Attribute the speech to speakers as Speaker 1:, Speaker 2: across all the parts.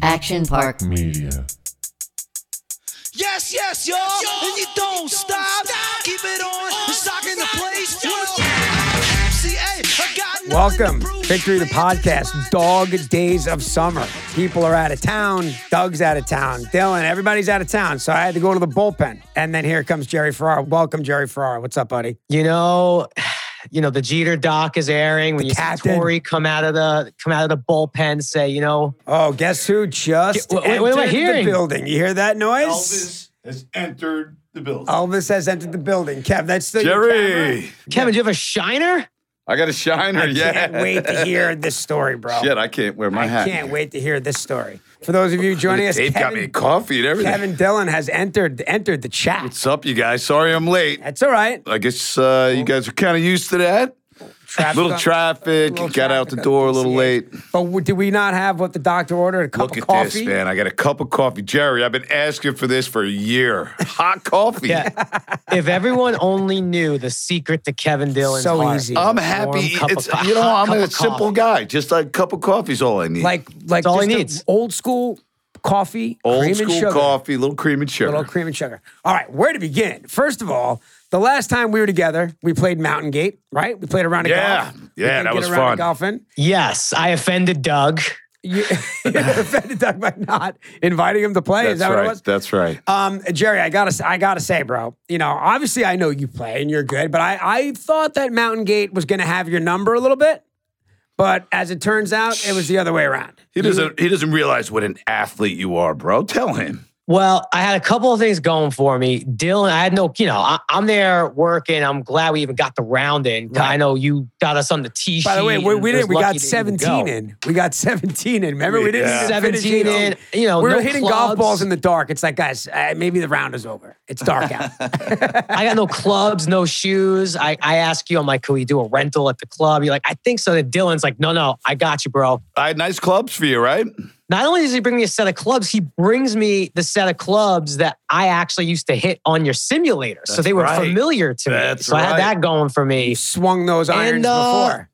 Speaker 1: Action Park.
Speaker 2: Media.
Speaker 3: Yes, yes, y'all. and you don't, stop. Keep it on. It's rocking the place.
Speaker 4: Welcome, Victory to Podcast, Dog Days of Summer. People are out of town. Doug's out of town. Dylan, everybody's out of town. So I had to go to the bullpen. And then here comes Jerry Ferrara. Welcome, Jerry Ferrara. What's up, buddy?
Speaker 5: you know, you know, the Jeter doc is airing. When
Speaker 4: The
Speaker 5: you
Speaker 4: captain.
Speaker 5: see Tory come out of the come out of the bullpen, say, you know,
Speaker 4: Oh, guess who just
Speaker 5: Wait, wait, wait,
Speaker 4: entered
Speaker 5: hearing.
Speaker 4: the building? You hear that noise?
Speaker 6: Elvis has entered the building.
Speaker 4: Elvis has entered the building. Kev, that's still your camera?
Speaker 2: Jerry,
Speaker 5: Kevin, do you have a shiner?
Speaker 2: I got a shiner.
Speaker 4: I
Speaker 2: yeah.
Speaker 4: can't wait to hear this story, bro.
Speaker 2: Shit, I can't wear my
Speaker 4: I
Speaker 2: hat.
Speaker 4: can't wait to hear this story. For those of you joining us,
Speaker 2: Dave got me
Speaker 4: Kevin,
Speaker 2: coffee and everything.
Speaker 4: Kevin Dylan has entered entered the chat.
Speaker 2: What's up, you guys? Sorry I'm late.
Speaker 4: That's all right.
Speaker 2: I guess uh, you guys are kind of used to that.
Speaker 4: Traffic
Speaker 2: little
Speaker 4: on-
Speaker 2: traffic,
Speaker 4: little
Speaker 2: got out the
Speaker 4: traffic on
Speaker 2: door a little
Speaker 4: PCH.
Speaker 2: late.
Speaker 4: But w- did we not have what the doctor ordered? A cup
Speaker 2: Look
Speaker 4: of
Speaker 2: at
Speaker 4: coffee.
Speaker 2: this, man. I got a cup of coffee. Jerry, I've been asking for this for a year. Hot coffee.
Speaker 5: Yeah. if everyone only knew the secret to Kevin Dillon's
Speaker 4: So
Speaker 5: heart.
Speaker 4: easy.
Speaker 2: I'm
Speaker 5: A warm
Speaker 2: happy.
Speaker 5: cup of
Speaker 2: It's
Speaker 5: co-
Speaker 2: you know
Speaker 5: hot
Speaker 2: I'm
Speaker 5: cup
Speaker 2: a
Speaker 5: of
Speaker 2: simple
Speaker 5: coffee.
Speaker 2: guy. Just a cup of coffee is all I need.
Speaker 4: Like like
Speaker 5: all
Speaker 4: just
Speaker 5: he
Speaker 4: a
Speaker 5: needs.
Speaker 4: Old school coffee, cream
Speaker 2: old
Speaker 4: and
Speaker 2: school
Speaker 4: sugar.
Speaker 2: coffee, little cream and sugar.
Speaker 4: Little cream and sugar. All right, where to begin? First of all, the last time we were together, we played Mountain Gate, right? We played a round of
Speaker 2: Yeah.
Speaker 4: golf. We
Speaker 2: Yeah,
Speaker 4: did
Speaker 2: that
Speaker 4: get
Speaker 2: was
Speaker 4: a round of
Speaker 2: fun.
Speaker 4: Golfing.
Speaker 5: Yes, I offended Doug.
Speaker 4: You, you offended Doug by not inviting him to play.
Speaker 2: That's
Speaker 4: Is that
Speaker 2: right.
Speaker 4: what it was?
Speaker 2: That's right.
Speaker 4: Um, Jerry, I gotta, I gotta say, bro. You know, obviously, I know you play and you're good, but I, I thought that Mountain Gate was gonna have your number a little bit, but as it turns out, it was the other way around.
Speaker 2: He doesn't. He doesn't realize what an athlete you are, bro. Tell him.
Speaker 5: Well, I had a couple of things going for me. Dylan, I had no, you know, I, I'm there working. I'm glad we even got the round in. I know you got us on the T sheet.
Speaker 4: By the way, we,
Speaker 5: and
Speaker 4: we
Speaker 5: was
Speaker 4: didn't. We
Speaker 5: lucky
Speaker 4: got
Speaker 5: to even
Speaker 4: 17
Speaker 5: go.
Speaker 4: in. We got 17 in. Remember, we didn't.
Speaker 2: Yeah.
Speaker 4: even finish oh.
Speaker 5: 17 in, you know,
Speaker 4: we were
Speaker 5: no
Speaker 4: hitting golf
Speaker 5: clubs.
Speaker 4: balls in the dark. It's like, guys, uh, maybe the round is over. It's dark out.
Speaker 5: I got no clubs, no shoes. I, I ask you, I'm like, can we do a rental at the club? You're like, I think so. Then Dylan's like, no, no, I got you, bro.
Speaker 2: I had nice clubs for you, right?
Speaker 5: Not only does he bring me a set of clubs, he brings me the set of clubs that I actually used to hit on your simulator. so
Speaker 2: That's
Speaker 5: they were
Speaker 2: right.
Speaker 5: familiar to me.
Speaker 2: That's
Speaker 5: So I had
Speaker 2: right.
Speaker 5: that going for me.
Speaker 4: you swung those irons
Speaker 5: And, uh,
Speaker 4: before.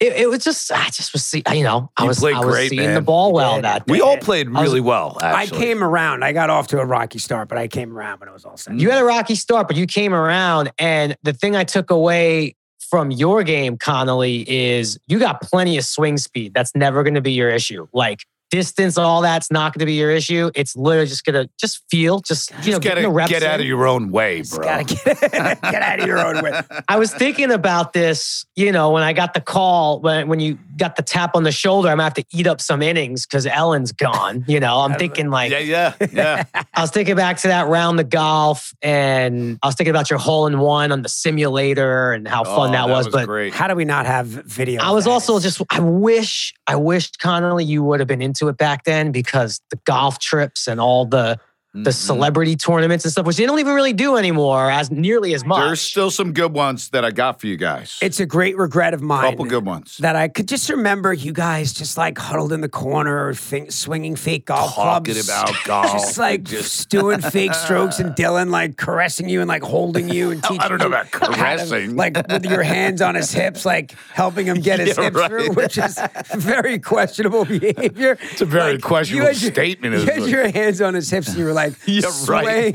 Speaker 5: It, it was just, I just was, see, you know, I
Speaker 2: You
Speaker 5: was,
Speaker 2: played
Speaker 5: I was
Speaker 2: great,
Speaker 5: seeing
Speaker 2: man.
Speaker 5: the ball well
Speaker 4: did.
Speaker 5: that day.
Speaker 2: We all played really well. Actually,
Speaker 4: I came around. I got off to a rocky start, but I came around when it was all said. and
Speaker 5: You had a rocky start, but you came around. And the thing I took away from your game, Connolly, is you got plenty of swing speed. That's never going to be your issue. Like distance, all that's not going to be your issue. It's literally just going to just feel, just you know,
Speaker 2: Just
Speaker 5: getting
Speaker 2: gotta
Speaker 5: the reps.
Speaker 2: get out
Speaker 5: in.
Speaker 2: of your own way,
Speaker 4: Just
Speaker 2: bro.
Speaker 4: gotta get, get out of your own way.
Speaker 5: I was thinking about this, you know, when I got the call, when, when you got the tap on the shoulder, I'm going to have to eat up some innings because Ellen's gone. You know, I'm thinking like,
Speaker 2: yeah, yeah, yeah.
Speaker 5: I was thinking back to that round of golf and I was thinking about your hole in one on the simulator and how fun
Speaker 2: Oh,
Speaker 5: that, was. But
Speaker 2: great.
Speaker 4: How do we not have video?
Speaker 5: I
Speaker 4: of
Speaker 5: was
Speaker 4: that?
Speaker 5: also
Speaker 4: It's-
Speaker 5: just, I wish, I wish Connolly, you would have been into it back then because the golf trips and all the,
Speaker 2: Mm-hmm.
Speaker 5: the celebrity tournaments and stuff, which they don't even really do anymore as nearly as much.
Speaker 2: There's still some good ones that I got for you guys.
Speaker 4: It's a great regret of mine.
Speaker 2: couple good ones.
Speaker 4: That I could just remember you guys just like huddled in the corner, think, swinging fake golf
Speaker 2: Talking
Speaker 4: clubs.
Speaker 2: about golf.
Speaker 4: Just like doing fake strokes and Dylan like caressing you and like holding you and teaching
Speaker 2: I don't know
Speaker 4: you
Speaker 2: about
Speaker 4: how to,
Speaker 2: caressing.
Speaker 4: like with your hands on his hips, like helping him get his
Speaker 2: Yeah,
Speaker 4: hips through,
Speaker 2: right.
Speaker 4: which is very questionable behavior. It's
Speaker 2: a very questionable statement,
Speaker 4: You
Speaker 2: isn't
Speaker 4: had
Speaker 2: it?
Speaker 4: your hands on his hips and you were like
Speaker 2: Yeah, right.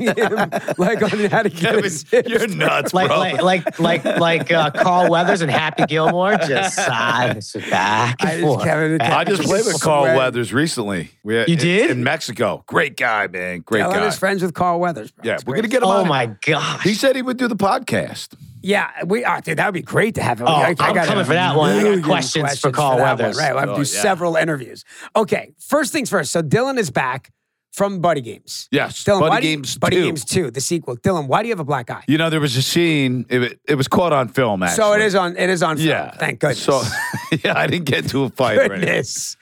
Speaker 4: swaying him like on how to get
Speaker 2: Kevin,
Speaker 4: his hips
Speaker 2: you're nuts,
Speaker 5: like,
Speaker 2: bro.
Speaker 5: like, like, like, like uh, Carl Weathers and Happy Gilmore, just uh, just back and
Speaker 4: I
Speaker 5: forth.
Speaker 4: just, Kevin,
Speaker 2: I just played with Carl
Speaker 4: Sweating.
Speaker 2: Weathers recently. We had,
Speaker 5: You
Speaker 2: in-
Speaker 5: did?
Speaker 2: in Mexico. Great guy, man. Great
Speaker 4: Ellen
Speaker 2: guy.
Speaker 4: is friends with Carl Weathers. Bro.
Speaker 2: Yeah,
Speaker 4: It's
Speaker 2: we're
Speaker 4: great.
Speaker 2: gonna get him.
Speaker 5: Oh
Speaker 2: on.
Speaker 5: my gosh.
Speaker 2: He said he would do the podcast.
Speaker 4: Yeah, we are. Dude, that would be great to have him.
Speaker 5: Oh, I'm coming for that one. I got questions for Carl
Speaker 4: that one.
Speaker 5: Weathers.
Speaker 4: Right, we'll have to
Speaker 2: Oh,
Speaker 4: do
Speaker 2: yeah.
Speaker 4: several interviews. Okay, first things first. So Dylan is back from Buddy Games.
Speaker 2: Yes,
Speaker 4: Dylan,
Speaker 2: Buddy
Speaker 4: why do you-
Speaker 2: Games
Speaker 4: Buddy
Speaker 2: 2.
Speaker 4: Games Two, the sequel. Dylan, why do you have a black eye?
Speaker 2: You know, there was a scene. It, wa- it was caught on film. Actually,
Speaker 4: So it is on. It is on. film.
Speaker 2: Yeah.
Speaker 4: thank goodness.
Speaker 2: So yeah, I didn't get to a fight. or anything.
Speaker 4: goodness.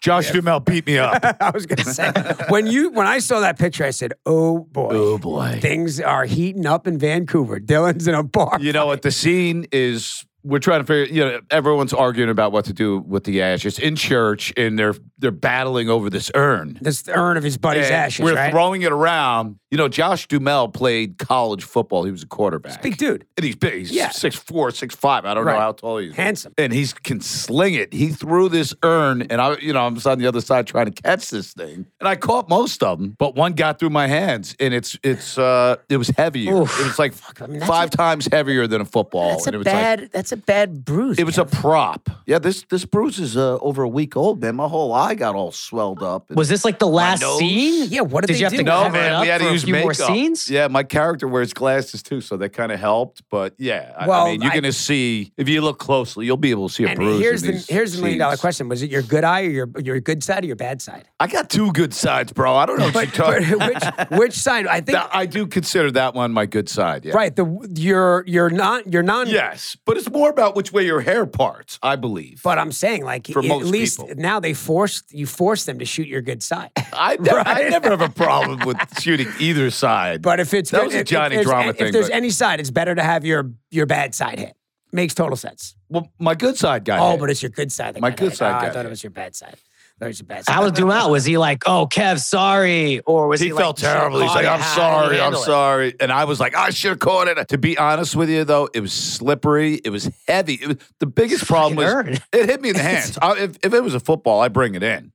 Speaker 2: Josh Duhamel beat me up.
Speaker 4: I was gonna say when you when I saw that picture, I said, "Oh boy,
Speaker 2: Oh, boy.
Speaker 4: things are heating up in Vancouver." Dylan's in a bar.
Speaker 2: you know what? The scene is we're trying to figure. You know, everyone's arguing about what to do with the ashes in church, and they're they're battling over this urn.
Speaker 4: This urn of his buddy's
Speaker 2: And
Speaker 4: ashes,
Speaker 2: we're
Speaker 4: right?
Speaker 2: throwing it around. You know, Josh Dumel played college football. He was a quarterback.
Speaker 4: Big dude,
Speaker 2: And he's big. He's
Speaker 4: Yeah.
Speaker 2: six four, six five. I don't
Speaker 4: Right.
Speaker 2: know how tall he is.
Speaker 4: handsome.
Speaker 2: and he can sling it. He threw this urn, and I, you know, I'm just on the other side trying to catch this thing, and I caught most of them, but one got through my hands, and it's it's uh it was heavier.
Speaker 5: Oof.
Speaker 2: It was like
Speaker 1: mean,
Speaker 2: five times heavier than a football.
Speaker 1: That's
Speaker 2: and it
Speaker 1: a
Speaker 2: was
Speaker 1: bad.
Speaker 2: Like,
Speaker 1: that's a bad bruise.
Speaker 2: it was a
Speaker 1: man.
Speaker 2: prop.
Speaker 7: Yeah, this this bruise is uh, over a week old, man. My whole eye got all swelled up.
Speaker 5: Was this like the last
Speaker 2: nose.
Speaker 5: scene?
Speaker 1: Yeah, what did
Speaker 5: Did
Speaker 1: they
Speaker 5: you have
Speaker 1: do?
Speaker 5: to
Speaker 1: No,
Speaker 5: cover it
Speaker 2: man, we
Speaker 5: up
Speaker 2: had to
Speaker 5: for a
Speaker 2: use
Speaker 5: few more
Speaker 2: makeup.
Speaker 5: scenes?
Speaker 2: Yeah, my character wears glasses too, so that kind of helped. But yeah, I-
Speaker 4: Well,
Speaker 2: I mean, you're
Speaker 4: I-
Speaker 2: gonna see if you look closely, you'll be able to see a
Speaker 4: And
Speaker 2: bruise. in
Speaker 4: here's the
Speaker 2: these
Speaker 4: here's the million dollar
Speaker 2: scenes.
Speaker 4: question: Was it your good eye or your your good side or your bad side?
Speaker 2: I got two good sides, bro. I don't know what you're
Speaker 4: But,
Speaker 2: talking.
Speaker 4: but which which side? I think
Speaker 2: That- I do consider that one my good side. Yeah.
Speaker 4: right. The your your non your non.
Speaker 2: Yes, but it's more about which way your hair parts, I believe.
Speaker 4: But I'm saying, like,
Speaker 2: For
Speaker 4: at
Speaker 2: most
Speaker 4: least
Speaker 2: people.
Speaker 4: now they forced you forced them to shoot your good side.
Speaker 2: I, ne- I never have a problem with shooting either side.
Speaker 4: But if it's
Speaker 2: That
Speaker 4: good-
Speaker 2: was a
Speaker 4: if- if
Speaker 2: Johnny
Speaker 4: there's
Speaker 2: Drama
Speaker 4: a- if
Speaker 2: thing,
Speaker 4: there's
Speaker 2: but-
Speaker 4: any side, it's better to have your your bad side hit. Makes total sense.
Speaker 2: well, my good side got
Speaker 4: Oh,
Speaker 2: hit.
Speaker 4: but it's your good side. That
Speaker 2: My
Speaker 4: got
Speaker 2: good
Speaker 4: hit.
Speaker 2: side
Speaker 4: Ah, I
Speaker 2: got
Speaker 4: thought it
Speaker 2: hit.
Speaker 4: was your bad side. That was your bad side.
Speaker 5: How was Dumas? Was he like, "Oh, Kev, sorry," or was he,
Speaker 2: he felt
Speaker 5: like,
Speaker 2: terrible. He's
Speaker 5: "Oh,
Speaker 2: like,
Speaker 5: yeah,
Speaker 2: "I'm
Speaker 5: how do
Speaker 2: sorry,
Speaker 5: you
Speaker 2: I'm
Speaker 5: handle it?"
Speaker 2: sorry," and I was like, "I should have caught it." To be honest with you, though, it was slippery. It was heavy. It was, the biggest problem was
Speaker 5: urn.
Speaker 2: it hit me in the hands. I, if, if it was a football, I bring it in.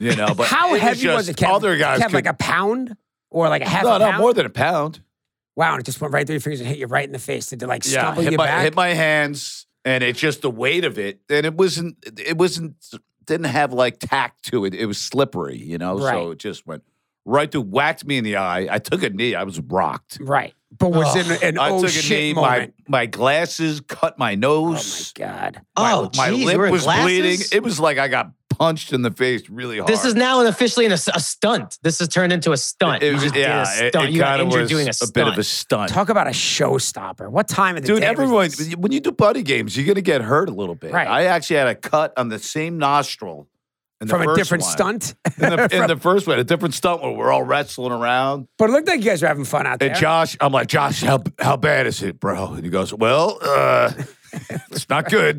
Speaker 2: You know, but
Speaker 4: How
Speaker 2: it
Speaker 4: heavy was
Speaker 2: just-
Speaker 4: it, Kev?
Speaker 2: Other guys
Speaker 4: Kev,
Speaker 2: could,
Speaker 4: like a pound or like a half
Speaker 2: no,
Speaker 4: a
Speaker 2: no,
Speaker 4: pound?
Speaker 2: more than a pound.
Speaker 4: wow, and it just went right through your fingers and hit you right in the face. Did it like stumble
Speaker 2: hit
Speaker 4: you
Speaker 2: my,
Speaker 4: back?
Speaker 2: hit my hands, and it's just the weight of it, and it wasn't, it wasn't, didn't have like tact to it. It was slippery, you know.
Speaker 4: Right.
Speaker 2: So it just went right through, whacked me in the eye. I took a knee. I was rocked.
Speaker 4: right. But was in an
Speaker 2: I
Speaker 4: oh
Speaker 2: took a knee.
Speaker 4: shit moment.
Speaker 2: My my glasses cut my
Speaker 4: oh
Speaker 2: nose.
Speaker 4: my god.
Speaker 5: Oh,
Speaker 2: my
Speaker 5: geez, you were
Speaker 2: lip
Speaker 5: in
Speaker 2: was
Speaker 5: glasses?
Speaker 2: bleeding. It was like I got punched in the face really hard.
Speaker 5: This is now an officially an, a stunt. This has turned into a stunt.
Speaker 2: It
Speaker 5: you
Speaker 2: was,
Speaker 5: just
Speaker 2: yeah,
Speaker 5: did a stunt.
Speaker 2: it, it
Speaker 5: you got
Speaker 2: kind of
Speaker 5: injured
Speaker 2: was
Speaker 5: doing a,
Speaker 2: a,
Speaker 5: stunt.
Speaker 2: bit of a stunt.
Speaker 4: Talk about a showstopper. What time of the
Speaker 2: Dude,
Speaker 4: day? was
Speaker 2: everyone,
Speaker 4: this?
Speaker 2: when you do buddy games, you're gonna get hurt a little bit.
Speaker 4: Right.
Speaker 2: I actually had a cut on the same nostril in the
Speaker 4: from a
Speaker 2: first
Speaker 4: different
Speaker 2: one.
Speaker 4: stunt.
Speaker 2: In the, in the first one, a different stunt where we're all wrestling around.
Speaker 4: But it looked like you guys were having fun out there.
Speaker 2: And Josh, I'm like, Josh, how how bad is it, bro? And he goes, Well, uh, it's not good.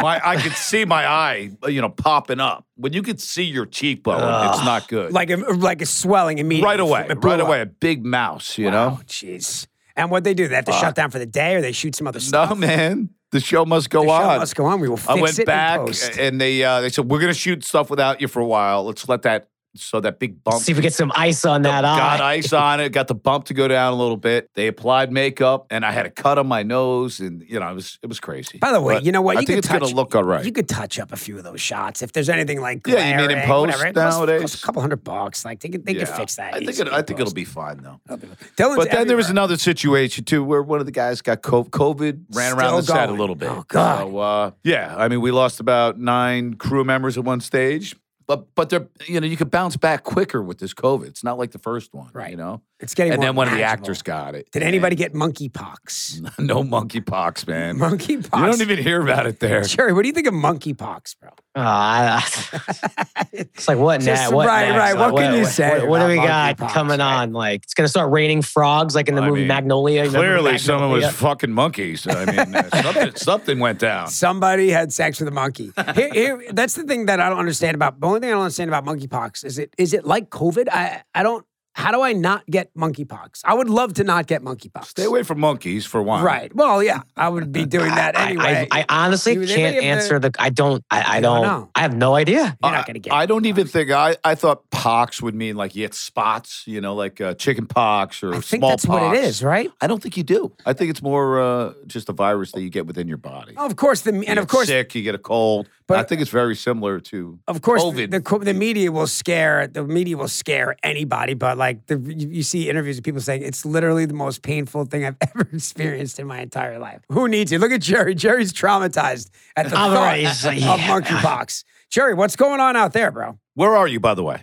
Speaker 2: My I could see my eye, you know, popping up. When you could see your cheekbone, it's not good.
Speaker 4: like a, like a swelling immediately.
Speaker 2: right away,
Speaker 4: It blew
Speaker 2: right
Speaker 4: up.
Speaker 2: away, a big mouse, you know.
Speaker 4: Oh, jeez. And what they do? They have to shut down for the day, or they shoot some other stuff.
Speaker 2: No, man. The show must go
Speaker 4: The show
Speaker 2: on.
Speaker 4: must go on. We will fix
Speaker 2: I went
Speaker 4: it in
Speaker 2: back
Speaker 4: post.
Speaker 2: and they uh, they said we're gonna shoot stuff without you for a while. Let's let that so that big bump
Speaker 5: See if we get some ice on that
Speaker 2: got
Speaker 5: eye.
Speaker 2: ice on it, got the bump to go down a little bit. They applied makeup and I had a cut on my nose and you know it was it was crazy.
Speaker 4: By the way,
Speaker 2: But
Speaker 4: you know what?
Speaker 2: I
Speaker 4: you could
Speaker 2: think it's
Speaker 4: touch,
Speaker 2: gonna look all right.
Speaker 4: You could touch up a few of those shots if there's anything like
Speaker 2: Yeah, you mean
Speaker 4: glaring,
Speaker 2: in post
Speaker 4: whatever. It must
Speaker 2: nowadays?
Speaker 4: cost a couple hundred bucks. Like they could, they could
Speaker 2: Yeah.
Speaker 4: fix that.
Speaker 2: I think
Speaker 4: easily
Speaker 2: it,
Speaker 4: in
Speaker 2: I think it'll
Speaker 4: post.
Speaker 2: be fine though.
Speaker 4: Dylan's
Speaker 2: But then there was
Speaker 4: everywhere.
Speaker 2: another situation too where one of the guys got co- COVID, ran around the
Speaker 4: Still
Speaker 2: set a
Speaker 4: going.
Speaker 2: little bit.
Speaker 4: Oh, God.
Speaker 2: So, uh, yeah, I mean, we lost about nine crew members at one stage, but but they're you know you could bounce back quicker with this COVID. It's not like the first one,
Speaker 4: Right.
Speaker 2: You know.
Speaker 4: It's getting.
Speaker 2: and
Speaker 4: more
Speaker 2: then one of the
Speaker 4: manageable.
Speaker 2: actors got it.
Speaker 4: Did anybody get monkeypox?
Speaker 2: And no monkeypox, man?
Speaker 4: Monkeypox.
Speaker 2: You don't even hear about it there.
Speaker 4: Jerry, what do you think of monkeypox, bro?
Speaker 5: Oh, I- it's like what
Speaker 4: Just
Speaker 5: now? What
Speaker 4: right,
Speaker 5: next?
Speaker 4: right.
Speaker 5: Like,
Speaker 4: What can you say
Speaker 5: What, what do we
Speaker 4: about
Speaker 5: got
Speaker 4: monkeypox,
Speaker 5: coming
Speaker 4: right?
Speaker 5: on? Like it's gonna start raining frogs, like in the
Speaker 2: I
Speaker 5: movie
Speaker 2: mean,
Speaker 5: Magnolia. You remember
Speaker 2: Clearly, someone was
Speaker 5: Magnolia?
Speaker 2: fucking monkeys. I mean, uh, something, something went down.
Speaker 4: Somebody had sex with a monkey. Here, here, that's the thing that I don't understand about. The only thing I don't understand about monkeypox is it is it like COVID? I I don't. How do I not get monkeypox? I would love to not get monkeypox.
Speaker 2: Stay away from monkeys for one.
Speaker 4: Right. Well, yeah, I would be doing that
Speaker 5: I-
Speaker 4: anyway.
Speaker 5: I, I, honestly
Speaker 4: You- they may
Speaker 5: can't
Speaker 4: have
Speaker 5: answer the. I don't. I, I
Speaker 4: You don't
Speaker 5: don't.
Speaker 4: know.
Speaker 5: I have no idea.
Speaker 4: You're not gonna get.
Speaker 2: I don't even think I. I thought pox would mean like you had spots, you know, like uh, chicken pox or
Speaker 4: I think
Speaker 2: small
Speaker 4: that's what it
Speaker 2: pox.
Speaker 4: is, right?
Speaker 2: I don't think you do. I think it's more uh, just a virus that you get within your body.
Speaker 4: Of course, the
Speaker 2: You
Speaker 4: Oh, and of
Speaker 2: get
Speaker 4: course,
Speaker 2: sick, you get a cold.
Speaker 4: But-
Speaker 2: I think it's very similar to.
Speaker 4: of course, the-
Speaker 2: COVID.
Speaker 4: the co- the media will scare the media will scare anybody. But like the, you, you see interviews of people saying it's literally the most painful thing I've ever experienced in my entire life. Who needs it? Look at Jerry. Jerry's traumatized at the
Speaker 5: All
Speaker 4: thought
Speaker 5: right, he's
Speaker 4: of
Speaker 5: like, yeah.
Speaker 4: monkeypox. Jerry, what's going on out there, bro?
Speaker 2: Where are you, by the way?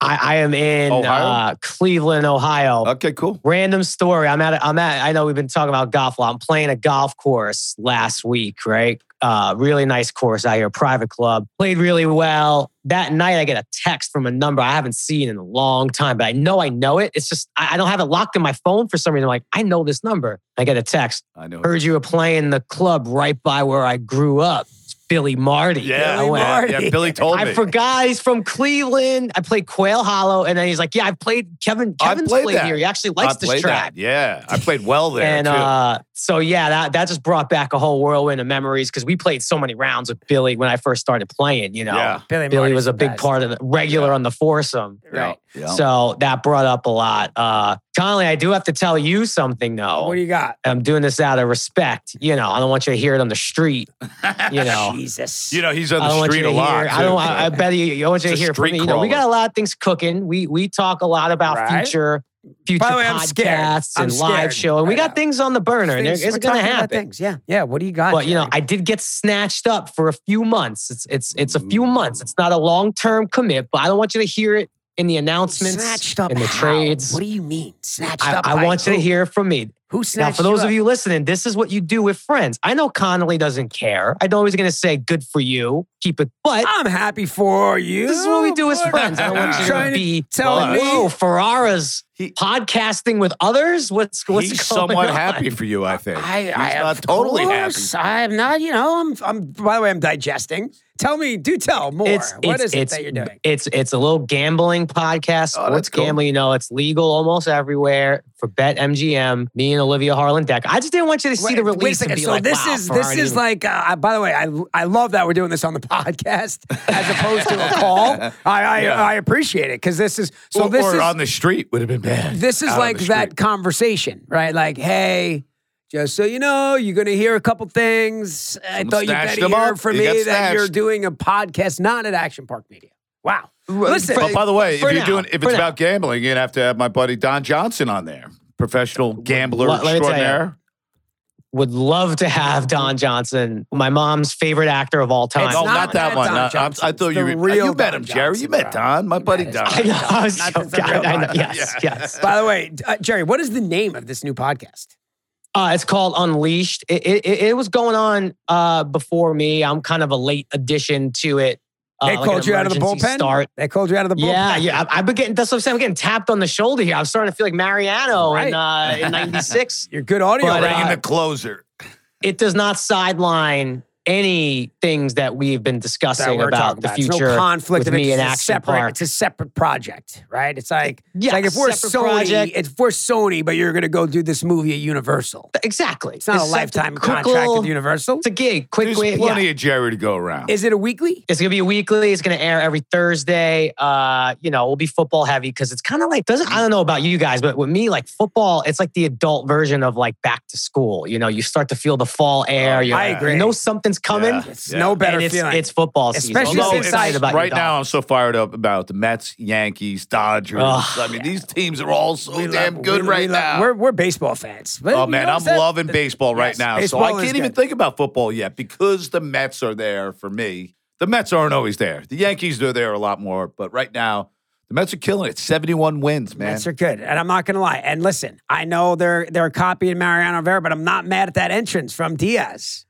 Speaker 5: I, I am in
Speaker 2: Ohio?
Speaker 5: uh, Cleveland, Ohio.
Speaker 2: Okay, cool.
Speaker 5: Random story. I'm at. a- I'm at. I know we've been talking about golf a lot. I'm playing a golf course last week, right? Uh, really nice course out here, private club. Played really well. That night, I get a text from a number I haven't seen in a long time, but I know I know it. It's just I, I don't have it locked in my phone for some reason. I'm like, I know this number. I get a text.
Speaker 2: I know.
Speaker 5: Heard you were playing the club right by where I grew up. It's Billy Marty.
Speaker 2: Yeah,
Speaker 5: I
Speaker 2: yeah,
Speaker 5: went,
Speaker 2: yeah, Billy told me.
Speaker 5: I forgot he's from Cleveland. I played Quail Hollow, and then he's like, "Yeah, I played Kevin.
Speaker 2: I
Speaker 5: Kevin's
Speaker 2: played
Speaker 5: played
Speaker 2: that.
Speaker 5: here. He actually
Speaker 2: I
Speaker 5: likes this
Speaker 2: played
Speaker 5: track."
Speaker 2: that. Yeah, I played well there
Speaker 5: And
Speaker 2: too.
Speaker 5: uh, so yeah, that that just brought back a whole whirlwind of memories because we played so many rounds with Billy when I first started playing. You know,
Speaker 2: yeah,
Speaker 4: Billy,
Speaker 5: Billy
Speaker 4: Marty's
Speaker 5: was a
Speaker 4: the
Speaker 5: big
Speaker 4: best.
Speaker 5: part of the regular on the foursome.
Speaker 4: Right.
Speaker 7: Yeah.
Speaker 5: So that brought up a lot. Uh, Connolly, I do have to tell you something though.
Speaker 4: What do you got?
Speaker 5: I'm doing this out of respect. You know, I don't want you to hear it on the street. You know,
Speaker 4: Jesus.
Speaker 2: you know he's on
Speaker 5: I don't
Speaker 2: the
Speaker 5: want
Speaker 2: street
Speaker 5: you to
Speaker 2: a lot.
Speaker 5: hear-
Speaker 2: too,
Speaker 5: I don't. I, I
Speaker 2: so.
Speaker 5: bet you. I want you to
Speaker 2: It's a
Speaker 5: hear from
Speaker 2: street
Speaker 5: me. You know, we
Speaker 2: crawler.
Speaker 5: got a lot of things cooking. We we talk a lot about
Speaker 4: Right.
Speaker 5: future future
Speaker 4: By the way, I'm scared.
Speaker 5: podcasts
Speaker 4: I'm
Speaker 5: and live
Speaker 4: scared.
Speaker 5: show, and we
Speaker 4: I
Speaker 5: got
Speaker 4: know.
Speaker 5: things on the burner, and
Speaker 4: Things-
Speaker 5: it's
Speaker 4: we're
Speaker 5: going to
Speaker 4: talking about
Speaker 5: happen.
Speaker 4: Things. Yeah. Yeah. What do you got?
Speaker 5: But you know,
Speaker 4: Jerry?
Speaker 5: I did get snatched up for a few months. It's it's it's a
Speaker 4: Mm.
Speaker 5: few months. It's not a long term commit, but I don't want you to hear it in the announcements,
Speaker 4: snatched up
Speaker 5: in the
Speaker 4: how?
Speaker 5: trades.
Speaker 4: What do you mean snatched
Speaker 5: I,
Speaker 4: up?
Speaker 5: I
Speaker 4: by
Speaker 5: want you
Speaker 4: who?
Speaker 5: to hear it from me.
Speaker 4: Who
Speaker 5: Now,
Speaker 4: snatched
Speaker 5: for those
Speaker 4: up?
Speaker 5: of you listening, this is what you do with friends. I know Connolly doesn't care. I know he's going to say, "Good for you, keep it," but
Speaker 4: I'm happy for you.
Speaker 5: This is what we do as
Speaker 4: What-
Speaker 5: friends. I don't want you to
Speaker 4: Trying to
Speaker 5: be
Speaker 4: tell
Speaker 5: like,
Speaker 2: me-
Speaker 5: Whoa, Ferrara's
Speaker 7: He-
Speaker 5: podcasting with others. What's what's
Speaker 2: he's
Speaker 5: going
Speaker 2: somewhat
Speaker 5: on?
Speaker 2: happy for you, I think.
Speaker 4: I,
Speaker 2: he's
Speaker 4: I
Speaker 2: not
Speaker 4: of
Speaker 2: totally
Speaker 4: course, I'm not. You know, I'm. I'm. By the way, I'm digesting. Tell me, do tell more. What is
Speaker 5: It's, it's,
Speaker 4: it
Speaker 5: it's,
Speaker 4: that you're doing?
Speaker 5: it's it's a little gambling podcast.
Speaker 2: Oh, that's
Speaker 5: Sports
Speaker 2: cool.
Speaker 5: gambling, you know, it's legal almost everywhere for Bet MGM. Me and Olivia Harlan Deck. I just didn't want you to see
Speaker 4: Wait-
Speaker 5: the
Speaker 4: wait a
Speaker 5: release
Speaker 4: second.
Speaker 5: and be
Speaker 4: so
Speaker 5: like,
Speaker 4: this
Speaker 5: wow,
Speaker 4: is
Speaker 5: Ferrari
Speaker 4: this is
Speaker 5: didn't-
Speaker 4: like. Uh, I- by the way, I I love that we're doing this on the podcast as opposed to a call. I I,
Speaker 2: Yeah.
Speaker 4: I appreciate it because this is so.
Speaker 2: or,
Speaker 4: this
Speaker 2: or
Speaker 4: is
Speaker 2: on the street would have been bad.
Speaker 4: this is
Speaker 2: Out on
Speaker 4: like
Speaker 2: the
Speaker 4: that
Speaker 2: street.
Speaker 4: conversation, right? Like, hey, just so you know, you're gonna hear a couple things. I
Speaker 2: Someone
Speaker 4: thought you'd
Speaker 2: snatched
Speaker 4: better
Speaker 2: them
Speaker 4: hear
Speaker 2: up.
Speaker 4: from
Speaker 2: You got
Speaker 4: me that you're
Speaker 2: snatched.
Speaker 4: doing a podcast, not at Action Park Media. Wow. Listen,
Speaker 2: But Oh, by the way, if
Speaker 5: For
Speaker 2: you're
Speaker 5: now,
Speaker 2: doing, if
Speaker 5: for
Speaker 2: it's
Speaker 5: now.
Speaker 2: about gambling, you'd have to have my buddy Don Johnson on there, professional gambler
Speaker 5: Let- let me tell you.
Speaker 2: extraordinaire.
Speaker 5: would love to have Don Johnson, my mom's favorite actor of all time.
Speaker 4: It's
Speaker 2: No,
Speaker 4: not
Speaker 2: not,
Speaker 4: that
Speaker 2: that one.
Speaker 4: Don
Speaker 2: Not- I'm-
Speaker 4: Johnson.
Speaker 2: I thought you
Speaker 4: The
Speaker 2: were, uh,
Speaker 4: real
Speaker 2: you met
Speaker 4: Don
Speaker 2: him, Jerry. You
Speaker 4: Johnson,
Speaker 2: met
Speaker 4: bro.
Speaker 2: Don, my buddy
Speaker 4: is-
Speaker 2: Don.
Speaker 5: I know. I was
Speaker 4: Not
Speaker 5: so
Speaker 4: the real
Speaker 5: God, I know.
Speaker 4: Don
Speaker 5: Yes, yes.
Speaker 4: By the way, uh, Jerry, what is the name of this new podcast?
Speaker 5: Uh, it's called Unleashed. It, it, it it was going on uh, before me. I'm kind of a late addition to it. Uh,
Speaker 4: They
Speaker 5: like an
Speaker 4: called you out of the
Speaker 5: emergency
Speaker 4: bullpen.
Speaker 5: Start.
Speaker 4: They called you out of the bullpen.
Speaker 5: Yeah, yeah. I, I've been getting that's what I'm saying. I'm getting tapped on the shoulder here. I'm starting to feel like Mariano in uh, in '96.
Speaker 4: You're good audio.
Speaker 5: But,
Speaker 4: right?
Speaker 5: uh,
Speaker 2: Bringing the closer.
Speaker 5: it does not sideline any things that we've been
Speaker 4: that
Speaker 5: discussing
Speaker 4: we're talking
Speaker 5: about the
Speaker 4: about. It's
Speaker 5: future
Speaker 4: no conflict
Speaker 5: with
Speaker 4: of
Speaker 5: me
Speaker 4: interest.
Speaker 5: and
Speaker 4: It's a
Speaker 5: Action
Speaker 4: separate,
Speaker 5: Park.
Speaker 4: It's a separate project, right? It's like
Speaker 5: Yeah,
Speaker 4: it's like if we're
Speaker 5: separate
Speaker 4: Sony,
Speaker 5: project.
Speaker 4: if we're Sony, but you're gonna go do this movie at Universal.
Speaker 5: exactly.
Speaker 4: It's not a
Speaker 5: something-
Speaker 4: lifetime
Speaker 5: quick
Speaker 4: contract
Speaker 5: little-
Speaker 4: with Universal.
Speaker 5: It's a gig. Quick,
Speaker 2: There's
Speaker 5: way- yeah.
Speaker 2: plenty of Jerry to go around.
Speaker 4: Is it a weekly?
Speaker 5: It's gonna be weekly. It's gonna air every Thursday. Uh, you know, we'll be football heavy because it's kind of like doesn't. I don't know about you guys, but with me, like football, it's like the adult version of like back to school. You know, you start to feel the fall air. You,
Speaker 4: Oh, I agree.
Speaker 5: You know something's coming.
Speaker 2: Yeah.
Speaker 4: It's
Speaker 2: Yeah.
Speaker 4: no better
Speaker 5: and it's,
Speaker 4: feeling.
Speaker 5: it's football season.
Speaker 4: Especially
Speaker 5: Although
Speaker 4: since
Speaker 5: it's
Speaker 4: I-
Speaker 5: excited about your
Speaker 2: right now, I'm so fired up about the Mets, Yankees, Dodgers.
Speaker 5: Ugh.
Speaker 2: I mean, these teams are all so
Speaker 4: We love-
Speaker 2: damn good
Speaker 4: we- we
Speaker 2: right
Speaker 4: love-
Speaker 2: now.
Speaker 4: We're we're baseball fans. But
Speaker 2: Oh
Speaker 4: you
Speaker 2: man, I'm
Speaker 4: notice that?
Speaker 2: loving baseball right
Speaker 4: Yes,
Speaker 2: now. So
Speaker 4: baseball
Speaker 2: I
Speaker 4: is
Speaker 2: can't even
Speaker 4: good.
Speaker 2: think about football yet because the Mets are there for me. The Mets aren't always there. The Yankees are there a lot more, but right now the Mets are killing it. 71 wins, man.
Speaker 4: Mets are good, and I'm not gonna lie. And listen, I know they're they're copying Mariano Rivera, but I'm not mad at that entrance from Diaz.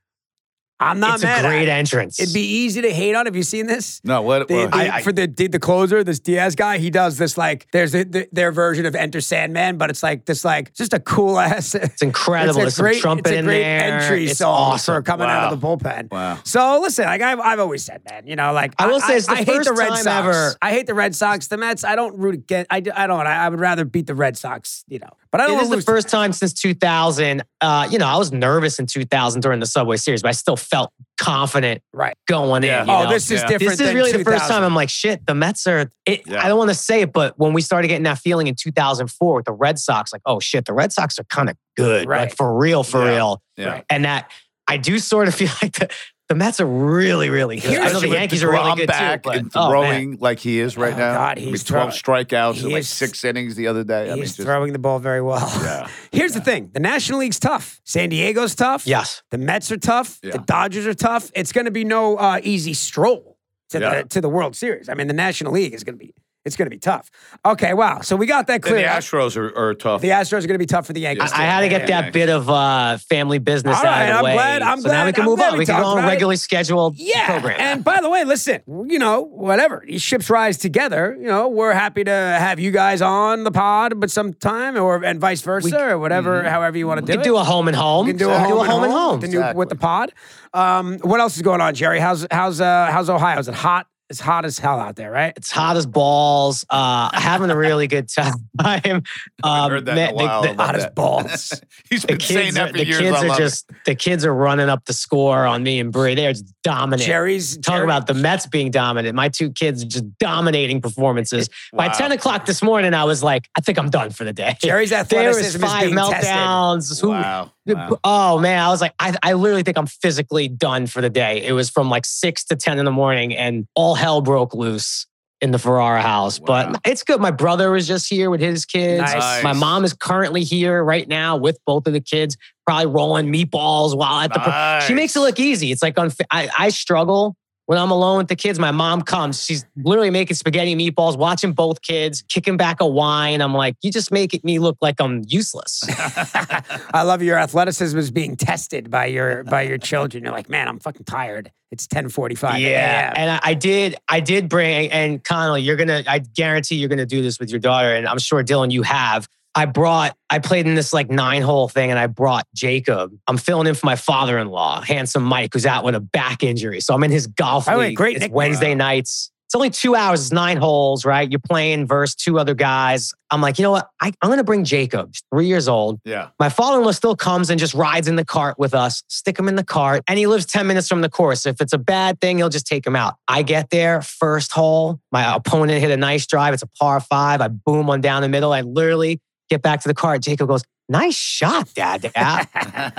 Speaker 4: I'm not
Speaker 5: It's
Speaker 4: mad.
Speaker 5: a
Speaker 4: at
Speaker 5: great
Speaker 4: it.
Speaker 5: entrance.
Speaker 4: It'd be easy to hate on. Have you seen this?
Speaker 2: no, what?
Speaker 4: They,
Speaker 2: what-
Speaker 4: they- for the the closer, this Diaz guy, he does this like there's a, th their version of Enter Sandman, but it's like this like just a cool ass.
Speaker 5: It's incredible.
Speaker 4: It's
Speaker 5: There's
Speaker 4: a great,
Speaker 5: some trumpet
Speaker 4: it's a
Speaker 5: in
Speaker 4: great
Speaker 5: there.
Speaker 4: entry
Speaker 5: it's
Speaker 4: song
Speaker 5: awesome.
Speaker 4: for coming out of the bullpen.
Speaker 2: Wow.
Speaker 4: So listen, like I've, I've always said, man, you know, like
Speaker 5: I will say it's the
Speaker 4: I hate the
Speaker 5: first
Speaker 4: Red
Speaker 5: time
Speaker 4: Sox.
Speaker 5: ever-
Speaker 4: I hate the Red Sox, the Mets. I don't root against. I, d- I don't. I, I would rather beat the Red Sox, you know. But I don't.
Speaker 5: It
Speaker 4: wanna
Speaker 5: is the
Speaker 4: lose to
Speaker 5: first time since 2000. Uh, you know, I was nervous in 2000 during the Subway Series, but I still felt confident
Speaker 4: Right.
Speaker 5: going
Speaker 2: Yeah.
Speaker 5: in. you
Speaker 4: Oh,
Speaker 5: know?
Speaker 4: this is
Speaker 2: Yeah.
Speaker 4: different.
Speaker 5: This is
Speaker 4: than
Speaker 5: really the first
Speaker 4: 2000.
Speaker 5: time I'm like, shit, the Mets are. It,
Speaker 2: Yeah.
Speaker 5: I don't want to say it, but when we started getting that feeling in 2004 with the Red Sox, like, oh shit, the Red Sox are kind of good,
Speaker 4: Right.
Speaker 5: Like for real, for
Speaker 2: Yeah.
Speaker 5: real.
Speaker 2: yeah.
Speaker 4: Right.
Speaker 5: And that I do sort of feel like the, the Mets are really, really good. I know the
Speaker 2: Especially with
Speaker 5: Yankees are really
Speaker 2: DeGrom
Speaker 5: good
Speaker 2: back
Speaker 5: too. But,
Speaker 2: and
Speaker 5: oh, man.
Speaker 2: throwing like he is right
Speaker 4: Oh,
Speaker 2: now.
Speaker 4: God,
Speaker 2: I mean,
Speaker 4: he's
Speaker 2: 12 strikeouts in
Speaker 4: he
Speaker 2: like
Speaker 4: is-
Speaker 2: six innings the other day. I mean,
Speaker 4: He's
Speaker 2: just,
Speaker 4: throwing the ball very well.
Speaker 2: Yeah.
Speaker 4: Here's the thing: the National League's tough. San Diego's tough.
Speaker 5: Yes.
Speaker 4: The Mets are tough.
Speaker 2: Yeah.
Speaker 4: The Dodgers are tough. It's going to be no uh, easy stroll to
Speaker 2: Yeah.
Speaker 4: the to the World Series. I mean, the National League is going to be it's going to be tough. Okay, wow. So we got that
Speaker 2: And the
Speaker 4: clear.
Speaker 2: Astros are, are tough.
Speaker 4: The Astros are going to be tough for the Yankees.
Speaker 2: Yeah.
Speaker 4: too.
Speaker 5: I had to get that
Speaker 2: Thanks.
Speaker 5: bit of uh, family business
Speaker 4: All
Speaker 5: out
Speaker 4: right,
Speaker 5: of the
Speaker 4: I'm
Speaker 5: way.
Speaker 4: glad- I'm
Speaker 5: so
Speaker 4: glad-
Speaker 5: now we can
Speaker 4: I'm
Speaker 5: move
Speaker 4: glad
Speaker 5: on.
Speaker 4: we
Speaker 5: We can
Speaker 4: talked
Speaker 5: go on
Speaker 4: about it.
Speaker 5: regularly scheduled
Speaker 4: Yeah.
Speaker 5: program.
Speaker 4: And by the way, listen, you know, whatever, these ships rise together. You know, we're happy to have you guys on the pod, but sometime or and vice versa or whatever, however you want to do
Speaker 5: Mm-hmm. we can
Speaker 4: it.
Speaker 5: do a home and home.
Speaker 4: We can do a home,
Speaker 5: We'll
Speaker 4: and home,
Speaker 5: and home.
Speaker 4: The new, with the pod. Um, what else is going on, Jerry? How's how's uh, how's Ohio? Is it hot? It's hot as hell out there, right?
Speaker 5: It's hot as balls. Uh, having a really good time. Um,
Speaker 2: I heard that in a
Speaker 5: the-
Speaker 2: while.
Speaker 5: the-
Speaker 2: I love
Speaker 4: Hot as
Speaker 2: that.
Speaker 4: balls.
Speaker 2: He's
Speaker 5: the
Speaker 2: been saying
Speaker 5: kids, are,
Speaker 2: that for
Speaker 5: the
Speaker 2: years.
Speaker 5: kids
Speaker 2: I
Speaker 5: are
Speaker 2: love
Speaker 5: just the kids are running up the score on me and Brie. They're just dominant.
Speaker 4: Jerry's
Speaker 5: Talk
Speaker 4: Jerry-
Speaker 5: about the Mets being dominant. My two kids are just dominating performances. By
Speaker 2: Wow.
Speaker 5: ten o'clock this morning, I was like, I think I'm done for the day.
Speaker 4: Jerry's
Speaker 5: there
Speaker 4: athleticism
Speaker 5: was five
Speaker 4: is being
Speaker 5: meltdowns.
Speaker 2: it.
Speaker 5: Who-
Speaker 2: Wow. wow.
Speaker 5: Oh man, I was like, I, I literally think I'm physically done for the day. It was from like six to ten in the morning, and all hell broke loose in the Ferrara house.
Speaker 2: Wow.
Speaker 5: But it's good. My brother was just here with his kids.
Speaker 2: Nice.
Speaker 5: My mom is currently here right now with both of the kids, probably rolling meatballs while at the. per- She makes it look easy. It's like unf- I, I struggle. When I'm alone with the kids, my mom comes. She's literally making spaghetti and meatballs, watching both kids, kicking back a wine. I'm like, you just make me look like I'm useless.
Speaker 4: tested. I love your athleticism is being tested by your by your children. You're like, man, I'm fucking tired. It's 10:45.
Speaker 5: Yeah.
Speaker 4: a.m."
Speaker 5: And I, I did, I did bring, and Connolly, you're going to, I guarantee you're going to do this with your daughter. And I'm sure Dylan, you have. I brought, I played in this like nine hole thing and I brought Jacob. I'm filling in for my father in law, handsome Mike, who's out with a back injury. So I'm in his golf
Speaker 4: By the way,
Speaker 5: league.
Speaker 4: great
Speaker 5: It's
Speaker 4: nickname.
Speaker 5: Wednesday nights. It's only two hours, it's nine holes, right? You're playing versus two other guys. I'm like, you know what? I, I'm going to bring Jacob, He's three years old.
Speaker 2: Yeah.
Speaker 5: My father in law still comes and just rides in the cart with us, stick him in the cart, and he lives 10 minutes from the course. If it's a bad thing, he'll just take him out. I get there, first hole, my opponent hit a nice drive. It's a par five. I boom one down the middle. I literally get back to the cart. Jacob goes, Nice shot, dad. dad.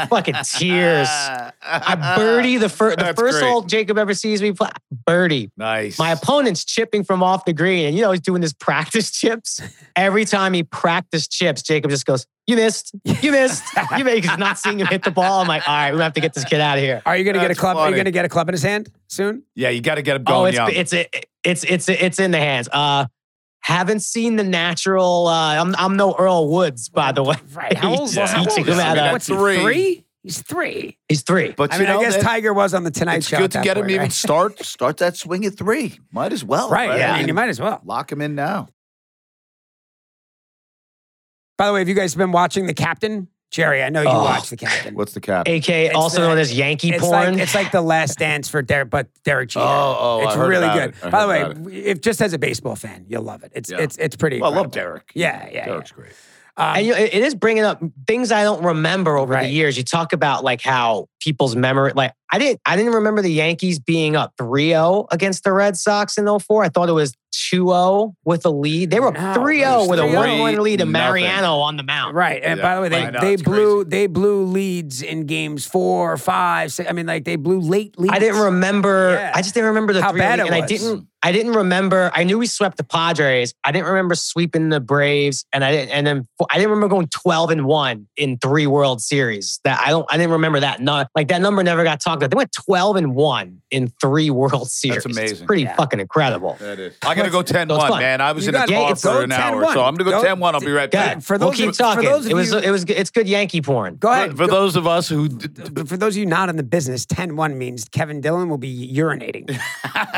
Speaker 5: Fucking tears. I birdie the, fir- the
Speaker 2: That's
Speaker 5: first
Speaker 2: great.
Speaker 5: hole Jacob ever sees me play. Birdie.
Speaker 2: Nice.
Speaker 5: My opponent's chipping from off the green, and you know he's doing this practice chips. Every time he practiced chips, Jacob just goes, "You missed, you missed, you missed." He's not seeing him hit the ball. I'm like, "All right, we have to get this kid out of here."
Speaker 4: Are you gonna get a
Speaker 2: That's
Speaker 4: club? Are you
Speaker 2: funny.
Speaker 4: gonna get a club in his hand soon?
Speaker 2: yeah, you got to get him
Speaker 5: oh,
Speaker 2: going
Speaker 5: it's
Speaker 2: young.
Speaker 5: it's it, it's it's it's in the hands. Uh, haven't seen the natural. Uh, I'm I'm no Earl Woods, by the way.
Speaker 4: Right. How old?
Speaker 2: Yeah.
Speaker 4: How
Speaker 5: He
Speaker 4: old
Speaker 5: took
Speaker 4: is
Speaker 5: him
Speaker 4: he?
Speaker 5: out at
Speaker 4: What's he,
Speaker 2: three.
Speaker 4: three? He's three.
Speaker 5: He's three.
Speaker 7: But
Speaker 4: I
Speaker 7: you
Speaker 4: mean,
Speaker 7: know,
Speaker 4: I guess
Speaker 7: that-
Speaker 4: Tiger was on the Tonight
Speaker 2: it's
Speaker 4: Show. at
Speaker 2: good to
Speaker 4: that
Speaker 2: get him
Speaker 4: point,
Speaker 2: even
Speaker 4: right?
Speaker 2: start.
Speaker 7: start that swing at three. Might as well.
Speaker 4: Right. Yeah. I mean,
Speaker 7: And
Speaker 4: you might as well.
Speaker 7: Lock him in now.
Speaker 4: By the way, have you guys been watching The Captain? Jerry, I know you
Speaker 5: Oh.
Speaker 4: watch The Captain.
Speaker 2: What's the cap?
Speaker 5: AK, also
Speaker 4: the-
Speaker 5: known as Yankee
Speaker 4: it's
Speaker 5: porn.
Speaker 4: Like, it's like the last dance for Derek, but Derek Jeter.
Speaker 2: Oh, oh, I
Speaker 4: it's
Speaker 2: heard
Speaker 4: really
Speaker 2: about
Speaker 4: good.
Speaker 2: it. I
Speaker 4: By the
Speaker 2: heard
Speaker 4: way, if just as a baseball fan, you'll love it. It's
Speaker 2: Yeah.
Speaker 4: it's it's pretty.
Speaker 2: Well, I love
Speaker 4: incredible.
Speaker 2: Derek.
Speaker 4: Yeah, yeah, yeah.
Speaker 2: Derek's great.
Speaker 4: Um,
Speaker 5: and you know, it it is bringing up things I don't remember over
Speaker 4: Right.
Speaker 5: the years. You talk about like how people's memory, like I didn't, I didn't remember the Yankees being up 3-0 against the Red Sox in 04. I thought it was 2-0 with a lead. They were
Speaker 4: No, it was
Speaker 5: 3-0 with a
Speaker 4: 3-0.
Speaker 5: 1-1 lead to
Speaker 2: Nothing.
Speaker 5: Mariano on the mound.
Speaker 4: Right, and
Speaker 2: Yeah,
Speaker 4: by the way, they,
Speaker 2: I know,
Speaker 4: they
Speaker 2: it's
Speaker 4: blew they blew leads in games four, five, six. I mean, like they blew late leads.
Speaker 5: I didn't remember.
Speaker 4: Yeah.
Speaker 5: I just didn't remember the
Speaker 4: How
Speaker 5: 3-0
Speaker 4: bad
Speaker 5: lead,
Speaker 4: it
Speaker 5: and I
Speaker 4: was.
Speaker 5: didn't. I didn't remember. I knew we swept the Padres. I didn't remember sweeping the Braves, and I didn't. And then fo- I didn't remember going twelve and one in three World Series. That I don't. I didn't remember that. Not like that number never got talked about. They went twelve and one in three World Series. It's
Speaker 2: amazing.
Speaker 5: pretty
Speaker 4: Yeah.
Speaker 5: fucking incredible.
Speaker 2: That is. I got to go 10
Speaker 5: That was
Speaker 2: 1,
Speaker 5: fun.
Speaker 2: man. I was
Speaker 4: You
Speaker 2: in a
Speaker 4: gotta-
Speaker 2: car
Speaker 4: Yeah,
Speaker 2: for
Speaker 4: go
Speaker 2: an hour,
Speaker 4: 10-1.
Speaker 2: so I'm going to
Speaker 4: Go-
Speaker 2: go 10 1. I'll be right
Speaker 5: Yeah,
Speaker 2: back.
Speaker 4: for
Speaker 5: we'll
Speaker 4: those
Speaker 5: keep
Speaker 4: of- for
Speaker 5: talking.
Speaker 4: those of
Speaker 5: it was.
Speaker 4: you-
Speaker 5: It was. good- It's good Yankee porn.
Speaker 4: Go ahead.
Speaker 2: For those of us who. d- d-
Speaker 4: for those of you not in the business, 10-1 means Kevin Dillon will be urinating.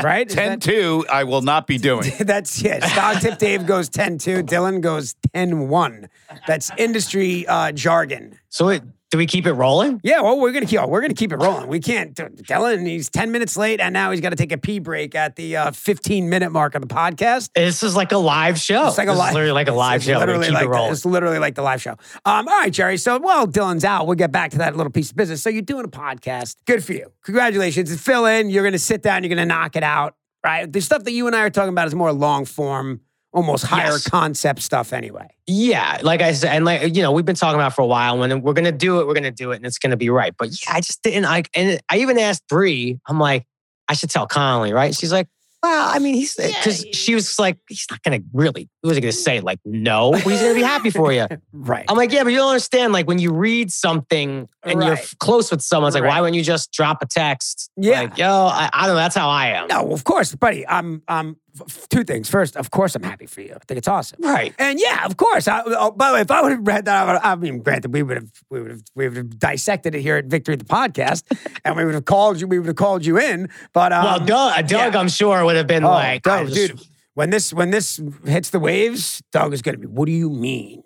Speaker 4: right? Is
Speaker 2: 10
Speaker 4: that-
Speaker 2: 2, I will not be doing.
Speaker 4: That's it. Stock tip Dave goes 10 2. Dylan goes 10 1. That's industry uh, jargon.
Speaker 5: So it. Do we keep it rolling?
Speaker 4: Yeah, well, we're gonna keep oh, we're gonna keep it rolling. We can't. Dylan, he's ten minutes late, and now he's got to take a pee break at the uh, fifteen minute mark of the podcast.
Speaker 5: This is like a live show.
Speaker 4: It's like a
Speaker 5: This is
Speaker 4: live,
Speaker 5: literally like a
Speaker 4: it's-
Speaker 5: live
Speaker 4: it's
Speaker 5: show. We're gonna
Speaker 4: Literally
Speaker 5: keep
Speaker 4: like
Speaker 5: it rolling.
Speaker 4: The, it's literally like the live show. Um, all right, Jerry. So while Dylan's out, we'll get back to that little piece of business. So you're doing a podcast. Good for you. Congratulations. And fill in. You're going to sit down. You're going to knock it out. Right. The stuff that you and I are talking about is more long form, almost higher
Speaker 5: Yes.
Speaker 4: concept stuff. Anyway.
Speaker 5: Yeah, like I said, and like you know, we've been talking about it for a while. When we're gonna do it, we're gonna do it, and it's gonna be right. But yeah, I just didn't like, and I even asked Bree. I'm like, I should tell Connolly, right? She's like, well, I mean, he's because she was like, he's not gonna really. He wasn't gonna say like no. But he's gonna be happy for you.
Speaker 4: Right. Oh,
Speaker 5: I'm like, yeah, but you don't understand. Like when you read something and you're
Speaker 4: Right.
Speaker 5: f- close with someone, it's like,
Speaker 4: Right.
Speaker 5: why wouldn't you just drop a text?
Speaker 4: Yeah.
Speaker 5: like, yo, I, I don't know. That's how I am.
Speaker 4: No, of course, buddy. I'm I'm f- two things. First, of course, I'm happy for you. I think it's awesome.
Speaker 5: Right.
Speaker 4: And yeah, of course. I, oh, by the way, if I would have read that, I, would, I mean, granted, we would have we would have we would have dissected it here at Victory the podcast, and we would have called you. We would have called you in. But um,
Speaker 5: Well, Doug, uh, Doug
Speaker 4: yeah.
Speaker 5: I'm sure would have been
Speaker 4: Oh,
Speaker 5: like, I
Speaker 4: Doug,
Speaker 5: just-
Speaker 4: dude, when this when this hits the waves, Doug is gonna be. What do you mean?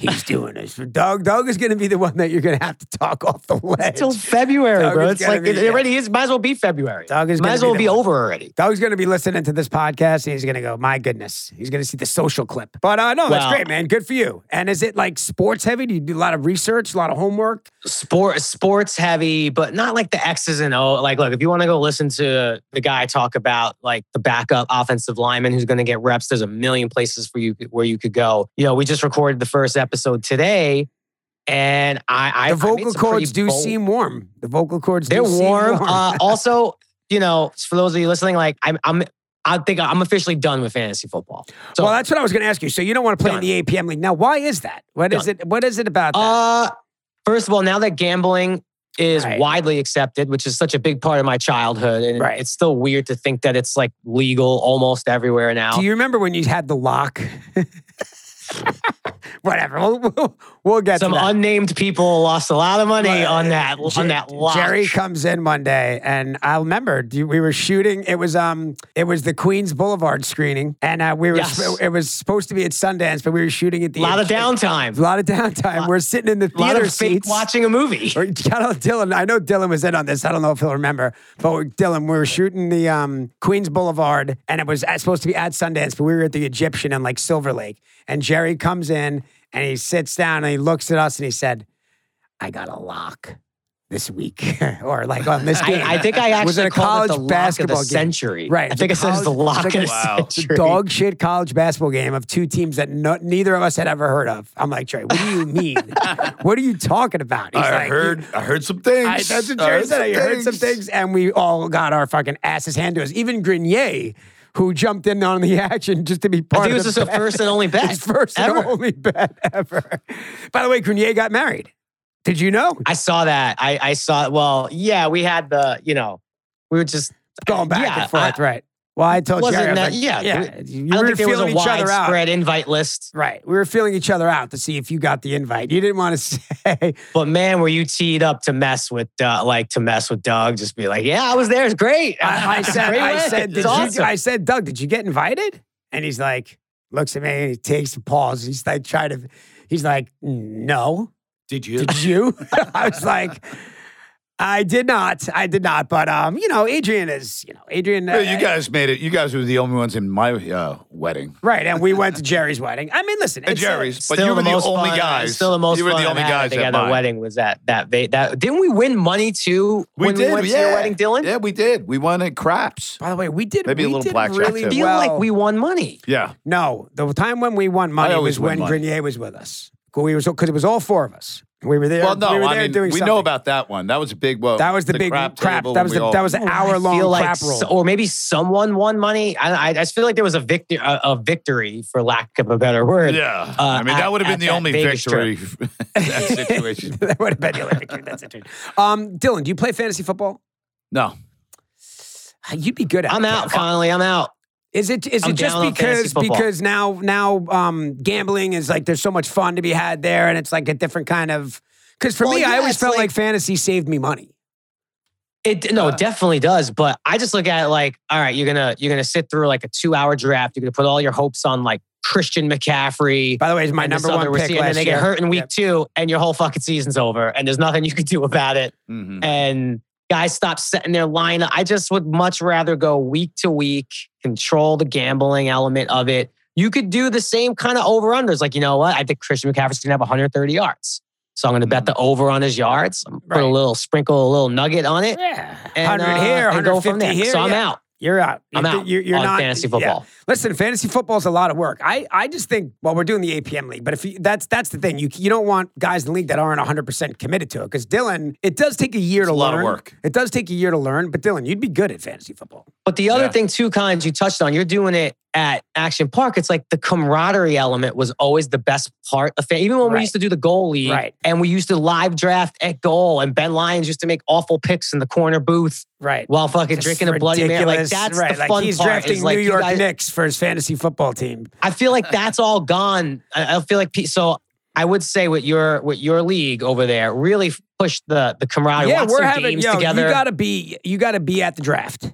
Speaker 4: He's doing this for Doug. Doug is going to be the one that you're going to have to talk off the ledge.
Speaker 5: Till February,
Speaker 4: Doug
Speaker 5: bro.
Speaker 4: is
Speaker 5: It's
Speaker 4: gonna
Speaker 5: like
Speaker 4: be-
Speaker 5: it, it already is. Might as well be February.
Speaker 4: Doug is
Speaker 5: might
Speaker 4: gonna
Speaker 5: as
Speaker 4: be
Speaker 5: well
Speaker 4: the
Speaker 5: be
Speaker 4: one.
Speaker 5: over already.
Speaker 4: Doug's going to be listening to this podcast and he's going to go, my goodness. He's going to see the social clip. But uh, no, that's
Speaker 5: Well-
Speaker 4: great, man. Good for you. And is it like sports heavy? Do you do a lot of research, a lot of homework?
Speaker 5: Sport, sports heavy, but not like the X's and O. Like, look, if you want to go listen to the guy talk about like the backup offensive lineman who's going to get reps, there's a million places for you where you could go. You know, we just recorded the first episode today, and I,
Speaker 4: The
Speaker 5: I I made
Speaker 4: vocal
Speaker 5: some pretty
Speaker 4: cords do
Speaker 5: bold-
Speaker 4: seem warm. The vocal cords
Speaker 5: They're
Speaker 4: do seem
Speaker 5: warm. Uh, also, you know, for those of you listening, like I'm, I'm, I think I'm officially done with fantasy football. So,
Speaker 4: well, that's what I was going to ask you. So you don't want to play
Speaker 5: Done.
Speaker 4: in the APM league now? Why is that? What is it? What is it about that?
Speaker 5: uh, first of all, now that gambling is
Speaker 4: Right.
Speaker 5: widely accepted, which is such a big part of my childhood, and
Speaker 4: Right.
Speaker 5: it's still weird to think that it's like legal almost everywhere now.
Speaker 4: do you remember when you had the lock? Whatever. We'll, we'll, we'll get
Speaker 5: Some
Speaker 4: to that.
Speaker 5: unnamed people lost a lot of money
Speaker 4: Well,
Speaker 5: on that
Speaker 4: Jer-
Speaker 5: on that lock.
Speaker 4: Jerry comes in one day, and I remember do- we were shooting. It was um, it was the Queens Boulevard screening, and uh, we were.
Speaker 5: Yes.
Speaker 4: sp- It was supposed to be at Sundance, but we were shooting at the
Speaker 5: a lot of
Speaker 4: A
Speaker 5: downtime, a
Speaker 4: lot of downtime. we're sitting in the
Speaker 5: lot
Speaker 4: theater
Speaker 5: of fake
Speaker 4: seats.
Speaker 5: watching a movie.
Speaker 4: Or shout out Dylan. I know Dylan was in on this. I don't know if he'll remember, but we- Dylan, we were shooting the um, Queens Boulevard, and it was at- supposed to be at Sundance, but we were at the Egyptian and like Silver Lake. And Jerry comes in and he sits down and he looks at us and he said, "I got a lock this week, or like on this game."
Speaker 5: I, I think I actually
Speaker 4: was it a
Speaker 5: called
Speaker 4: college
Speaker 5: it the
Speaker 4: basketball
Speaker 5: lock of the
Speaker 4: game.
Speaker 5: century.
Speaker 4: Right, it
Speaker 5: I
Speaker 4: was
Speaker 5: think
Speaker 4: a
Speaker 5: it says the
Speaker 4: college-
Speaker 5: lock of
Speaker 4: it's
Speaker 5: the
Speaker 4: like
Speaker 2: a- wow, it's a
Speaker 5: century.
Speaker 4: dog shit college basketball game of two teams that no, neither of us had ever heard of. I'm like, Jerry, what do you mean? what are you talking about? He's
Speaker 2: I
Speaker 4: like,
Speaker 2: heard. I heard some things.
Speaker 4: I, that's what
Speaker 2: I
Speaker 4: Jerry said. I heard
Speaker 2: things.
Speaker 4: some things, and we all got our fucking asses handed to us. Even Grenier, who jumped in on the action just to be
Speaker 5: I
Speaker 4: part
Speaker 5: think it
Speaker 4: of
Speaker 5: was
Speaker 4: the
Speaker 5: just a
Speaker 4: bet.
Speaker 5: first and only bet.
Speaker 4: His first
Speaker 5: ever.
Speaker 4: and only bet ever. By the way, Grenier got married. Did you know?
Speaker 5: I saw that. I, I saw. Well, yeah, we had the. You know, we were just.
Speaker 4: Going back
Speaker 5: yeah,
Speaker 4: and forth, right? Well, I told
Speaker 5: Wasn't
Speaker 4: Jerry, I was
Speaker 5: that-
Speaker 4: like,
Speaker 5: yeah,
Speaker 4: yeah. You
Speaker 5: I don't
Speaker 4: were
Speaker 5: think there was
Speaker 4: feeling
Speaker 5: a
Speaker 4: each other out.
Speaker 5: widespread invite list,
Speaker 4: Right. We were feeling each other out to see if you got the invite. You didn't want to say,
Speaker 5: but man, were you teed up to mess with, uh, like, to mess with Doug? Just be like, yeah, I was there. It's great.
Speaker 4: I, I
Speaker 5: It's a
Speaker 4: said,
Speaker 5: great
Speaker 4: I
Speaker 5: win.
Speaker 4: said,
Speaker 5: It's
Speaker 4: did
Speaker 5: awesome.
Speaker 4: you, I said, Doug, did you get invited? And he's like, looks at me and he takes a pause. He's like, try to, he's like, no,
Speaker 2: Did you?
Speaker 4: did you? I was like, I did not. I did not. But, um, you know, Adrian is, you know, Adrian.
Speaker 2: Yeah,
Speaker 4: uh,
Speaker 2: you guys made it. You guys were the only ones in my uh, wedding.
Speaker 4: Right. And we went to Jerry's wedding. I mean, listen,
Speaker 2: At
Speaker 4: it's, uh,
Speaker 2: Jerry's, but
Speaker 5: Still
Speaker 2: you were the,
Speaker 5: most
Speaker 2: only
Speaker 5: fun-
Speaker 2: guys.
Speaker 5: Still the most
Speaker 2: You were
Speaker 5: fun
Speaker 2: the only
Speaker 5: I've had, I
Speaker 2: guys
Speaker 5: think,
Speaker 2: at
Speaker 5: at the
Speaker 2: mine.
Speaker 5: wedding was that that va- that didn't we win money too?
Speaker 2: We
Speaker 5: when
Speaker 2: did.
Speaker 5: we went
Speaker 2: yeah.
Speaker 5: to your wedding, Dylan.
Speaker 2: Yeah, we did. We won at craps.
Speaker 4: By the way, we did
Speaker 2: Maybe a
Speaker 4: we
Speaker 2: little
Speaker 4: did
Speaker 2: blackjack
Speaker 4: really
Speaker 2: too.
Speaker 5: Feel
Speaker 4: well.
Speaker 5: like we won money.
Speaker 2: Yeah.
Speaker 4: No, the time when we won money
Speaker 2: always
Speaker 4: was
Speaker 2: win
Speaker 4: when
Speaker 2: money.
Speaker 4: Grenier was with us. We was because it was all four of us. We were there.
Speaker 2: Well, no,
Speaker 4: we were there
Speaker 2: I mean,
Speaker 4: doing
Speaker 2: we
Speaker 4: something.
Speaker 2: know about that one. That was a big one.
Speaker 4: That was the, big crap.
Speaker 2: Oh, table
Speaker 4: that
Speaker 2: when
Speaker 4: was
Speaker 2: we
Speaker 4: the
Speaker 2: all-
Speaker 4: that was an hour
Speaker 5: Oh, I
Speaker 4: long
Speaker 5: feel like
Speaker 4: crap roll.
Speaker 5: so- or maybe someone won money. I, I, I just feel like there was a victory, a, a victory for lack of a better word.
Speaker 2: Yeah.
Speaker 5: uh,
Speaker 2: I mean,
Speaker 5: at-
Speaker 2: that would have
Speaker 5: at
Speaker 2: been the
Speaker 5: that
Speaker 2: only
Speaker 5: Vegas
Speaker 2: victory that situation.
Speaker 4: that would have been the only victory. That's it. Um, Dylan, do you play fantasy football? Uh,
Speaker 2: No.
Speaker 4: You'd be good at.
Speaker 5: I'm
Speaker 4: it,
Speaker 5: out.
Speaker 4: Kev.
Speaker 5: Finally, I'm out.
Speaker 4: Is it is
Speaker 5: I'm
Speaker 4: it just
Speaker 5: down on fantasy
Speaker 4: because
Speaker 5: football.
Speaker 4: because now now um, gambling is like there's so much fun to be had there, and it's like a different kind of. Because for
Speaker 5: Well,
Speaker 4: me, I
Speaker 5: yeah,
Speaker 4: always
Speaker 5: it's
Speaker 4: felt like,
Speaker 5: like-
Speaker 4: fantasy saved me money.
Speaker 5: It no, it definitely does. But I just look at it like, all right, you're gonna you're gonna sit through like a two hour draft. You're gonna put all your hopes on like Christian McCaffrey.
Speaker 4: By the way, he's my
Speaker 5: and this
Speaker 4: number
Speaker 5: other
Speaker 4: one pick
Speaker 5: receiver,
Speaker 4: last
Speaker 5: and then they
Speaker 4: year.
Speaker 5: get hurt in week
Speaker 4: Yep.
Speaker 5: two, and your whole fucking season's over, and there's nothing you can do about it.
Speaker 2: Mhm.
Speaker 5: And guys stop setting their lineup. I just would much rather go week to week, control the gambling element of it. You could do the same kind of over unders. Like, you know what? I think Christian McCaffrey's gonna have 130 yards. So I'm gonna bet the over on his yards. I'm gonna Put a
Speaker 4: Mm-hmm. Right.
Speaker 5: little sprinkle, a little nugget on it.
Speaker 4: Yeah,
Speaker 5: And,
Speaker 4: hundred
Speaker 5: uh,
Speaker 4: here,
Speaker 5: and
Speaker 4: hundred
Speaker 5: go from
Speaker 4: fifty
Speaker 5: there.
Speaker 4: here.
Speaker 5: so I'm
Speaker 4: yeah.
Speaker 5: out.
Speaker 4: You're out.
Speaker 5: I'm
Speaker 4: You-
Speaker 5: out
Speaker 4: You're, you're
Speaker 5: on
Speaker 4: not
Speaker 5: fantasy
Speaker 4: yeah.
Speaker 5: football.
Speaker 4: Listen, fantasy football is a lot of work. I, I just think well, we're doing the APM league, but if you, that's that's the thing, you you don't want guys in the league that aren't 100 percent committed to it because Dylan, it does take a year
Speaker 2: It's
Speaker 4: to
Speaker 2: a lot of
Speaker 4: learn.
Speaker 2: work.
Speaker 4: It does take a year to learn, but Dylan, you'd be good at fantasy football.
Speaker 5: But the other
Speaker 2: Yeah.
Speaker 5: thing, too, Collins, you touched on, you're doing it at Action Park, it's like the camaraderie element was always the best part of fan. Even when we
Speaker 4: Right.
Speaker 5: used to do the goal league
Speaker 4: Right.
Speaker 5: and we used to live draft at goal, and Ben Lyons used to make awful picks in the corner booth
Speaker 4: Right.
Speaker 5: while fucking
Speaker 4: Just
Speaker 5: drinking a bloody man. Like
Speaker 4: ridiculous-
Speaker 5: that's
Speaker 4: right.
Speaker 5: the
Speaker 4: like
Speaker 5: fun
Speaker 4: he's
Speaker 5: part.
Speaker 4: drafting
Speaker 5: is, like,
Speaker 4: New
Speaker 5: you
Speaker 4: York
Speaker 5: guys-
Speaker 4: Knicks for his fantasy football team.
Speaker 5: I feel like that's all gone. I I feel like pe- so. I would say with your with your league over there really pushed the the camaraderie.
Speaker 4: yeah,
Speaker 5: Watch
Speaker 4: we're
Speaker 5: some
Speaker 4: having
Speaker 5: games
Speaker 4: yo,
Speaker 5: together
Speaker 4: You gotta be you gotta be at the draft.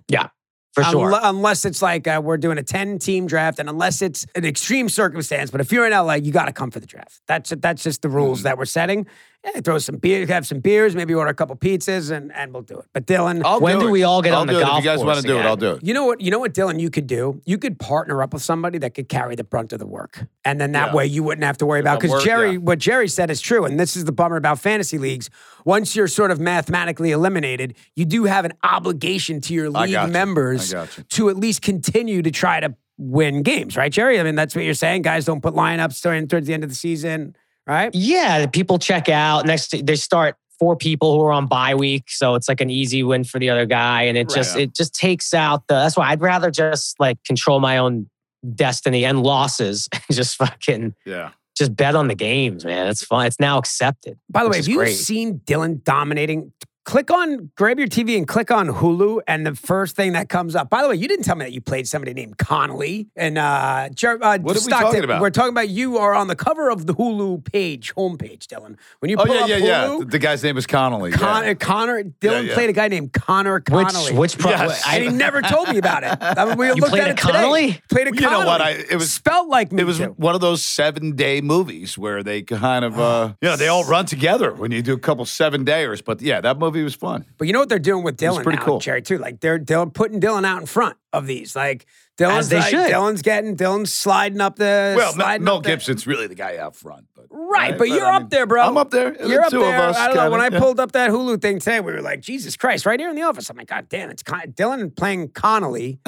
Speaker 5: for
Speaker 4: Unle-
Speaker 5: sure.
Speaker 4: unless it's like uh, we're doing a 10 team draft and unless it's an extreme circumstance. But if you're in LA, you got to come for the draft. That's that's just the
Speaker 2: Mm.
Speaker 4: rules that we're setting. Yeah, throw some beer, have some beers, maybe order a couple pizzas and, and we'll do it. But Dylan,
Speaker 2: I'll
Speaker 5: When do
Speaker 2: it.
Speaker 5: we all get
Speaker 2: I'll
Speaker 5: on the
Speaker 2: do it.
Speaker 5: golf
Speaker 2: If you guys
Speaker 5: course
Speaker 2: want to do it,
Speaker 5: again?
Speaker 2: I'll do it.
Speaker 4: you know what you know what Dylan you could do? You could partner up with somebody that could carry the brunt of the work. And then that
Speaker 2: Yeah.
Speaker 4: way you wouldn't have to worry about
Speaker 2: Work,
Speaker 4: because Jerry
Speaker 2: yeah.
Speaker 4: what Jerry said is true and this is the bummer about fantasy leagues. Once you're sort of mathematically eliminated, you do have an obligation to your
Speaker 2: I
Speaker 4: league
Speaker 2: got you. I
Speaker 4: members
Speaker 2: got you.
Speaker 4: to at least continue to try to win games, right, Jerry? I mean, that's what you're saying. Guys don't put lineups during- towards the end of the season, right?
Speaker 5: Yeah, people check out next. They start four people who are on bye week, so it's like an easy win for the other guy, and it
Speaker 2: Right.
Speaker 5: just it just takes out the. That's why I'd rather just like control my own destiny and losses, and just fucking
Speaker 2: Yeah.
Speaker 5: just bet on the games, man. It's fun. It's now accepted.
Speaker 4: By the
Speaker 5: which
Speaker 4: way,
Speaker 5: is
Speaker 4: have you
Speaker 5: great.
Speaker 4: seen Dylan dominating? Click on, grab your TV and click on Hulu, and the first thing that comes up. By the way, you didn't tell me that you played somebody named Connolly and uh, Jer- uh
Speaker 2: What are we
Speaker 4: Stockton.
Speaker 2: talking about?
Speaker 4: We're talking about you are on the cover of the Hulu page homepage, Dylan. When you
Speaker 2: Oh
Speaker 4: pull
Speaker 2: yeah,
Speaker 4: up
Speaker 2: yeah, yeah.
Speaker 4: Hulu,
Speaker 2: The guy's name is Connolly. yeah.
Speaker 4: Con- Connor Dylan
Speaker 2: Yeah, yeah.
Speaker 4: played a guy named Connor Connolly.
Speaker 5: Which which pro-
Speaker 2: Yes.
Speaker 5: I
Speaker 4: and he never told me about it. I mean, we looked
Speaker 5: played
Speaker 4: at
Speaker 5: a
Speaker 4: it today.
Speaker 5: Connolly?
Speaker 4: Played a
Speaker 2: You know what? I-
Speaker 4: Connolly.
Speaker 2: it was-
Speaker 4: spelled like me.
Speaker 2: It was
Speaker 4: too.
Speaker 2: one of those seven day movies where they kind of, uh, you know, they all run together when you do a couple seven dayers. But yeah, that movie was fun.
Speaker 4: But you know what they're doing with Dylan
Speaker 2: pretty
Speaker 4: now,
Speaker 2: cool.
Speaker 4: Jerry too. Like they're Dylan putting Dylan out in front of these. Like Dylan's
Speaker 5: As they
Speaker 4: like,
Speaker 5: should.
Speaker 4: Dylan's getting Dylan's sliding up the
Speaker 2: Well, Mel,
Speaker 4: sliding
Speaker 2: Mel
Speaker 4: up the-
Speaker 2: Gibson's really the guy out front. But,
Speaker 4: Right, but you're up there, bro.
Speaker 2: I'm up there. The
Speaker 4: You're up
Speaker 2: two
Speaker 4: there.
Speaker 2: Of us,
Speaker 4: I don't know. When I
Speaker 2: kinda, yeah.
Speaker 4: pulled up that Hulu thing today, we were like, Jesus Christ, right here in the office. I'm like, God damn, it's Con- Dylan playing Connolly,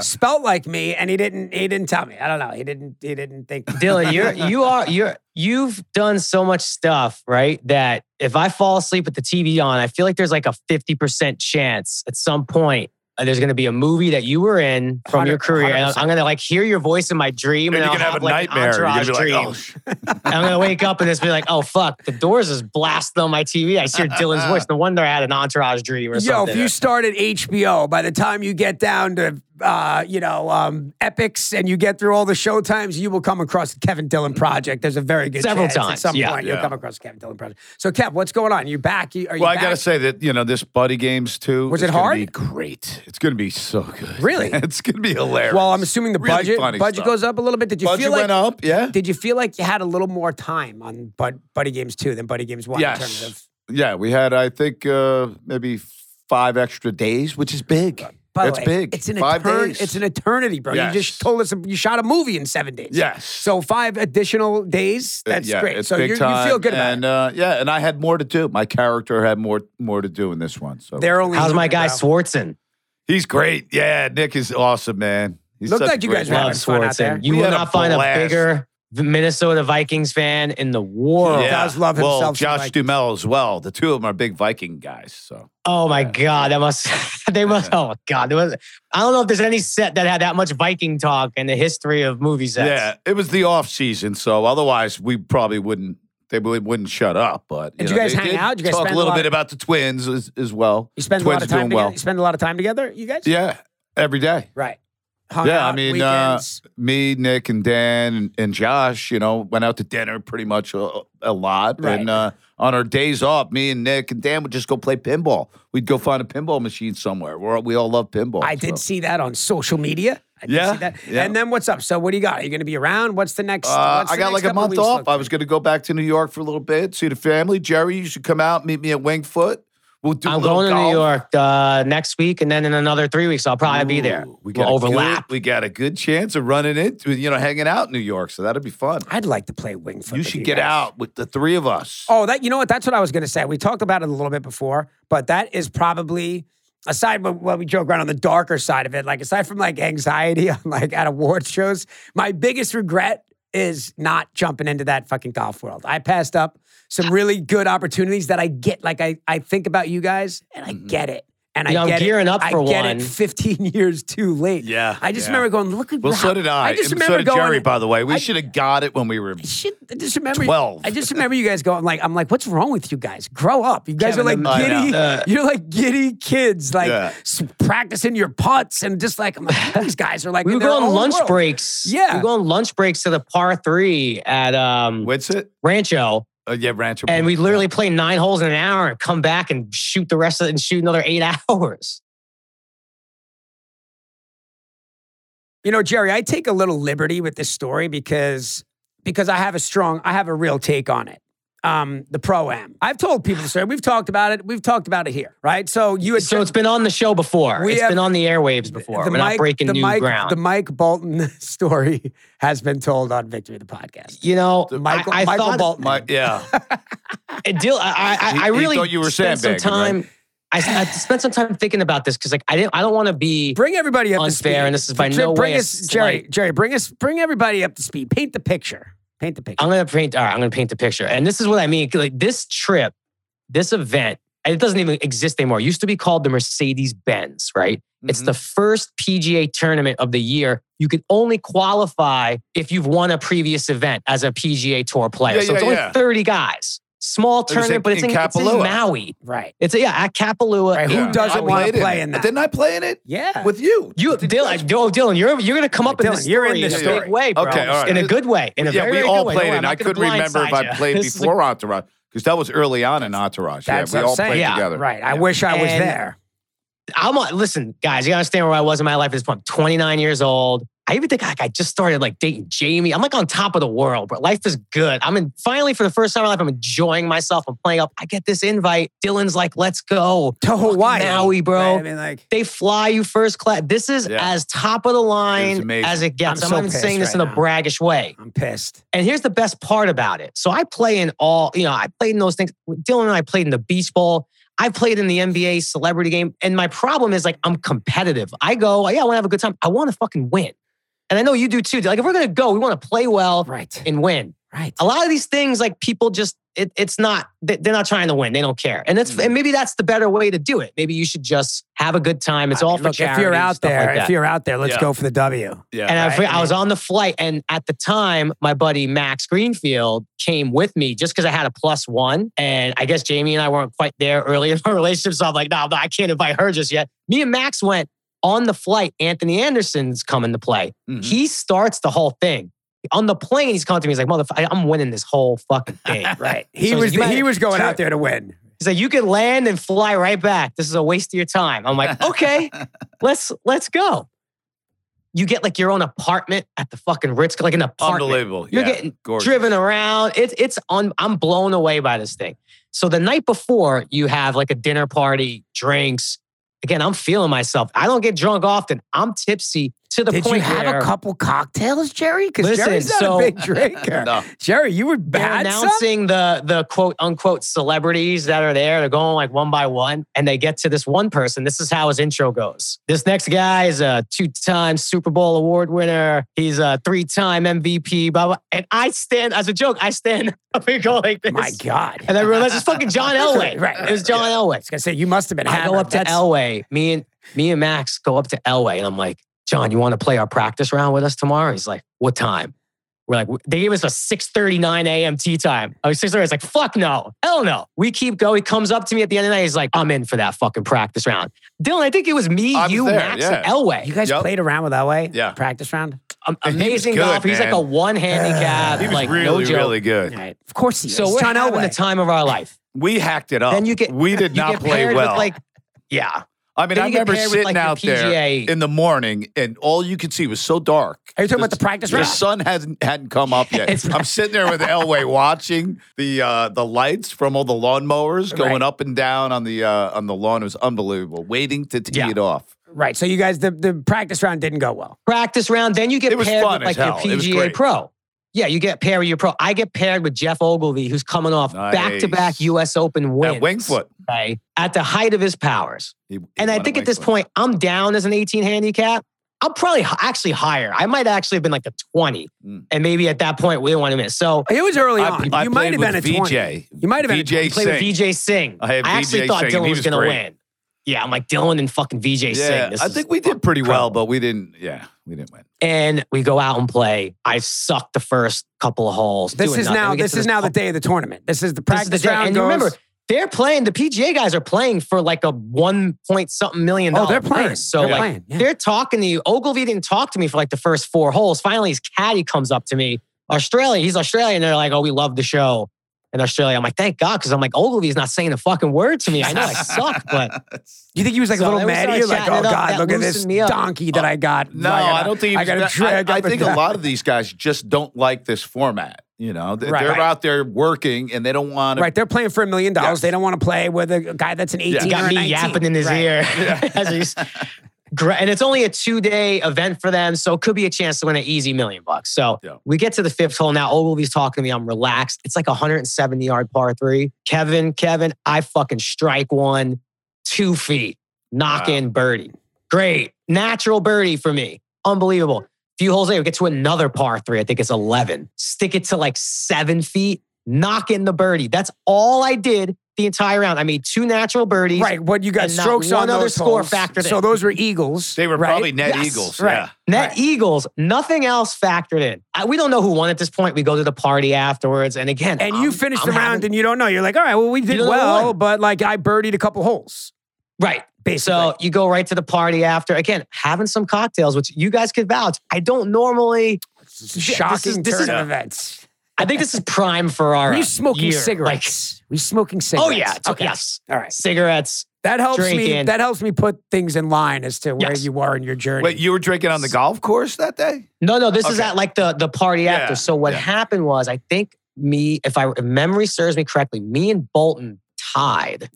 Speaker 4: spelt like me, and he didn't. He didn't tell me. I don't know. He didn't. He didn't think.
Speaker 5: Dylan, you're you are you're you've done so much stuff, right? That if I fall asleep with the TV on, I feel like there's like a 50% chance at some point uh, there's going to be a movie that you were in from your
Speaker 4: Hundred-
Speaker 5: career. And
Speaker 4: 100%.
Speaker 5: I'm going to like hear your voice in my dream
Speaker 2: And
Speaker 5: and,
Speaker 2: you're
Speaker 5: I'll
Speaker 2: gonna have a
Speaker 5: like, an
Speaker 2: nightmare. You're gonna
Speaker 5: entourage
Speaker 2: be like,
Speaker 5: dream.
Speaker 2: oh, sh-
Speaker 5: And I'm going to wake up and just be like, oh fuck, the doors is blasting on my TV. I just hear Dylan's voice. No wonder I had an entourage dream or
Speaker 4: Yo,
Speaker 5: something.
Speaker 4: if you start at HBO, by the time you get down to uh, you know um, Epics and you get through all the show times, you will come across the Kevin Dillon Project. There's a very good
Speaker 5: Several
Speaker 4: chance at
Speaker 5: times,
Speaker 4: some
Speaker 5: yeah.
Speaker 4: point you'll
Speaker 2: Yeah.
Speaker 4: come across the Kevin Dillon Project. So, Kev, what's going on? You back? You, are you
Speaker 2: well, I
Speaker 4: back?
Speaker 2: gotta say that you know this buddy games too.
Speaker 4: Was
Speaker 2: is
Speaker 4: it
Speaker 2: gonna
Speaker 4: hard?
Speaker 2: Be great. It's gonna be so good.
Speaker 4: Really?
Speaker 2: it's gonna be hilarious.
Speaker 4: Well, I'm assuming the
Speaker 2: Really
Speaker 4: budget
Speaker 2: funny
Speaker 4: budget
Speaker 2: stuff.
Speaker 4: goes up a little bit. Did you
Speaker 2: Budget
Speaker 4: feel like
Speaker 2: went up. Yeah.
Speaker 4: did you feel like you had a little more time on Bud, Buddy Games Two than Buddy Games One
Speaker 2: Yes.
Speaker 4: in terms of?
Speaker 2: Yeah, we had I think uh, maybe five extra days, which is big.
Speaker 4: By the
Speaker 2: That's
Speaker 4: way,
Speaker 2: big.
Speaker 4: It's an
Speaker 2: five
Speaker 4: etern-
Speaker 2: days.
Speaker 4: It's an eternity, bro. You
Speaker 2: Yes.
Speaker 4: just told us you shot a movie in seven days.
Speaker 2: yes. Uh,
Speaker 4: So five additional days. That's
Speaker 2: yeah,
Speaker 4: great.
Speaker 2: It's
Speaker 4: So
Speaker 2: big
Speaker 4: you're,
Speaker 2: time,
Speaker 4: you feel good about
Speaker 2: and,
Speaker 4: it.
Speaker 2: Uh, yeah, and I had more to do. My character had more more to do in this one. So
Speaker 4: They're only
Speaker 5: How's my guy
Speaker 4: bro.
Speaker 5: Swartzen?
Speaker 2: he's great. Yeah, Nick is awesome, man. He's
Speaker 4: Looked
Speaker 2: such a
Speaker 4: like you
Speaker 2: great
Speaker 4: guys were
Speaker 2: guy.
Speaker 5: Love
Speaker 4: having fun out there.
Speaker 5: Swartzen. You
Speaker 2: We
Speaker 5: will
Speaker 2: had a
Speaker 5: not find
Speaker 2: blast.
Speaker 5: a bigger Minnesota Vikings fan in the world.
Speaker 2: Yeah.
Speaker 4: does love
Speaker 2: Well,
Speaker 4: himself some
Speaker 2: Josh
Speaker 4: Vikings.
Speaker 2: Dumel as well. The two of them are big Viking guys. So
Speaker 5: Oh my God, that must they must. Oh my God, there was. I don't know if there's any set that had that much Viking talk in the history of movie sets.
Speaker 2: yeah, it was the off season. So otherwise, we probably wouldn't. They really wouldn't shut up. But
Speaker 4: Did
Speaker 2: know,
Speaker 4: you guys
Speaker 2: they
Speaker 4: hang
Speaker 2: did
Speaker 4: out? Did you guys
Speaker 2: talk
Speaker 4: spend
Speaker 2: a
Speaker 4: a
Speaker 2: little
Speaker 4: lot-
Speaker 2: bit about the twins as, as well.
Speaker 4: You spend a
Speaker 2: twins
Speaker 4: lot of time
Speaker 2: doing
Speaker 4: together.
Speaker 2: well
Speaker 4: You spend a lot of time together. You guys.
Speaker 2: Yeah, every day.
Speaker 4: Right. Hung
Speaker 2: yeah,
Speaker 4: out,
Speaker 2: I mean, uh,
Speaker 4: weekends.
Speaker 2: me, Nick, and Dan, and, and Josh, you know, went out to dinner pretty much a, a lot.
Speaker 4: Right.
Speaker 2: And uh, on our days off, me and Nick and Dan would just go play pinball. We'd go find a pinball machine somewhere. We're, we all love pinball.
Speaker 4: I did
Speaker 2: so.
Speaker 4: see that on social media. I did
Speaker 2: Yeah,
Speaker 4: see that.
Speaker 2: yeah.
Speaker 4: And then what's up? So what do you got? Are you going to be around? What's the next?
Speaker 2: Uh,
Speaker 4: what's
Speaker 2: I
Speaker 4: the
Speaker 2: got
Speaker 4: next
Speaker 2: like a
Speaker 4: couple
Speaker 2: month
Speaker 4: weeks
Speaker 2: off.
Speaker 4: look
Speaker 2: I was going to go back to New York for a little bit, see the family. Jerry, you should come out, meet me at Wingfoot. We'll do a
Speaker 5: I'm
Speaker 2: little
Speaker 5: going to
Speaker 2: golf.
Speaker 5: New York uh, next week, and then in another three weeks, I'll probably be there.
Speaker 2: Ooh,
Speaker 5: We'll
Speaker 2: We got a good-
Speaker 5: overlap.
Speaker 2: we got a good chance of running into, you know, hanging out in New York. So that'd be fun.
Speaker 4: I'd like to play Wingfoot.
Speaker 2: you
Speaker 4: with
Speaker 2: should get
Speaker 4: guys.
Speaker 2: out with the three of us.
Speaker 4: Oh, that you know what? That's what I was going to say. We talked about it a little bit before, but that is probably aside from what we joke around on the darker side of it. Like aside from like anxiety on like at awards shows, my biggest regret is not jumping into that fucking golf world. I passed up some really good opportunities that I get. Like I I think about you guys and I get it. and
Speaker 5: You
Speaker 4: I
Speaker 5: know, I'm
Speaker 4: get
Speaker 5: gearing
Speaker 4: it,
Speaker 5: up for
Speaker 4: I get
Speaker 5: one.
Speaker 4: it 15 years too late.
Speaker 2: Yeah,
Speaker 4: I just
Speaker 2: yeah.
Speaker 4: remember going, look at
Speaker 2: Well,
Speaker 4: how-
Speaker 2: so did I.
Speaker 4: I just
Speaker 2: and
Speaker 4: remember
Speaker 2: so did
Speaker 4: going,
Speaker 2: Jerry, by the way. We
Speaker 4: I-
Speaker 2: should have got it when we were.
Speaker 4: Shit, I just remember
Speaker 2: 12.
Speaker 4: I just remember you guys going like, I'm like, what's wrong with you guys? Grow up. You guys
Speaker 5: Kevin,
Speaker 4: are like
Speaker 2: I know.
Speaker 4: giddy.
Speaker 5: Uh,
Speaker 4: you're like giddy kids, like
Speaker 2: Yeah.
Speaker 4: s- practicing your putts and just like I'm like, these guys are like.
Speaker 5: We
Speaker 4: in
Speaker 5: would
Speaker 4: their
Speaker 5: go on
Speaker 4: own
Speaker 5: lunch
Speaker 4: world.
Speaker 5: breaks.
Speaker 4: Yeah.
Speaker 5: We would go on lunch breaks to the par three at um,
Speaker 2: What's it?
Speaker 5: Rancho.
Speaker 2: Uh, yeah, Rancho.
Speaker 5: And we literally play nine holes in an hour and come back and shoot the rest of it and shoot another eight hours.
Speaker 4: You know, Jerry, I take a little liberty with this story because because I have a strong, I have a real take on it. Um, the pro am. I've told people the story. We've talked about it. We've talked about it here, right? So you had
Speaker 5: So it's been on the show before.
Speaker 4: We
Speaker 5: It's
Speaker 4: have-
Speaker 5: been on the airwaves before. We're not breaking
Speaker 4: the
Speaker 5: new
Speaker 4: Mike,
Speaker 5: ground.
Speaker 4: The Mike Bolton story has been told on Victory the podcast.
Speaker 5: you know,
Speaker 4: Michael,
Speaker 5: I, I
Speaker 4: Michael
Speaker 5: thought
Speaker 4: Bolton.
Speaker 2: My, yeah.
Speaker 5: It deal- I, I,
Speaker 2: He-
Speaker 5: I
Speaker 2: he
Speaker 5: really
Speaker 2: thought you were
Speaker 5: spent some
Speaker 2: sandbagging,
Speaker 5: time. I, s- I spent some time thinking about this because, like, I didn't. I don't want to be.
Speaker 4: bring everybody up to speed.
Speaker 5: Unfair, and this is by
Speaker 4: Jer-
Speaker 5: no
Speaker 4: bring
Speaker 5: way a
Speaker 4: us, Jerry.
Speaker 5: slight-
Speaker 4: Jerry, bring us, bring everybody up to speed. Paint the picture. Paint the picture.
Speaker 5: I'm gonna paint. All right, I'm gonna paint the picture, and this is what I mean. Like this trip, this event, and it doesn't even exist anymore. It used to be called the Mercedes Benz, right? It's
Speaker 2: Mm-hmm.
Speaker 5: the first PGA tournament of the year. You can only qualify if you've won a previous event as a PGA Tour player.
Speaker 2: Yeah,
Speaker 5: so it's
Speaker 2: yeah,
Speaker 5: only
Speaker 2: yeah.
Speaker 5: 30 guys. Small
Speaker 2: It was
Speaker 5: tournament,
Speaker 2: in-
Speaker 5: but it's
Speaker 2: in
Speaker 5: in, it's in
Speaker 2: Kapalua.
Speaker 5: Maui.
Speaker 4: right.
Speaker 5: It's a, yeah at Kapalua.
Speaker 4: Right, who
Speaker 5: in
Speaker 4: doesn't
Speaker 5: Maui.
Speaker 4: wanna
Speaker 2: Mm-hmm. Played
Speaker 4: play
Speaker 2: it.
Speaker 4: in that.
Speaker 2: Didn't I play in it
Speaker 4: Yeah.
Speaker 2: with you?
Speaker 5: You,
Speaker 2: Did
Speaker 5: Dylan, oh, Dylan, you're you're gonna come up in
Speaker 4: Dylan,
Speaker 5: this
Speaker 4: you're in
Speaker 5: story in
Speaker 4: this
Speaker 5: a
Speaker 2: story.
Speaker 5: big way, bro.
Speaker 2: Okay, all right.
Speaker 5: in a good way, in a
Speaker 2: yeah,
Speaker 5: very,
Speaker 2: we
Speaker 5: very
Speaker 2: all
Speaker 5: good way.
Speaker 2: played
Speaker 5: Don't
Speaker 2: it.
Speaker 5: worry,
Speaker 2: and
Speaker 5: I'm
Speaker 2: I
Speaker 5: not gonna
Speaker 2: couldn't remember
Speaker 5: blindside
Speaker 2: if I
Speaker 5: ya.
Speaker 2: played
Speaker 5: This is a-
Speaker 2: before Entourage because that was early on in Entourage. Yeah,
Speaker 4: That's
Speaker 2: we
Speaker 4: what I'm
Speaker 2: all
Speaker 4: saying.
Speaker 2: played
Speaker 5: Yeah,
Speaker 2: together.
Speaker 4: Right. I wish I was
Speaker 5: And-
Speaker 4: there.
Speaker 5: I'm on- listen, guys. You gotta understand where I was in my life at this point. I'm 29 years old. I even think like, I just started like dating Jamie. I'm like on top of the world, but life is good. I'm in finally for the first time in my life. I'm enjoying myself. I'm playing up. I get this invite. Dylan's like, "Let's go."
Speaker 4: To Hawaii,
Speaker 5: Maui, bro.
Speaker 4: Right? I mean, like,
Speaker 5: They fly you first class. This is
Speaker 2: Yeah.
Speaker 5: as top of the line
Speaker 2: amazing.
Speaker 5: as it gets.
Speaker 4: I'm
Speaker 5: I'm,
Speaker 4: so
Speaker 5: not even
Speaker 4: pissed
Speaker 5: saying this
Speaker 4: right
Speaker 5: in a
Speaker 4: now.
Speaker 5: braggish way.
Speaker 4: I'm pissed.
Speaker 5: And here's the best part about it. So I play in all, you know, I played in those things. Dylan and I played in the beach ball. I played in the NBA celebrity game. And my problem is like I'm competitive. I go, "Oh, yeah, I want to have a good time. I want to fucking win. And I know you do too. Like if we're gonna go, we want to play well
Speaker 4: Right.
Speaker 5: and win.
Speaker 4: Right.
Speaker 5: A lot of these things, like people just, it, it's not. they- They're not trying to win. They don't care. And
Speaker 4: Mm-hmm.
Speaker 5: that's and maybe that's the better way to do it. Maybe you should just have a good time. It's
Speaker 4: I mean,
Speaker 5: all for
Speaker 4: look,
Speaker 5: charity.
Speaker 4: If you're
Speaker 5: and
Speaker 4: out
Speaker 5: stuff like
Speaker 4: there,
Speaker 5: that.
Speaker 4: if you're out there, let's
Speaker 2: Yeah.
Speaker 4: go for the W.
Speaker 2: Yeah.
Speaker 5: And uh, I,
Speaker 4: Right?
Speaker 5: forget-
Speaker 4: I
Speaker 5: I was on the flight, and at the time, my buddy Max Greenfield came with me just because I had a plus one. And I guess Jamie and I weren't quite there early in our relationship. So I'm like, no, no, I can't invite her just yet. Me and Max went on the flight. Anthony Anderson's coming to play.
Speaker 2: Mhm.
Speaker 5: He starts the whole thing. On the plane, he's coming to me. He's like, motherfucker, I'm winning this whole fucking thing.
Speaker 4: Right. He
Speaker 5: So
Speaker 4: was
Speaker 5: you
Speaker 4: the, he
Speaker 5: might-
Speaker 4: was going
Speaker 5: Sure.
Speaker 4: out there to win.
Speaker 5: He's like, you can land and fly right back. This is a waste of your time. I'm like, okay, let's let's go. You get like your own apartment at the fucking Ritz, like an apartment.
Speaker 2: Unbelievable.
Speaker 5: You're
Speaker 2: yeah.
Speaker 5: getting
Speaker 2: Gorgeous.
Speaker 5: driven around. It's it's on. I'm blown away by this thing. So the night before, you have like a dinner party, drinks. Again, I'm feeling myself. I don't get drunk often. I'm tipsy to the
Speaker 4: Did
Speaker 5: point
Speaker 4: you have
Speaker 5: where
Speaker 4: a couple cocktails, Jerry? Because
Speaker 5: Listen,
Speaker 4: Jerry's not
Speaker 5: so-
Speaker 4: a big drinker.
Speaker 2: No.
Speaker 4: Jerry, you were
Speaker 5: they're
Speaker 4: bad.
Speaker 5: announcing the the quote unquote celebrities that are there. They're going like one by one, and they get to this one person. This is how his intro goes. This next guy is a two time Super Bowl award winner. He's a three time MVP. Blah, blah. And I stand as a joke. I stand up and go like this.
Speaker 4: My God.
Speaker 5: And I realized it's fucking John Elway.
Speaker 4: Right, right,
Speaker 5: It was John
Speaker 4: I
Speaker 5: Elway.
Speaker 4: was gonna say you must have been.
Speaker 5: I go
Speaker 4: hammered.
Speaker 5: up to
Speaker 4: That's-
Speaker 5: Elway. Me and me and Max go up to Elway, and I'm like, John, you want to play our practice round with us tomorrow? He's like, What time? We're like, they gave us a 6:39 a.m. tea time. I was 6:30. It's like, fuck no, hell no. We keep going. He comes up to me at the end of the night. He's like, I'm in for that fucking practice round. Dylan, I think it was me,
Speaker 2: I was
Speaker 5: you,
Speaker 2: there,
Speaker 5: Max, and
Speaker 2: yeah.
Speaker 5: Elway.
Speaker 4: You guys
Speaker 2: Yup.
Speaker 4: played around with Elway.
Speaker 2: Yeah.
Speaker 4: Practice round.
Speaker 5: Um,
Speaker 2: And he was
Speaker 5: amazing
Speaker 2: good,
Speaker 5: golf. He's like
Speaker 2: man.
Speaker 5: a one handicap.
Speaker 2: He was
Speaker 5: like,
Speaker 2: really,
Speaker 5: no joke.
Speaker 2: really good.
Speaker 4: All right. Of course he is.
Speaker 5: So we're
Speaker 4: John
Speaker 5: having
Speaker 4: Elway.
Speaker 5: the time of our life.
Speaker 2: We hacked it up.
Speaker 5: Then you get-
Speaker 2: we did
Speaker 5: You
Speaker 2: not
Speaker 5: get
Speaker 2: play
Speaker 5: paired with,
Speaker 2: well.
Speaker 5: like, yeah.
Speaker 2: I mean,
Speaker 5: then
Speaker 2: I
Speaker 5: you get
Speaker 2: remember
Speaker 5: paired with,
Speaker 2: sitting
Speaker 5: like, your
Speaker 2: out there
Speaker 5: PGA.
Speaker 2: in the morning, and all you could see was so dark.
Speaker 4: Are you talking about the practice
Speaker 2: The
Speaker 4: round?
Speaker 2: sun hadn't hadn't come up yet.
Speaker 5: It's-
Speaker 2: I'm sitting there with Elway watching the uh, the lights from all the lawnmowers going
Speaker 4: Right.
Speaker 2: up and down on the uh, on the lawn. It was unbelievable. Waiting to tee
Speaker 5: Yeah.
Speaker 2: it off.
Speaker 4: Right. So you guys, the, the practice round didn't go well.
Speaker 5: practice round. Then you get
Speaker 2: It was
Speaker 5: paired
Speaker 2: fun
Speaker 5: with like
Speaker 2: as
Speaker 5: your
Speaker 2: hell. It was
Speaker 5: PGA
Speaker 2: great.
Speaker 5: Pro. Yeah, you get paired with your pro. I get paired with Jeff Ogilvy, who's coming off
Speaker 2: Nice.
Speaker 5: back to back US Open wins.
Speaker 2: At Wingfoot,
Speaker 5: okay, at the height of his powers.
Speaker 2: He- he
Speaker 5: And I
Speaker 2: won
Speaker 5: think at this
Speaker 2: Wingfoot.
Speaker 5: point, I'm down as an 18 handicap. I'm probably h- actually higher. I might actually have been like a 20.
Speaker 2: Mm.
Speaker 5: And maybe at that point, we didn't want to miss. So
Speaker 4: It was early on.
Speaker 2: I, I
Speaker 4: you might
Speaker 2: played
Speaker 4: have been a
Speaker 2: with
Speaker 4: 20.
Speaker 2: VJ.
Speaker 4: You might have been a
Speaker 2: VJ
Speaker 5: play with
Speaker 2: Singh.
Speaker 5: VJ Singh.
Speaker 2: I had
Speaker 5: actually
Speaker 2: VJ
Speaker 5: thought
Speaker 2: Singh, and
Speaker 5: Dylan
Speaker 2: he
Speaker 5: was
Speaker 2: was
Speaker 5: going to
Speaker 2: great.
Speaker 5: win. Yeah, I'm like Dylan and fucking VJ
Speaker 2: Yeah,
Speaker 5: Singh. This
Speaker 2: I
Speaker 5: is
Speaker 2: think we did
Speaker 5: fucking
Speaker 2: pretty well,
Speaker 5: incredible.
Speaker 2: but we didn't. Yeah, we didn't win.
Speaker 5: and we go out and play. I sucked the first couple of holes.
Speaker 4: This
Speaker 5: doing
Speaker 4: is
Speaker 5: nothing.
Speaker 4: now
Speaker 5: We get
Speaker 4: this
Speaker 5: to
Speaker 4: is now the day of the tournament. This is the
Speaker 5: This is
Speaker 4: practice
Speaker 5: the day.
Speaker 4: round.
Speaker 5: And
Speaker 4: goes,
Speaker 5: you remember, they're playing. The PGA guys are playing for like a one point something million.
Speaker 4: Oh, they're
Speaker 5: dollar
Speaker 4: playing.
Speaker 5: purse. So
Speaker 4: They're
Speaker 5: like,
Speaker 4: playing, yeah.
Speaker 5: they're talking to you. Ogilvy didn't talk to me for like the first four holes. Finally, his caddy comes up to me. Australia, he's Australian. They're like, oh, we love the show. In Australia, I'm like, thank God, because I'm like, Ogilvy's not saying a fucking word to me. I know I suck, but
Speaker 4: you think he was like
Speaker 5: So
Speaker 4: a little
Speaker 5: then we
Speaker 4: mad?
Speaker 5: started
Speaker 4: You're like,
Speaker 5: chatting
Speaker 4: oh
Speaker 5: it up.
Speaker 4: god,
Speaker 5: That
Speaker 4: look at this
Speaker 5: loosened me up.
Speaker 4: donkey that I got.
Speaker 2: Uh, No,
Speaker 4: gotta-
Speaker 2: I don't think.
Speaker 4: I
Speaker 2: he's-
Speaker 4: got to drag.
Speaker 2: I, I
Speaker 4: up
Speaker 2: think
Speaker 4: and
Speaker 2: a
Speaker 4: down.
Speaker 2: lot of these guys just don't like this format. You know, They-
Speaker 4: Right.
Speaker 2: they're
Speaker 4: Right.
Speaker 2: out there working and they don't want to.
Speaker 4: Right, they're playing for a million dollars.
Speaker 2: Yes.
Speaker 4: They don't want to play with a guy that's an 18
Speaker 5: he
Speaker 4: or
Speaker 5: got
Speaker 4: a
Speaker 5: me
Speaker 4: 19.
Speaker 5: yapping in his
Speaker 4: Right.
Speaker 5: ear. as he's, gra- and it's only a two day event for them, so it could be a chance to win an easy million bucks. So
Speaker 2: Yeah.
Speaker 5: we get to the fifth hole now. Ogilvy's talking to me. I'm relaxed. It's like a 170 yard par three. Kevin, Kevin, I fucking strike one, two feet, knock
Speaker 2: Wow.
Speaker 5: in birdie. Great. Natural birdie for me. Unbelievable. Few holes later, we get to another par three. I think it's 11. Stick it to like seven feet, knock in the birdie. That's all I did the entire round. I made two natural birdies.
Speaker 4: Right, what you got
Speaker 5: And not
Speaker 4: strokes on
Speaker 5: one other
Speaker 4: those
Speaker 5: score
Speaker 4: holes.
Speaker 5: factored
Speaker 4: So
Speaker 5: in.
Speaker 4: those were eagles.
Speaker 2: They were
Speaker 4: right?
Speaker 2: probably net
Speaker 5: Yes.
Speaker 2: eagles.
Speaker 4: Right.
Speaker 2: Yeah.
Speaker 5: Net Eagles, nothing else factored in. I, we don't know who won at this point. We go to the party afterwards. And again,
Speaker 4: And you finish the round
Speaker 5: having-
Speaker 4: and you don't know. You're like, all right, well, we did
Speaker 5: don't know
Speaker 4: well,
Speaker 5: what.
Speaker 4: but like I birdied a couple holes,
Speaker 5: right.
Speaker 4: basically.
Speaker 5: So you go right to the party after. Again, having some cocktails, which you guys could vouch. I don't normally.
Speaker 4: It's a shocking
Speaker 5: this is-
Speaker 4: turn of events.
Speaker 5: I think this is prime for our.
Speaker 4: Were you smoking
Speaker 5: year.
Speaker 4: cigarettes? Were you smoking
Speaker 5: Like,
Speaker 4: cigarettes?
Speaker 5: oh yeah. it's- Yes.
Speaker 4: All right.
Speaker 5: Cigarettes.
Speaker 4: That helps me.
Speaker 5: Drinking.
Speaker 4: That helps me put things in line as to where
Speaker 5: Yes.
Speaker 4: you are in your journey.
Speaker 2: Wait, you were drinking on the golf course that day?
Speaker 5: No, no. This is
Speaker 2: Okay.
Speaker 5: at like the the party
Speaker 2: Yeah,
Speaker 5: after. So what
Speaker 2: yeah.
Speaker 5: happened was, I think me, if I if memory serves me correctly, me and Bolton tied,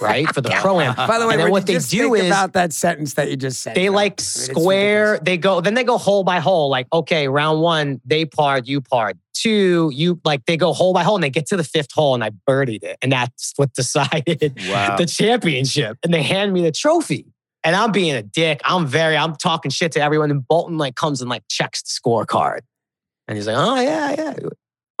Speaker 5: right, for the pro am.
Speaker 4: By the way,
Speaker 5: and then
Speaker 4: would
Speaker 5: what
Speaker 4: you
Speaker 5: they
Speaker 4: just
Speaker 5: do
Speaker 4: think
Speaker 5: is
Speaker 4: about that sentence that you just said.
Speaker 5: they
Speaker 4: though? I mean,
Speaker 5: like
Speaker 4: it's
Speaker 5: square.
Speaker 4: ridiculous.
Speaker 5: They go then they go hole by hole. Like okay, round one they parred, you parred. Two, you like they go hole by hole, and they get to the fifth hole, and I birdied it, and that's what decided
Speaker 2: Wow.
Speaker 5: the championship. And they hand me the trophy, and I'm being a dick. I'm very I'm talking shit to everyone, and Bolton like comes and like checks the scorecard, and he's like, oh yeah yeah.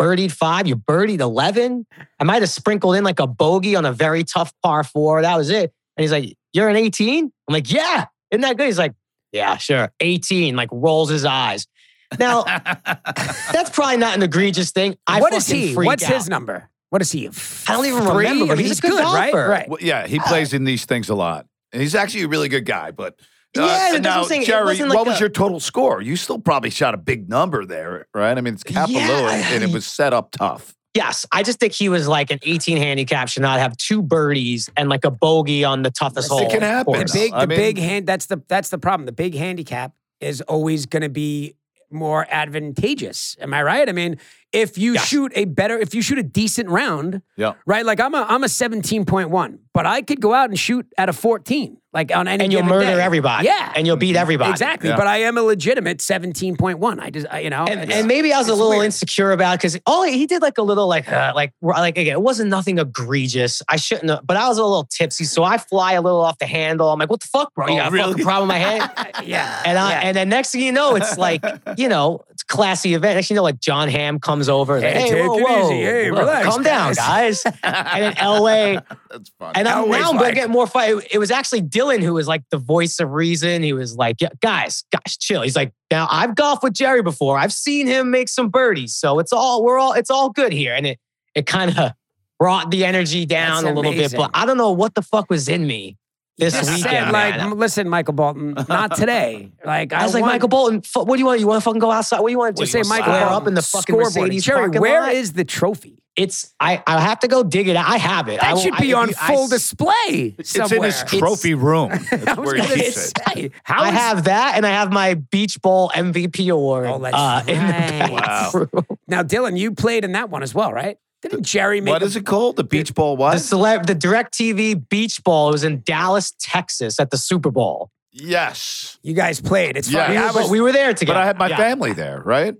Speaker 5: Birdied five, you birdied 11. I might have sprinkled in like a bogey on a very tough par four. That was it. And he's like, You're an 18? I'm like, Yeah, isn't that good? He's like, yeah, sure. 18, like rolls his eyes. Now, that's probably not an egregious thing. I
Speaker 4: what is
Speaker 5: fucking
Speaker 4: he?
Speaker 5: freak
Speaker 4: What's
Speaker 5: out.
Speaker 4: his number? What is he? F-
Speaker 5: I don't even
Speaker 4: three?
Speaker 5: remember, but
Speaker 4: I mean,
Speaker 5: he's a good
Speaker 4: right?
Speaker 5: golfer.
Speaker 4: Right.
Speaker 2: Well, yeah, he plays in these things a lot. And he's actually a really good guy, but uh,
Speaker 5: Yeah, that's what I'm
Speaker 2: now,
Speaker 5: saying. It
Speaker 2: Jerry,
Speaker 5: wasn't like
Speaker 2: what was
Speaker 5: a-
Speaker 2: your total score? You still probably shot a big number there, right? I mean, it's
Speaker 5: Yeah,
Speaker 2: Kapalua, and it
Speaker 5: I-
Speaker 2: was set up tough.
Speaker 5: Yes, I just think he was like an 18 handicap, should not have two birdies and like a bogey on the toughest
Speaker 4: Listen,
Speaker 5: hole.
Speaker 4: it
Speaker 2: can
Speaker 5: of
Speaker 2: happen.
Speaker 5: course.
Speaker 4: the big,
Speaker 2: I
Speaker 4: the
Speaker 2: mean-
Speaker 4: big hand. That's the that's the problem. The big handicap is always going to be more advantageous. Am I right? I mean, if you
Speaker 5: Yes.
Speaker 4: shoot a better, if you shoot a decent round,
Speaker 2: Yeah.
Speaker 4: right? Like I'm a I'm a 17.1, but I could go out and shoot at a 14, like on any
Speaker 5: And you'll
Speaker 4: given
Speaker 5: murder
Speaker 4: day.
Speaker 5: everybody.
Speaker 4: Yeah, Mm-hmm.
Speaker 5: And you'll beat everybody.
Speaker 4: exactly.
Speaker 2: Yeah.
Speaker 4: But I am a legitimate 17.1. I just I, you know,
Speaker 5: And,
Speaker 4: it's-
Speaker 5: and maybe I was a
Speaker 4: it's
Speaker 5: little
Speaker 4: weird.
Speaker 5: insecure about because all he did like a little like uh, like like again it wasn't nothing egregious I shouldn't have, but I was a little tipsy so I fly a little off the handle I'm like what the fuck bro you
Speaker 2: Oh,
Speaker 5: got a
Speaker 2: really?
Speaker 5: fucking problem with my head
Speaker 4: yeah,
Speaker 5: And I,
Speaker 4: yeah.
Speaker 5: and then next thing you know, it's like you know, it's a classy event. Actually, you know, like John Hamm comes over. and like,
Speaker 4: Hey,
Speaker 5: hey,
Speaker 4: take
Speaker 5: whoa,
Speaker 4: it
Speaker 5: whoa,
Speaker 4: easy. Hey,
Speaker 5: whoa,
Speaker 4: relax,
Speaker 5: calm down, guys. and then Elway,
Speaker 2: That's funny.
Speaker 5: and I'm,
Speaker 4: Elway's
Speaker 5: now I'm
Speaker 4: like-
Speaker 5: gonna get more fight. It, it was actually Dylan who was like the voice of reason. He was like, yeah, guys, guys, chill. He's like, now I've golfed with Jerry before. I've seen him make some birdies, so it's all we're all it's all good here. And it it kind of brought the energy down
Speaker 4: That's
Speaker 5: a little bit,
Speaker 4: amazing.
Speaker 5: but I don't know what the fuck was in me this
Speaker 4: Just
Speaker 5: weekend.
Speaker 4: said, like,
Speaker 5: man.
Speaker 4: "M- listen, Michael Bolton, not today. Like,
Speaker 5: I was like,
Speaker 4: want-
Speaker 5: Michael Bolton, fu- what do you want? You want to fucking go outside? What do you want to
Speaker 4: Well,
Speaker 5: do?
Speaker 4: say
Speaker 5: You wanna
Speaker 4: Michael
Speaker 5: square
Speaker 4: Bolton,
Speaker 5: up in the fucking
Speaker 4: scoreboard.
Speaker 5: Mercedes
Speaker 4: Jerry,
Speaker 5: parking
Speaker 4: where
Speaker 5: lot?
Speaker 4: is the trophy?
Speaker 5: It's I. I have to go dig it. out. I have it. I
Speaker 4: That
Speaker 5: will-
Speaker 4: should
Speaker 5: I-
Speaker 4: be
Speaker 5: if
Speaker 4: on
Speaker 5: you- I
Speaker 4: full
Speaker 5: s-
Speaker 4: display somewhere.
Speaker 2: it's in his trophy room. That's
Speaker 4: I was
Speaker 2: where he
Speaker 4: gonna
Speaker 2: keeps it.
Speaker 4: say, how
Speaker 5: I
Speaker 4: is-
Speaker 5: have that, and I have my Beach Bowl MVP award.
Speaker 4: Oh, that's
Speaker 5: uh, in the
Speaker 4: right.
Speaker 5: bathroom.
Speaker 4: now, Dylan, you played in that one as well, right? Didn't Jerry make?
Speaker 2: What
Speaker 4: a-
Speaker 2: is it called? The beach ball
Speaker 5: The
Speaker 2: what?
Speaker 5: celeb, the Directv Beach Bowl was in Dallas, Texas, at the Super Bowl.
Speaker 2: yes.
Speaker 4: You guys played. It's
Speaker 2: Yeah.
Speaker 4: funny.
Speaker 2: I
Speaker 5: But
Speaker 2: was-
Speaker 5: we were there
Speaker 2: But
Speaker 5: together.
Speaker 2: I had my
Speaker 5: Yeah.
Speaker 2: family there, right?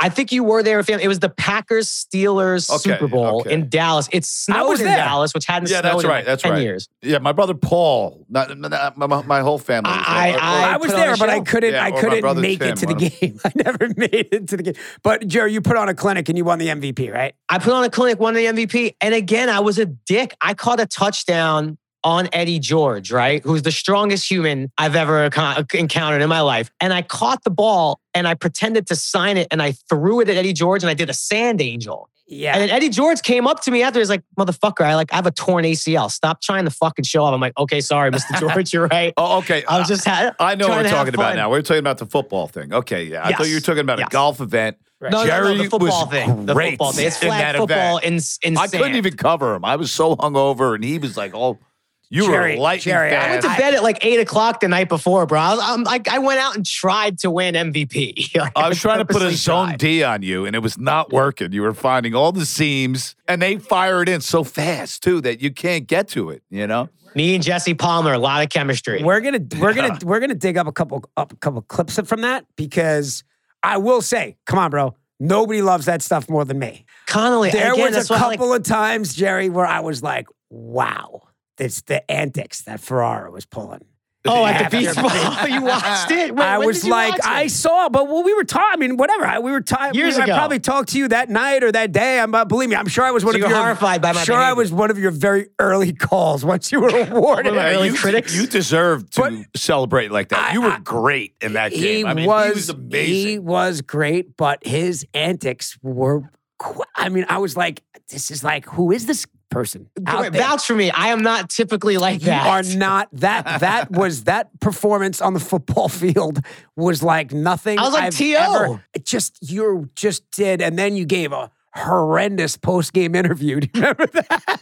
Speaker 5: I think you were there. with family. It was the Packers Steelers
Speaker 2: Okay,
Speaker 5: Super Bowl
Speaker 2: okay.
Speaker 5: in Dallas. It snowed
Speaker 4: was
Speaker 5: in
Speaker 4: there.
Speaker 5: Dallas, which hadn't
Speaker 2: Yeah,
Speaker 5: snowed
Speaker 2: that's
Speaker 5: in
Speaker 2: right,
Speaker 5: like
Speaker 2: that's
Speaker 5: ten
Speaker 2: right.
Speaker 5: years.
Speaker 2: Yeah, my brother Paul. Not, not- my, my whole family. was there.
Speaker 5: I-
Speaker 2: Or- or-
Speaker 5: I-
Speaker 4: I
Speaker 5: put
Speaker 4: was
Speaker 5: on
Speaker 4: there,
Speaker 5: a
Speaker 4: but I
Speaker 5: show.
Speaker 4: couldn't.
Speaker 2: Yeah,
Speaker 4: I
Speaker 2: or my
Speaker 4: couldn't
Speaker 2: brother
Speaker 4: make
Speaker 2: Tim,
Speaker 4: it to the
Speaker 2: one of
Speaker 4: game. I never made it to the game. But Jerry, you put on a clinic and you won the MVP, right?
Speaker 5: I put on a clinic, won the MVP, and again I was a dick. I caught a touchdown on Eddie George, right? Who's the strongest human I've ever con- encountered in my life. And I caught the ball and I pretended to sign it and I threw it at Eddie George and I did a sand angel.
Speaker 4: Yeah.
Speaker 5: And then Eddie George came up to me after. He's like, "Motherfucker, I like I have a torn ACL. Stop trying to fucking show off." I'm like, "Okay, sorry, Mr. George, you're right.
Speaker 2: Oh, okay.
Speaker 5: I was just ha-
Speaker 2: I know what
Speaker 5: trying
Speaker 2: we're
Speaker 5: to have
Speaker 2: talking about
Speaker 5: fun.
Speaker 2: now. We We're talking about the football thing. Okay, yeah. I thought you were
Speaker 5: Yes.
Speaker 2: talking about a
Speaker 5: Yes.
Speaker 2: golf event.
Speaker 5: no, no,
Speaker 2: Jerry
Speaker 5: no, the football
Speaker 2: was
Speaker 5: thing. The
Speaker 2: great
Speaker 5: football thing. It's
Speaker 2: in
Speaker 5: flag
Speaker 2: that
Speaker 5: football
Speaker 2: event.
Speaker 5: in in
Speaker 2: I couldn't
Speaker 5: sand.
Speaker 2: even cover him. I was so hungover, and he was like, "Oh, you
Speaker 4: Jerry-
Speaker 2: were lightning
Speaker 4: Jerry, I
Speaker 5: I went
Speaker 2: fast."
Speaker 5: to bed at like eight o'clock the night before, bro. I was, I'm, like, I went out and tried to win MVP. Like,
Speaker 2: I was trying to put a
Speaker 5: purposely
Speaker 2: zone
Speaker 5: tried.
Speaker 2: D on you, and it was not working. You were finding all the seams, and they fire it in so fast too that you can't get to it. You know,
Speaker 5: Me and Jesse Palmer, a lot of chemistry.
Speaker 4: We're gonna we're gonna we're gonna dig up a couple up a couple clips from that because I will say, come on, bro, nobody loves that stuff more than me.
Speaker 5: Connolly,
Speaker 4: There
Speaker 5: again,
Speaker 4: was
Speaker 5: that's
Speaker 4: a
Speaker 5: why I like-
Speaker 4: couple of times, Jerry, where I was like, wow, it's the antics that Ferrara was pulling.
Speaker 5: oh, at the
Speaker 4: Yeah,
Speaker 5: beach ball. you watched it? When-
Speaker 4: I
Speaker 5: when
Speaker 4: was
Speaker 5: did you
Speaker 4: like,
Speaker 5: watch it?
Speaker 4: I saw, but well, we were talking. I mean, whatever. I, we were talking.
Speaker 5: Years
Speaker 4: I
Speaker 5: ago.
Speaker 4: probably talked to you that night or that day. I'm uh, believe me. I'm sure I was one
Speaker 5: So
Speaker 4: of
Speaker 5: you're
Speaker 4: your
Speaker 5: horrified by my
Speaker 4: Sure, I
Speaker 5: behavior.
Speaker 4: was one of your very early calls once you were awarded.
Speaker 5: Yeah, early
Speaker 2: you,
Speaker 5: critics.
Speaker 2: you deserve to celebrate like that.
Speaker 4: I-
Speaker 2: you were
Speaker 4: I-
Speaker 2: great in that game. I mean, he was amazing.
Speaker 4: He was great, but his antics were. Qu- I mean, I was like, this is like, who is this person? out there?
Speaker 5: Vouch for me. I am not typically like that.
Speaker 4: You are not that. That was that performance on the football field was like nothing.
Speaker 5: I was like,
Speaker 4: I've
Speaker 5: "T.O."
Speaker 4: ever- it just you just did, and then you gave a horrendous post game interview. Do you remember that?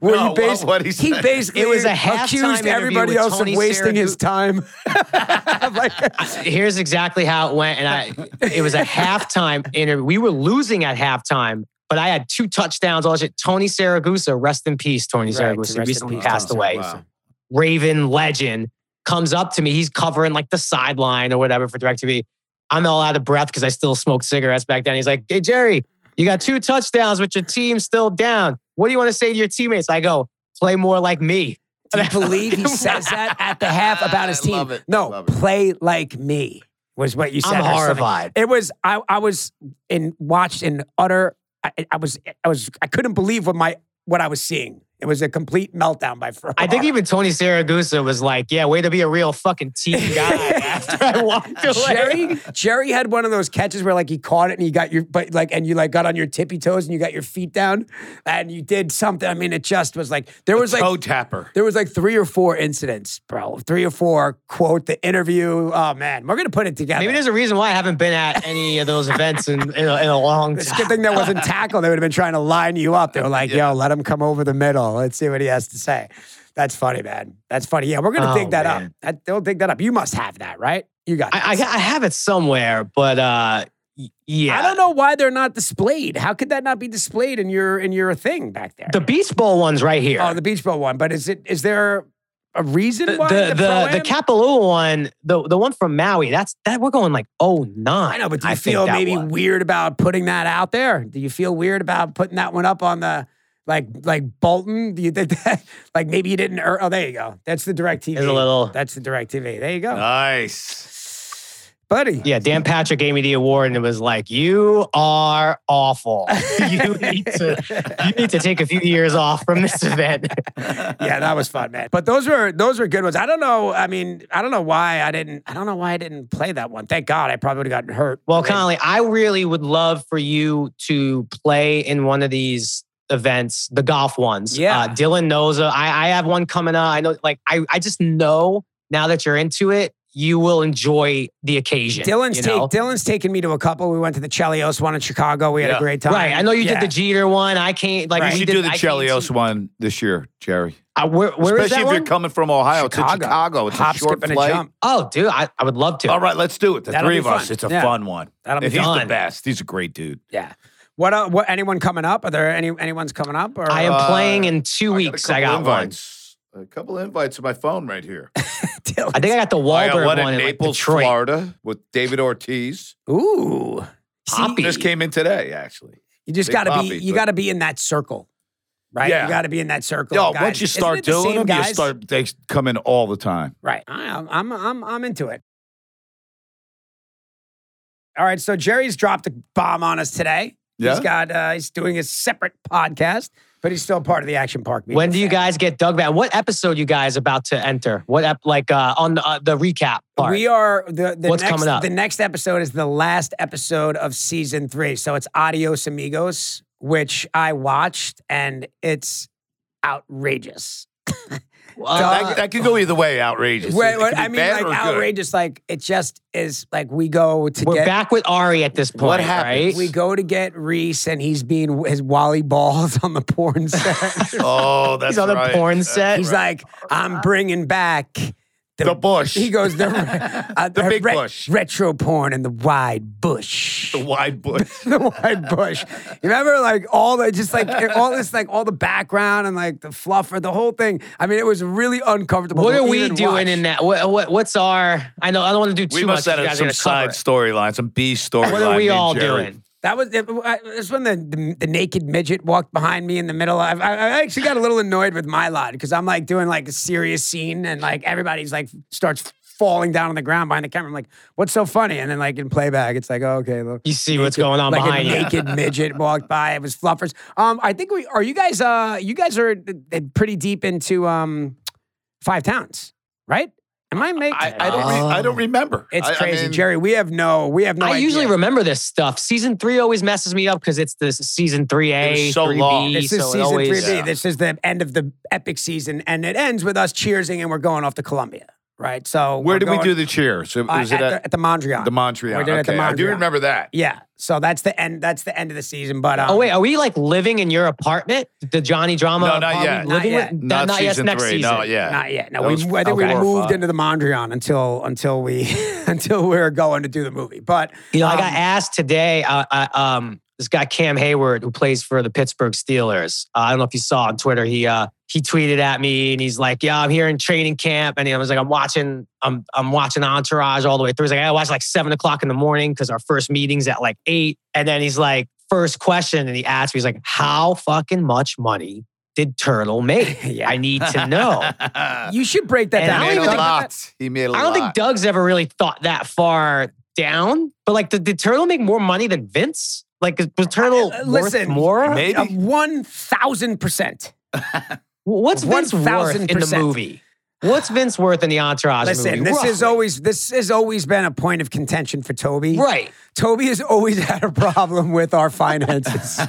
Speaker 4: Where
Speaker 2: No, what-
Speaker 4: basi-
Speaker 2: what'd he
Speaker 4: he,
Speaker 2: say?
Speaker 4: basically
Speaker 5: It was a halftime
Speaker 4: accused
Speaker 5: interview
Speaker 4: everybody
Speaker 5: with
Speaker 4: else
Speaker 5: Tony
Speaker 4: of wasting his time. like,
Speaker 5: here's exactly how it went. And I, it was a halftime interview. We were losing at halftime, but I had two touchdowns. All that shit. Tony Saragusa, rest in peace, Tony
Speaker 4: Right,
Speaker 5: Saragusa,
Speaker 4: rest in
Speaker 5: recently
Speaker 4: peace,
Speaker 5: passed
Speaker 4: Tony
Speaker 5: away.
Speaker 4: Saragusa.
Speaker 5: Raven legend comes up to me. He's covering like the sideline or whatever for DirecTV. I'm all out of breath because I still smoked cigarettes back then. He's like, Hey, Jerry, you got two touchdowns, but your team's still down. What do you want to say to your teammates? I go, play more like me.
Speaker 4: do you believe he says that at the half about his
Speaker 7: I
Speaker 4: team?
Speaker 7: love it.
Speaker 4: No,
Speaker 7: Love it.
Speaker 4: play like me was what you said.
Speaker 5: I'm
Speaker 4: or something.
Speaker 5: horrified.
Speaker 4: It was I, I was in watched in utter I, I was I was I couldn't believe what my what I was seeing. It was a complete meltdown by Ferrara.
Speaker 5: I think even Tony Saragusa was like, "Yeah, way to be a real fucking team guy." after I walked away,
Speaker 4: Jerry Jerry had one of those catches where like he caught it and you got your but like and you like got on your tippy toes and you got your feet down and you did something. I mean, it just was like there was like
Speaker 2: toe Oh, tapper.
Speaker 4: there was like three or four incidents, bro. Three or four quote the interview. Oh man, we're gonna put it together.
Speaker 5: Maybe there's a reason why I haven't been at any of those events in in a, in a long
Speaker 4: It's a
Speaker 5: time.
Speaker 4: good thing that wasn't tackled. They would have been trying to line you up. They were like, yo, let him come over the middle. Let's see what he has to say. That's funny, man. That's funny. Yeah, we're going to
Speaker 5: Oh,
Speaker 4: dig that
Speaker 5: man.
Speaker 4: up. I, they'll dig that up. You must have that, right? You got
Speaker 5: I, I,
Speaker 4: this.
Speaker 5: I have it somewhere, but uh, y- yeah,
Speaker 4: I don't know why they're not displayed. How could that not be displayed in your in your thing back there?
Speaker 5: The Beast Bowl one's right here.
Speaker 4: oh, the beach ball one. But is it is there a reason
Speaker 5: the
Speaker 4: why
Speaker 5: the the,
Speaker 4: Pro-Am?
Speaker 5: the Kapalua one, the the one from Maui. That's that we're going like oh nine.
Speaker 4: I know, but do you
Speaker 5: think
Speaker 4: feel
Speaker 5: that
Speaker 4: maybe
Speaker 5: was.
Speaker 4: weird about putting that out there? Do you feel weird about putting that one up on the like like Bolton? Do you think that like maybe you didn't? ear- oh, there you go. That's the direct TV.
Speaker 5: There's a little- Uh.
Speaker 4: That's the direct TV. There you go,
Speaker 2: Nice.
Speaker 4: buddy.
Speaker 5: Yeah, Dan Patrick gave me the award and it was like, you are awful. you need to you need to take a few years off from this event.
Speaker 4: yeah, that was fun, man. But those were those were good ones. I don't know. I mean, I don't know why I didn't. I don't know why I didn't play that one. Thank God, I probably would have gotten hurt.
Speaker 5: Well, Connolly, I really would love for you to play in one of these events, the golf ones.
Speaker 4: Yeah.
Speaker 5: Uh, Dylan knows. uh, I, I have one coming up. I know, like, I, I just know now that you're into it, you will enjoy the occasion.
Speaker 4: Dylan's
Speaker 5: you know?
Speaker 4: take, Dylan's taken me to a couple. We went to the Chelios one in Chicago. We had a
Speaker 2: Yeah.
Speaker 4: great time.
Speaker 5: Right. I know you
Speaker 4: Yeah.
Speaker 5: did the Jeter one. I can't, like,
Speaker 4: Right.
Speaker 5: we
Speaker 2: You should
Speaker 5: did,
Speaker 2: do the
Speaker 5: I can't see-
Speaker 2: Chelios one this year, Jerry.
Speaker 5: Uh, where where is
Speaker 2: Especially
Speaker 5: that
Speaker 2: if
Speaker 5: one?
Speaker 2: you're coming from Ohio to Chicago. It's
Speaker 4: Hop,
Speaker 2: a short
Speaker 4: skip, and
Speaker 2: flight.
Speaker 4: a jump.
Speaker 5: oh, dude, I, I would love to.
Speaker 2: All right, let's do it. The
Speaker 4: That'll
Speaker 2: three
Speaker 4: be
Speaker 2: of us.
Speaker 4: fun.
Speaker 2: It's a
Speaker 4: Yeah.
Speaker 2: fun one.
Speaker 4: That'll be
Speaker 2: and he's
Speaker 5: fun.
Speaker 2: the best. He's a great dude.
Speaker 4: Yeah. What, uh, what anyone coming up? Are there any anyone's coming up? Or
Speaker 5: I am playing in two
Speaker 2: I got a
Speaker 5: weeks. I
Speaker 2: couple
Speaker 5: got one.
Speaker 2: invites. A couple invites in my phone right here.
Speaker 4: Dylan.
Speaker 5: I think I got the
Speaker 2: I got
Speaker 5: Wahlberg
Speaker 2: one
Speaker 5: one,
Speaker 2: in
Speaker 5: in like,
Speaker 2: Naples,
Speaker 5: Detroit.
Speaker 2: Florida, with David Ortiz.
Speaker 4: Ooh.
Speaker 5: Poppy.
Speaker 2: Just came in today, actually.
Speaker 4: You just
Speaker 2: Big
Speaker 4: gotta be
Speaker 2: Poppy,
Speaker 4: you
Speaker 2: but-
Speaker 4: gotta be in that circle. Right?
Speaker 2: Yeah.
Speaker 4: You gotta be in that circle.
Speaker 2: Yo,
Speaker 4: of guys.
Speaker 2: once you
Speaker 4: Isn't
Speaker 2: start
Speaker 4: it the
Speaker 2: doing
Speaker 4: same
Speaker 2: them,
Speaker 4: guys?
Speaker 2: you start they come in all the time.
Speaker 4: Right. I, I'm I'm I'm I'm into it. All right, so Jerry's dropped a bomb on us today.
Speaker 2: Yeah?
Speaker 4: He's got uh he's doing a separate podcast, but he's still part of the Action Park. Media
Speaker 5: When do you
Speaker 4: family.
Speaker 5: guys get dug back? What episode you guys about to enter? What ep- like uh, on the, uh, the recap part?
Speaker 4: We are the, the
Speaker 5: What's
Speaker 4: next,
Speaker 5: coming up?
Speaker 4: The next episode is the last episode of season three. So it's Adios Amigos, which I watched and it's outrageous.
Speaker 5: Uh,
Speaker 2: that, that could go either way. Outrageous. It
Speaker 4: Wait,
Speaker 2: could
Speaker 4: wait,
Speaker 2: be
Speaker 4: I mean,
Speaker 2: bad
Speaker 4: like
Speaker 2: or good.
Speaker 4: outrageous. Like it just is. Like we go to
Speaker 5: we're
Speaker 4: get
Speaker 5: back with Ari at this point.
Speaker 7: What happens?
Speaker 5: Right?
Speaker 4: we go to get Reese, and he's being his Wally balls on the porn set.
Speaker 2: Oh, that's
Speaker 5: He's on a
Speaker 2: right.
Speaker 5: porn set.
Speaker 4: he's like, I'm bringing back.
Speaker 2: The bush.
Speaker 4: He goes the, uh,
Speaker 2: The big
Speaker 4: re-
Speaker 2: bush.
Speaker 4: retro porn and the wide bush.
Speaker 2: The wide bush.
Speaker 4: the wide bush. You remember, like all the just like eh, all this, like all the background and like the fluffer, the whole thing. I mean, it was really uncomfortable.
Speaker 5: what
Speaker 4: to
Speaker 5: are we
Speaker 4: even
Speaker 5: doing
Speaker 4: watch.
Speaker 5: in that? What, what what's our? I know I don't want to do too
Speaker 2: We must
Speaker 5: much. you
Speaker 2: have
Speaker 5: guys
Speaker 2: some
Speaker 5: are gonna
Speaker 2: side
Speaker 5: cover it.
Speaker 2: storyline, some B storyline.
Speaker 5: What are
Speaker 2: me
Speaker 5: we
Speaker 2: and
Speaker 5: all
Speaker 2: Jerry.
Speaker 5: doing?
Speaker 4: That was it, I- that's when the, the the naked midget walked behind me in the middle. I, I I actually got a little annoyed with my lot because I'm like doing like a serious scene and like everybody's like starts falling down on the ground behind the camera. I'm like, what's so funny? And then like in playback, it's like, oh, okay, look.
Speaker 5: You see what's going on
Speaker 4: like
Speaker 5: behind
Speaker 4: a
Speaker 5: you.
Speaker 4: naked midget walked by. It was fluffers. Um, I think we are you guys. Uh, you guys are uh, pretty deep into um, five towns, right? Am I making?
Speaker 2: I, I don't. Re- I don't remember.
Speaker 4: it's
Speaker 2: I- I
Speaker 4: crazy,
Speaker 2: mean,
Speaker 4: Jerry. We have no. We have no.
Speaker 5: I
Speaker 4: idea.
Speaker 5: usually remember this stuff. Season three always messes me up because it's this season three
Speaker 2: It
Speaker 5: A,
Speaker 2: was so
Speaker 5: three
Speaker 2: long.
Speaker 5: B,
Speaker 4: This
Speaker 5: so
Speaker 4: is
Speaker 5: it
Speaker 4: season
Speaker 5: always.
Speaker 4: three B. This is the end of the epic season, and it ends with us cheersing, and we're going off to Columbia, right? So
Speaker 2: Where
Speaker 4: we're
Speaker 2: did we
Speaker 4: going-
Speaker 2: do the cheers? It-
Speaker 4: uh,
Speaker 2: Was
Speaker 4: at,
Speaker 2: it
Speaker 4: the,
Speaker 2: at
Speaker 4: at the Mondrian?
Speaker 2: the Montreal?
Speaker 4: We did it at the
Speaker 2: Okay, I do
Speaker 4: Mondrian.
Speaker 2: remember that.
Speaker 4: yeah. So that's the end. That's the end of the season. But um,
Speaker 5: Oh wait, are we like living in your apartment? The Johnny Drama?
Speaker 2: No, not
Speaker 5: apartment?
Speaker 2: yet.
Speaker 5: Living
Speaker 4: Not
Speaker 5: with-
Speaker 2: Not,
Speaker 5: not
Speaker 2: season
Speaker 5: yet. Next
Speaker 2: three.
Speaker 5: season.
Speaker 2: No, yeah.
Speaker 4: Not yet. No,
Speaker 2: That
Speaker 4: we,
Speaker 2: was
Speaker 4: I think we
Speaker 2: four or
Speaker 4: moved
Speaker 2: five.
Speaker 4: into the Mondrian until until we until we were going to do the movie. But
Speaker 5: You know, I got
Speaker 4: um,
Speaker 5: asked today. Uh, uh, um, this guy Cam Hayward, who plays for the Pittsburgh Steelers. Uh, I don't know if you saw on Twitter. He uh, he tweeted at me and he's like, "Yeah, I'm here in training camp." And I was like, "I'm watching. I'm I'm watching Entourage all the way through." He's like, "I watch like seven o'clock in the morning because our first meeting's at like eight. And then he's like, first question, and he asked me, he's like, "How fucking much money did Turtle make?
Speaker 4: Yeah.
Speaker 5: I need to know."
Speaker 4: you should break that
Speaker 5: And
Speaker 4: down.
Speaker 5: Oh. I
Speaker 2: he made
Speaker 5: don't
Speaker 2: a
Speaker 5: even think-
Speaker 2: lot. He made a lot.
Speaker 5: I don't think Doug's ever really thought that far down. But like, did, did Turtle make more money than Vince? Like, is- was Turtle
Speaker 4: Uh,
Speaker 5: worth
Speaker 4: listen,
Speaker 5: more?
Speaker 2: maybe-
Speaker 4: Uh, one thousand percent.
Speaker 5: What's Vince worth in the
Speaker 4: 1000%.
Speaker 5: movie? What's Vince worth in the Entourage
Speaker 4: Listen,
Speaker 5: movie?
Speaker 4: this is
Speaker 5: Roughly.
Speaker 4: always this has always been a point of contention for Toby.
Speaker 5: right.
Speaker 4: Toby has always had a problem with our finances.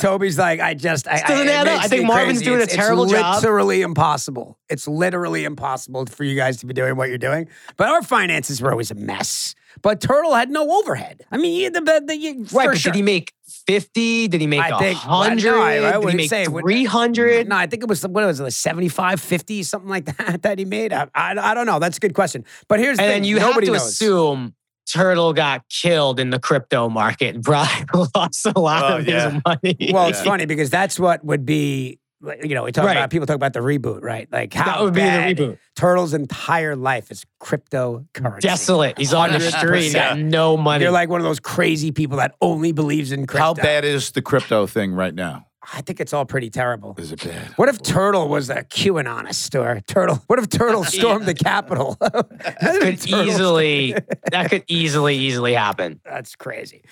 Speaker 4: Toby's like, I just, I,
Speaker 5: doesn't
Speaker 4: I, it
Speaker 5: add up.
Speaker 4: makes
Speaker 5: I think
Speaker 4: me
Speaker 5: Marvin's
Speaker 4: crazy.
Speaker 5: doing a
Speaker 4: It's-
Speaker 5: terrible
Speaker 4: it's
Speaker 5: job.
Speaker 4: Literally impossible. It's literally impossible for you guys to be doing what you're doing. But our finances were always a mess. But Turtle had no overhead. I mean, he had the, the, the
Speaker 5: Right.
Speaker 4: for
Speaker 5: but
Speaker 4: sure.
Speaker 5: did he make 50? Did he make
Speaker 4: I think- well, no, I- I
Speaker 5: 100? did
Speaker 4: wouldn't
Speaker 5: he make
Speaker 4: say it would-
Speaker 5: 300?
Speaker 4: No, I think it was what was it, like 75, 50, something like that that he made. I, I, I don't know. That's a good question. But here's the
Speaker 5: and
Speaker 4: thing.
Speaker 5: then you
Speaker 4: Nobody
Speaker 5: have to
Speaker 4: knows.
Speaker 5: assume Turtle got killed in the crypto market and probably lost a lot
Speaker 2: Oh,
Speaker 5: of
Speaker 2: yeah.
Speaker 5: his money.
Speaker 4: Well, it's
Speaker 2: Yeah.
Speaker 4: funny because that's what would be. like, You know, we talk
Speaker 5: Right.
Speaker 4: about people talk about the reboot, right? Like how
Speaker 5: would be the
Speaker 4: bad
Speaker 5: reboot.
Speaker 4: Turtle's entire life is cryptocurrency.
Speaker 5: desolate. He's on the
Speaker 2: 100%.
Speaker 5: street. He's got no money.
Speaker 4: You're like one of those crazy people that only believes in crypto.
Speaker 2: How bad is the crypto thing right now?
Speaker 4: I think it's all pretty terrible.
Speaker 2: Is it bad?
Speaker 4: What if Turtle was a QAnonist or Turtle? What if Turtle stormed the Capitol?
Speaker 5: could easily that could easily easily happen.
Speaker 4: That's crazy.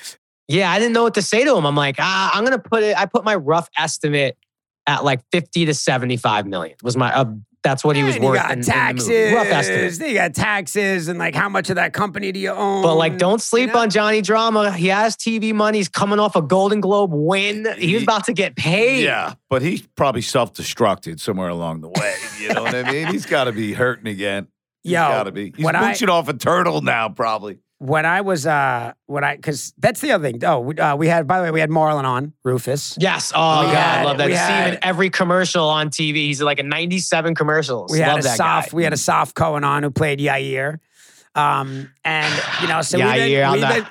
Speaker 5: Yeah, I didn't know what to say to him. I'm like, ah, I'm gonna put it. I put my rough estimate at like 50 to 75 million. Was my uh, that's what he was
Speaker 4: And you
Speaker 5: worth.
Speaker 4: got
Speaker 5: in- in the
Speaker 4: taxes.
Speaker 5: movie. rough estimate.
Speaker 4: Then you got taxes and like how much of that company do you own?
Speaker 5: But like, don't sleep
Speaker 4: Mm, You know?
Speaker 5: on Johnny Drama. He has TV money. He's coming off a Golden Globe win. He was
Speaker 2: He-
Speaker 5: about to get paid.
Speaker 2: Yeah, but he probably self-destructed somewhere along the way. You know what I mean? He's got to be hurting again. He's
Speaker 4: Yo,
Speaker 2: got to be. He's
Speaker 4: when I-
Speaker 2: mooching off a turtle now, probably.
Speaker 4: when I was uh when I because that's the other thing. Oh, we, uh, we had by the way we had Marlon on Rufus.
Speaker 5: Yes. Oh
Speaker 4: We
Speaker 5: God,
Speaker 4: had-
Speaker 5: I love that.
Speaker 4: we
Speaker 5: See him
Speaker 4: had-
Speaker 5: in every commercial on TV. He's in, like a 97 commercials.
Speaker 4: we
Speaker 5: love
Speaker 4: had a
Speaker 5: that
Speaker 4: soft
Speaker 5: guy.
Speaker 4: we had a soft Cohen on who played Yair. Um, and you know so
Speaker 5: Yair, I'm
Speaker 4: we did.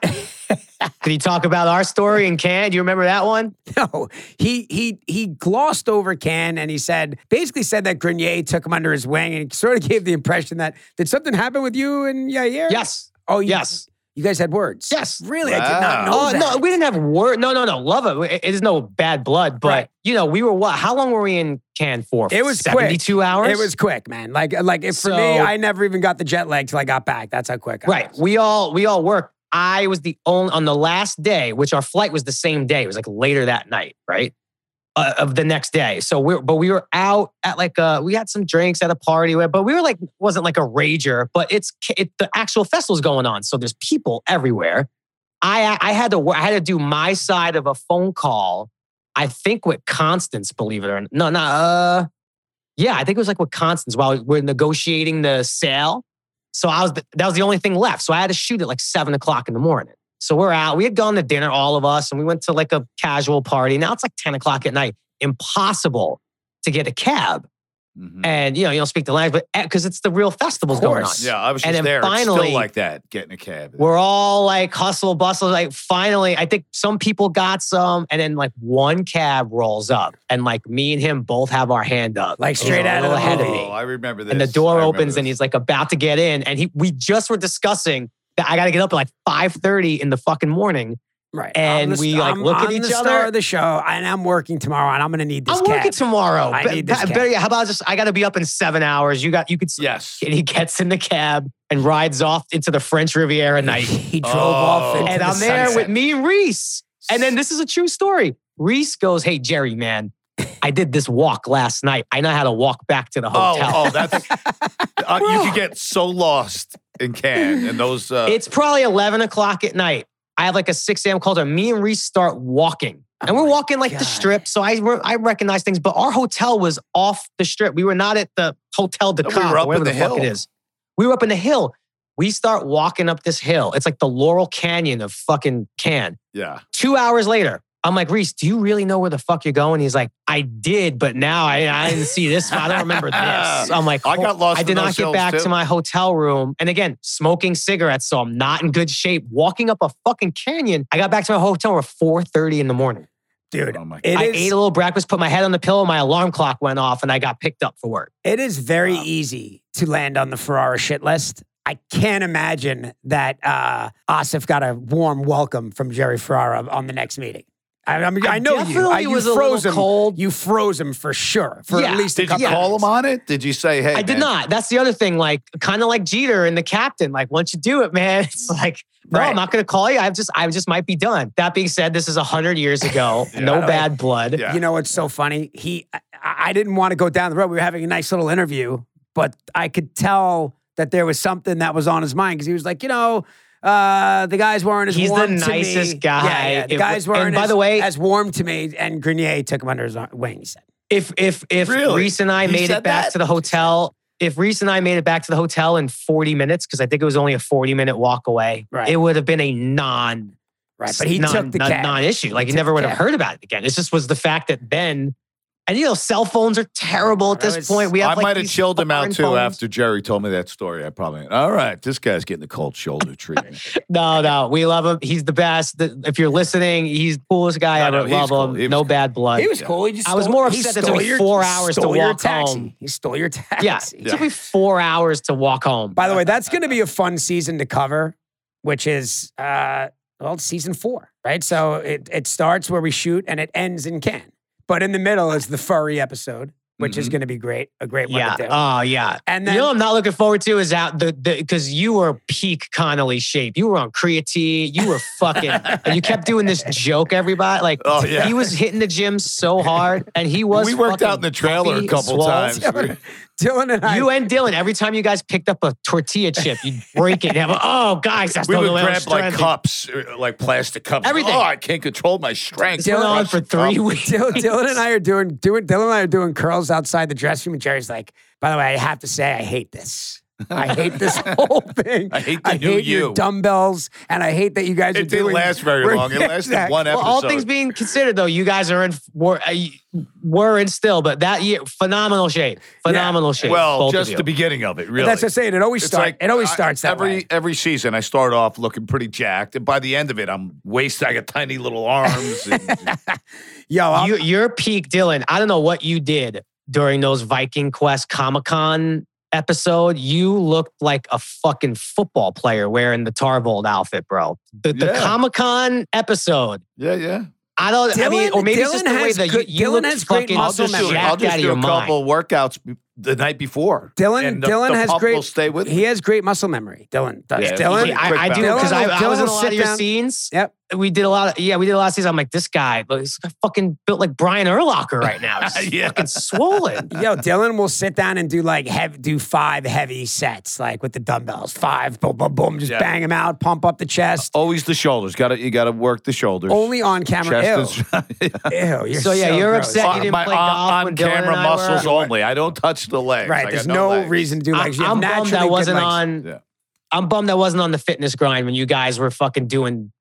Speaker 5: not- Did he talk about our story in Cannes? Do you remember that one?
Speaker 4: No, he he he glossed over Can and he said basically said that Grenier took him under his wing and sort of gave the impression that did something happen with you and Yair?
Speaker 5: Yes.
Speaker 4: Oh, you,
Speaker 5: Yes.
Speaker 4: You guys had words.
Speaker 5: Yes.
Speaker 4: Really, I did not
Speaker 2: Wow.
Speaker 4: know
Speaker 5: Oh
Speaker 4: that.
Speaker 5: no, we didn't have word. No, no, no. Love it. It it is no bad blood, but
Speaker 4: Right.
Speaker 5: you know, we were what? How long were we in Cannes for?
Speaker 4: It was quick.
Speaker 5: seventy-two hours.
Speaker 4: It was quick, man. Like like if for me,
Speaker 5: So-
Speaker 4: I never even got the jet lag till I got back. That's how quick. I
Speaker 5: right.
Speaker 4: was.
Speaker 5: We all we all worked. I was the only on the last day, which our flight was the same day. It was like later that night, right? uh, of the next day. So we are but we were out at like uh we had some drinks at a party, where- but we were like wasn't like a rager, but it's ca- it, the actual festival's going on, so there's people everywhere. I I had to wor- I had to do my side of a phone call. I think with Constance, believe it or not, no, no, uh, yeah, I think it was like with Constance while we're negotiating the sale. So I was the, that was the only thing left. So I had to shoot at like seven o'clock in the morning. So we're out. We had gone to dinner, all of us, and we went to like a casual party. Now it's like ten o'clock at night. Impossible to get a cab,
Speaker 2: Mhm.
Speaker 5: and you know you don't speak the language, but because it's the real festival going on.
Speaker 4: course.
Speaker 2: Yeah, I was
Speaker 5: And
Speaker 2: just
Speaker 5: then
Speaker 2: there. it's
Speaker 5: finally-
Speaker 2: still like that, getting a cab.
Speaker 5: We're all like hustle bustle. Like finally, I think some people got some, and then like one cab rolls up, and like me and him both have our hand up,
Speaker 4: Like
Speaker 5: He's
Speaker 4: straight
Speaker 5: a
Speaker 4: out of
Speaker 5: little
Speaker 4: the
Speaker 5: ahead of
Speaker 4: movie.
Speaker 5: me.
Speaker 2: Oh, I remember this.
Speaker 5: and the door
Speaker 2: I remember
Speaker 5: opens, and
Speaker 2: this.
Speaker 5: he's like about to get in, and he we just were discussing that I got to get up at like five thirty in the fucking morning.
Speaker 4: Right.
Speaker 5: And
Speaker 4: I'm the
Speaker 5: we,
Speaker 4: st-
Speaker 5: like,
Speaker 4: I'm
Speaker 5: look at
Speaker 4: on
Speaker 5: each
Speaker 4: the Star
Speaker 5: other.
Speaker 4: of the show, and I'm working tomorrow, and I'm going to need this
Speaker 5: I'm
Speaker 4: cab.
Speaker 5: working tomorrow.
Speaker 4: I
Speaker 5: Be-
Speaker 4: need this
Speaker 5: be-
Speaker 4: cab.
Speaker 5: Better yet, how about just I got to be up in seven hours? You got you could.
Speaker 2: yes.
Speaker 5: And he gets in the cab and rides off into the French Riviera night.
Speaker 4: He drove
Speaker 2: Oh.
Speaker 4: off, into
Speaker 5: and
Speaker 4: the
Speaker 5: I'm there
Speaker 4: sunset.
Speaker 5: with me and Reese. And then this is a true story. Reese goes, "Hey Jerry, man, I did this walk last night. I know how to walk back to the
Speaker 2: Oh,
Speaker 5: hotel.
Speaker 2: oh, that's uh, you could get so lost in can and those. Uh,
Speaker 5: It's probably eleven o'clock at night. I have like a six a.m. call. to Me and Reese start walking,
Speaker 2: Oh
Speaker 5: and we're walking like
Speaker 4: God.
Speaker 5: the strip. So I re- I recognize things, but our hotel was off the strip. We were not at the hotel de
Speaker 2: No, we
Speaker 5: Cobb,
Speaker 2: were up in
Speaker 5: whatever the,
Speaker 2: the
Speaker 5: fuck it
Speaker 2: hill.
Speaker 5: is. We were up in the hill. We start walking up this hill. It's like the Laurel Canyon of fucking Cannes.
Speaker 2: yeah,
Speaker 5: Two hours later, I'm like, Reese, do you really know where the fuck you're going? He's like, I did, but now I, I didn't see this. I don't remember this. I'm like,
Speaker 2: I got lost
Speaker 5: I did
Speaker 2: in
Speaker 5: not
Speaker 2: those
Speaker 5: get
Speaker 2: hills,
Speaker 5: back
Speaker 2: too.
Speaker 5: to my hotel room. And again, smoking cigarettes, so I'm not in good shape. Walking up a fucking canyon, I got back to my hotel room at 4:30 in the morning.
Speaker 4: dude.
Speaker 2: Oh my
Speaker 4: It
Speaker 5: I
Speaker 4: is-
Speaker 5: ate a little breakfast, put my head on the pillow, my alarm clock went off, and I got picked up for work.
Speaker 4: It is very easy to land on the Ferrara shit list. I can't imagine that uh, Asif got a warm welcome from Jerry Ferrara on the next meeting. I, I, mean, I know you. I,
Speaker 5: definitely
Speaker 4: you
Speaker 5: was a little
Speaker 4: froze him.
Speaker 5: cold.
Speaker 4: You froze him for sure. For
Speaker 5: Yeah.
Speaker 4: at least a
Speaker 2: Did you
Speaker 4: couple.
Speaker 2: call
Speaker 4: minutes.
Speaker 2: him on it? Did you say, "Hey"?
Speaker 5: I did
Speaker 2: man,
Speaker 5: not. That's the other thing. Like, kind of like Jeter and the captain. Like, once you do it, man, it's like, no,
Speaker 4: Right.
Speaker 5: I'm not going to call you. I just, I just might be done. That being said, this is hundred years ago.
Speaker 2: Yeah,
Speaker 5: no
Speaker 2: like-
Speaker 5: bad blood.
Speaker 2: Yeah.
Speaker 4: You know what's so funny? He, I, I didn't want to go down the road. We were having a nice little interview, but I could tell that there was something that was on his mind because he was like, you know, uh, the guys weren't as
Speaker 5: He's the
Speaker 4: warm to
Speaker 5: nicest
Speaker 4: me.
Speaker 5: guy.
Speaker 4: Yeah, yeah, the
Speaker 5: It-
Speaker 4: guys weren't
Speaker 5: and by
Speaker 4: as,
Speaker 5: the way-
Speaker 4: as warm to me. And Grenier took him under his ar- wing. He said,
Speaker 5: If if if
Speaker 2: Really?
Speaker 5: Reese and I
Speaker 2: He
Speaker 5: made it
Speaker 2: said
Speaker 5: back
Speaker 2: that?
Speaker 5: to the hotel, if Reese and I made it back to the hotel in 40 minutes, because I think it was only a 40 minute walk away,
Speaker 4: Right.
Speaker 5: it would have been a non
Speaker 4: right, but he
Speaker 5: non,
Speaker 4: took the
Speaker 5: non,
Speaker 4: cab.
Speaker 5: non-issue. Like
Speaker 4: He
Speaker 5: you
Speaker 4: took
Speaker 5: never
Speaker 4: the
Speaker 5: would have
Speaker 4: cab.
Speaker 5: heard about it again. It just was the fact that then, and you know, cell phones are terrible at
Speaker 4: That
Speaker 5: this
Speaker 4: was-
Speaker 5: point. We have
Speaker 2: I
Speaker 5: like,
Speaker 2: might have
Speaker 5: these
Speaker 2: chilled him out
Speaker 5: foreign
Speaker 2: too
Speaker 5: phones.
Speaker 2: after Jerry told me that story. I probably. All right, this guy's getting the cold shoulder treatment.
Speaker 5: No, no, we love him. He's the best. The- If you're listening, he's the coolest guy
Speaker 2: No, no,
Speaker 5: ever.
Speaker 2: he's
Speaker 5: Love
Speaker 2: cool.
Speaker 5: him.
Speaker 2: He was
Speaker 5: no
Speaker 2: cool.
Speaker 5: bad blood.
Speaker 4: He was cool. He just
Speaker 5: I was
Speaker 4: stole-
Speaker 5: more
Speaker 4: he
Speaker 5: upset that it
Speaker 4: stole
Speaker 5: took me
Speaker 4: your-
Speaker 5: four
Speaker 4: he
Speaker 5: hours to
Speaker 4: stole your
Speaker 5: walk
Speaker 4: taxi.
Speaker 5: home.
Speaker 4: He stole your taxi.
Speaker 5: yeah, it took me four hours to walk home.
Speaker 4: By the way, that's going to be a fun season to cover, which is uh, well, it's season four, right? So it it starts where we shoot and it ends in Cannes, but in the middle is the furry episode, which is
Speaker 2: Mhm.
Speaker 4: going to be great, a great one
Speaker 5: yeah.
Speaker 4: to do.
Speaker 2: uh,
Speaker 5: Oh, yeah.
Speaker 4: and then
Speaker 5: you know, what I'm not looking forward to is out the because you were peak Connolly shape. You were on creatine. You were fucking, and you kept doing this joke. Everybody like,
Speaker 2: Oh, yeah.
Speaker 5: he was hitting the gym so hard, and he was.
Speaker 2: we worked
Speaker 5: fucking
Speaker 2: out in the trailer
Speaker 5: puffy,
Speaker 2: a couple
Speaker 5: swole.
Speaker 2: times.
Speaker 4: Dylan and I,
Speaker 5: You and Dylan, every time you guys picked up a tortilla chip, you'd break it. And have a, oh, guys, that's
Speaker 2: we
Speaker 5: the
Speaker 2: would
Speaker 5: way I'm
Speaker 2: grab like
Speaker 5: stranded."
Speaker 2: cups, uh, like plastic cups.
Speaker 5: Everything.
Speaker 2: Oh, I can't control my strength.
Speaker 5: This went on for
Speaker 2: uh,
Speaker 5: three weeks.
Speaker 4: Dylan, Dylan and I are doing doing Dylan and I are doing curls outside the dressing room. And Jerry's like, by the way, I have to say, I hate this. I hate this whole thing.
Speaker 2: I hate the new
Speaker 4: your
Speaker 2: you."
Speaker 4: dumbbells, and I hate that you guys are
Speaker 2: It didn't
Speaker 4: doing-
Speaker 2: last very
Speaker 4: we're-
Speaker 2: long. It lasted
Speaker 4: Exactly.
Speaker 2: one
Speaker 5: Well,
Speaker 2: episode.
Speaker 5: all things being considered, though, you guys are in were, uh, were in still, but that year, phenomenal shape, phenomenal shape.
Speaker 2: well,
Speaker 5: both of
Speaker 2: just
Speaker 5: you.
Speaker 2: the beginning of it, really.
Speaker 4: That's what I'm saying. It always
Speaker 2: It's
Speaker 4: starts.
Speaker 2: like
Speaker 4: it always
Speaker 2: I-
Speaker 4: starts that
Speaker 2: every
Speaker 4: way.
Speaker 2: every season. I start off looking pretty jacked, and by the end of it, I'm wasted. I got tiny little arms. and-
Speaker 4: Yo, I'm-
Speaker 5: you, your peak, Dylan. I don't know what you did during those Viking Quest Comic Con episode. You looked like a fucking football player wearing the Tarvold outfit, bro. The, the
Speaker 2: Yeah.
Speaker 5: Comic Con episode.
Speaker 2: yeah, yeah.
Speaker 5: I don't. I mean,
Speaker 4: Dylan-
Speaker 5: or maybe it's
Speaker 4: Dylan
Speaker 5: just the way
Speaker 4: has
Speaker 5: that
Speaker 4: good-
Speaker 5: you, you
Speaker 4: Dylan
Speaker 5: look
Speaker 4: has great
Speaker 5: fucking
Speaker 2: I'll
Speaker 4: muscle
Speaker 2: just do,
Speaker 4: mass.
Speaker 5: jacked
Speaker 2: I'll just
Speaker 5: out of
Speaker 2: do
Speaker 5: your
Speaker 2: a
Speaker 5: mind.
Speaker 2: couple workouts b- the night before.
Speaker 4: Dylan,
Speaker 2: And the-
Speaker 4: Dylan
Speaker 2: the
Speaker 4: has
Speaker 2: pump
Speaker 4: great.
Speaker 2: Will stay with.
Speaker 4: He has great muscle memory. Dylan does.
Speaker 2: Yeah,
Speaker 4: Dylan,
Speaker 2: he-
Speaker 5: I,
Speaker 2: quick
Speaker 5: I do
Speaker 4: balance.
Speaker 5: because I,
Speaker 4: Dylan
Speaker 5: I was in a
Speaker 4: will
Speaker 5: lot
Speaker 4: sit
Speaker 5: of your
Speaker 4: down.
Speaker 5: scenes.
Speaker 4: Yep.
Speaker 5: We did a lot of yeah, we did a lot of scenes. I'm like, this guy, but he's fucking built like Brian Urlacher right now. He's
Speaker 2: Yeah.
Speaker 5: fucking swollen.
Speaker 4: yo, Dylan will sit down and do like heavy, do five heavy sets, like with the dumbbells, five, boom, boom, boom, just
Speaker 2: Yeah.
Speaker 4: bang them out, pump up the chest.
Speaker 2: Always the shoulders. Got to you. Got to work the shoulders.
Speaker 4: Only on camera.
Speaker 2: Chest is,
Speaker 4: Ew, ew. You're
Speaker 5: So, yeah, you're
Speaker 4: gross.
Speaker 5: upset you didn't
Speaker 2: Uh, my
Speaker 5: play golf
Speaker 2: on,
Speaker 5: when
Speaker 2: on
Speaker 5: Dylan
Speaker 2: camera
Speaker 5: and I were-
Speaker 2: muscles only. I don't touch the legs. I
Speaker 4: Right.
Speaker 2: got
Speaker 4: There's no
Speaker 2: legs.
Speaker 4: reason to do
Speaker 5: I,
Speaker 4: legs. You have
Speaker 5: am bummed
Speaker 4: naturally
Speaker 5: I
Speaker 4: good
Speaker 5: wasn't
Speaker 4: legs.
Speaker 5: on.
Speaker 2: Yeah.
Speaker 5: I'm bummed I wasn't on the fitness grind when you guys were fucking doing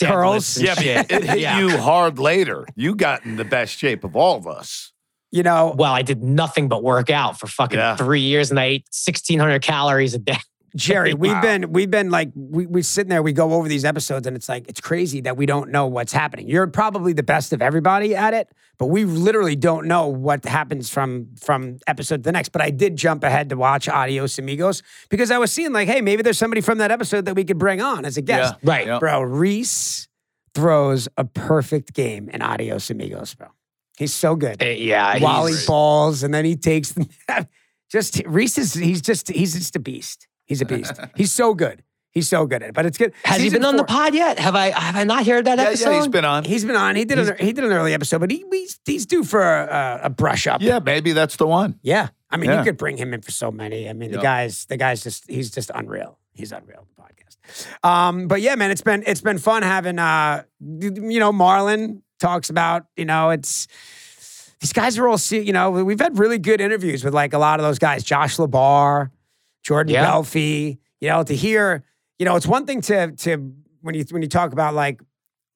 Speaker 5: deadlifts
Speaker 4: Curls?
Speaker 5: and
Speaker 2: Yeah, but
Speaker 5: shit.
Speaker 2: it hit
Speaker 5: Yeah.
Speaker 2: you hard later. You got in the best shape of all of us.
Speaker 4: You know,
Speaker 5: Well, I did nothing but work out for fucking
Speaker 2: Yeah.
Speaker 5: three years, and I ate 1,600 calories a day.
Speaker 4: Jerry, we've
Speaker 5: Wow.
Speaker 4: been we've been like we we sitting there, we go over these episodes, and it's like it's crazy that we don't know what's happening. You're probably the best of everybody at it, but we literally don't know what happens from from episode to the next. But I did jump ahead to watch Adios Amigos because I was seeing like, hey, maybe there's somebody from that episode that we could bring on as a guest.
Speaker 2: Yeah.
Speaker 5: Right.
Speaker 2: Yeah.
Speaker 4: Bro, Reese throws a perfect game in Adios Amigos, bro. He's so good.
Speaker 5: Uh, yeah.
Speaker 4: Wally
Speaker 5: he's-
Speaker 4: balls, and then he takes the just Reese is he's just he's just a beast. He's a beast. he's so good. He's so good at it. But it's good.
Speaker 5: Has he
Speaker 4: Season
Speaker 5: been on the
Speaker 4: four-
Speaker 5: pod yet? Have I have I not heard that
Speaker 2: Yeah,
Speaker 5: episode?
Speaker 2: yeah, he's been on.
Speaker 4: He's been on. He did an, he did an early episode, but he he's, he's due for a, a brush up.
Speaker 2: Yeah, maybe that's the one.
Speaker 4: Yeah. I mean, you
Speaker 2: Yeah.
Speaker 4: could bring him in for so many. I mean, the
Speaker 2: Yeah.
Speaker 4: guys, the guys just he's just unreal. He's unreal the podcast. Um, but yeah, man, it's been it's been fun having uh you know, Marlon talks about, you know, it's these guys are all se- you know, we've had really good interviews with like a lot of those guys, Josh LeBar, Jordan
Speaker 5: Yeah.
Speaker 4: Belfi, you know, to hear, you know, it's one thing to to when you when you talk about like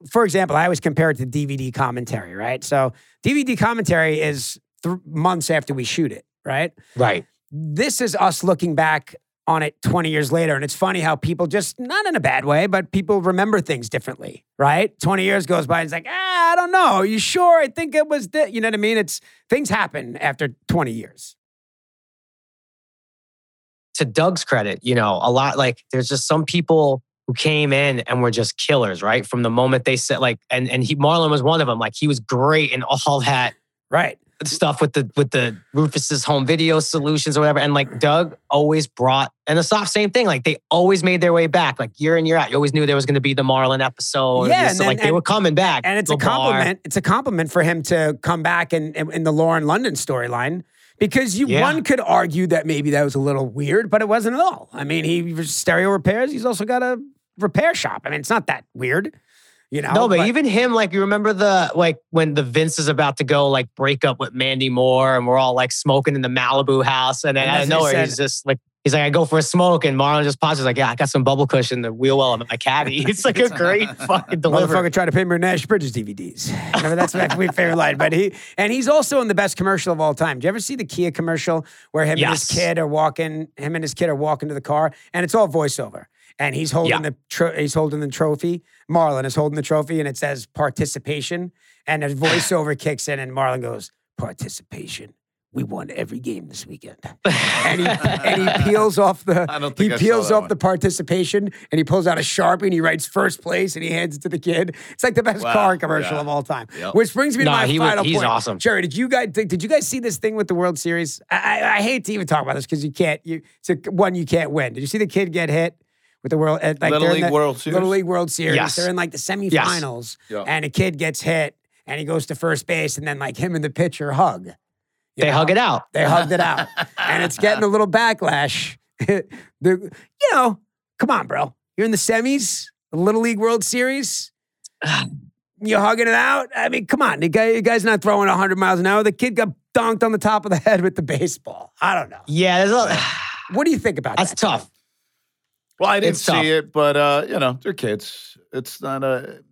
Speaker 4: for example, I always compare it to DVD commentary, right? So DVD commentary is th- months after we shoot it, right?
Speaker 5: right.
Speaker 4: This is us looking back on it 20 years later. And it's funny how people just, not in a bad way, but people remember things differently, right? 20 years goes by and it's like, ah, I don't know. you sure? I think it was this. You know what I mean? It's things happen after 20 years.
Speaker 5: To Doug's credit, you know, a lot like there's just some people who came in and were just killers, right? From the moment they said like and and he Marlon was one of them. Like he was great in all that
Speaker 4: Right.
Speaker 5: stuff with the with the Rufus's home video solutions or whatever. And like Doug always brought and the soft same thing. Like they always made their way back, like year in year out. You always knew there was going to be the Marlon episode.
Speaker 4: Yeah,
Speaker 5: Yeah,
Speaker 4: and
Speaker 5: so like
Speaker 4: then-
Speaker 5: they were
Speaker 4: and-
Speaker 5: coming back.
Speaker 4: And it's a
Speaker 5: LeBar.
Speaker 4: compliment. It's a compliment for him to come back in, in, in the Lauren London storyline because you
Speaker 5: Yeah.
Speaker 4: one could argue that maybe that was a little weird, but it wasn't at all. I mean, he was stereo repairs. He's also got a repair shop. I mean, it's not that weird, you know.
Speaker 5: No, but, even him, like you remember the like when the Vince is about to go like break up with Mandy Moore, and we're all like smoking in the Malibu house, and then
Speaker 4: And
Speaker 5: out
Speaker 4: as
Speaker 5: of
Speaker 4: he
Speaker 5: nowhere
Speaker 4: said-
Speaker 5: he's just like he's like I go for a smoke, and Marlon just pauses like Yeah, I got some bubble cushion to wheel well in my caddy. It's like a great fucking delivery.
Speaker 4: motherfucker tried to pay me Nash Bridges DVDs. Remember, that's my favorite line. But he and he's also in the best commercial of all time. Do you ever see the Kia commercial where him and his
Speaker 5: Yes.
Speaker 4: kid are walking? Him and his kid are walking to the car, and it's all voiceover. And he's holding
Speaker 5: Yeah.
Speaker 4: the tro- he's holding the trophy. Marlon is holding the trophy, and it says participation. And a voiceover kicks in, and Marlon goes participation. We won every game this weekend, and he, and he peels off the
Speaker 2: I don't
Speaker 4: he
Speaker 2: think I saw
Speaker 4: peels
Speaker 2: that
Speaker 4: off
Speaker 2: one.
Speaker 4: the participation and he pulls out a sharpie and he writes first place and he hands it to the kid. It's like the best
Speaker 2: Wow,
Speaker 4: car commercial
Speaker 2: yeah.
Speaker 4: of all time.
Speaker 2: Yep.
Speaker 4: Which brings me to
Speaker 5: Nah,
Speaker 4: my
Speaker 5: he was-
Speaker 4: final
Speaker 5: he's
Speaker 4: point.
Speaker 5: awesome.
Speaker 4: Jerry, did you guys did, did you guys see this thing with the World Series? I, I, I hate to even talk about this because you can't. You it's a, one you can't win. Did you see the kid get hit with the world? At, like
Speaker 2: Little
Speaker 4: they're in
Speaker 2: League
Speaker 4: the,
Speaker 2: World Series?
Speaker 4: Little League World Series.
Speaker 5: Yes.
Speaker 4: They're in like the semifinals,
Speaker 2: Yep.
Speaker 4: and a kid gets hit and he goes to first base, and then like him and the pitcher hug.
Speaker 5: They hug it out.
Speaker 4: They hugged it out, and it's getting a little backlash. the, you know, come on, bro. You're in the semis, the Little League World Series. You're hugging it out. I mean, come on. The guy, the guy's not throwing 100 miles an hour. The kid got dunked on the top of the head with the baseball. I don't know.
Speaker 5: Yeah, there's a,
Speaker 4: What do you think about
Speaker 5: that's
Speaker 4: that?
Speaker 5: tough.
Speaker 2: Well, I didn't
Speaker 5: It's
Speaker 2: see
Speaker 5: tough.
Speaker 2: it, but uh, you know, they're kids. It's not a.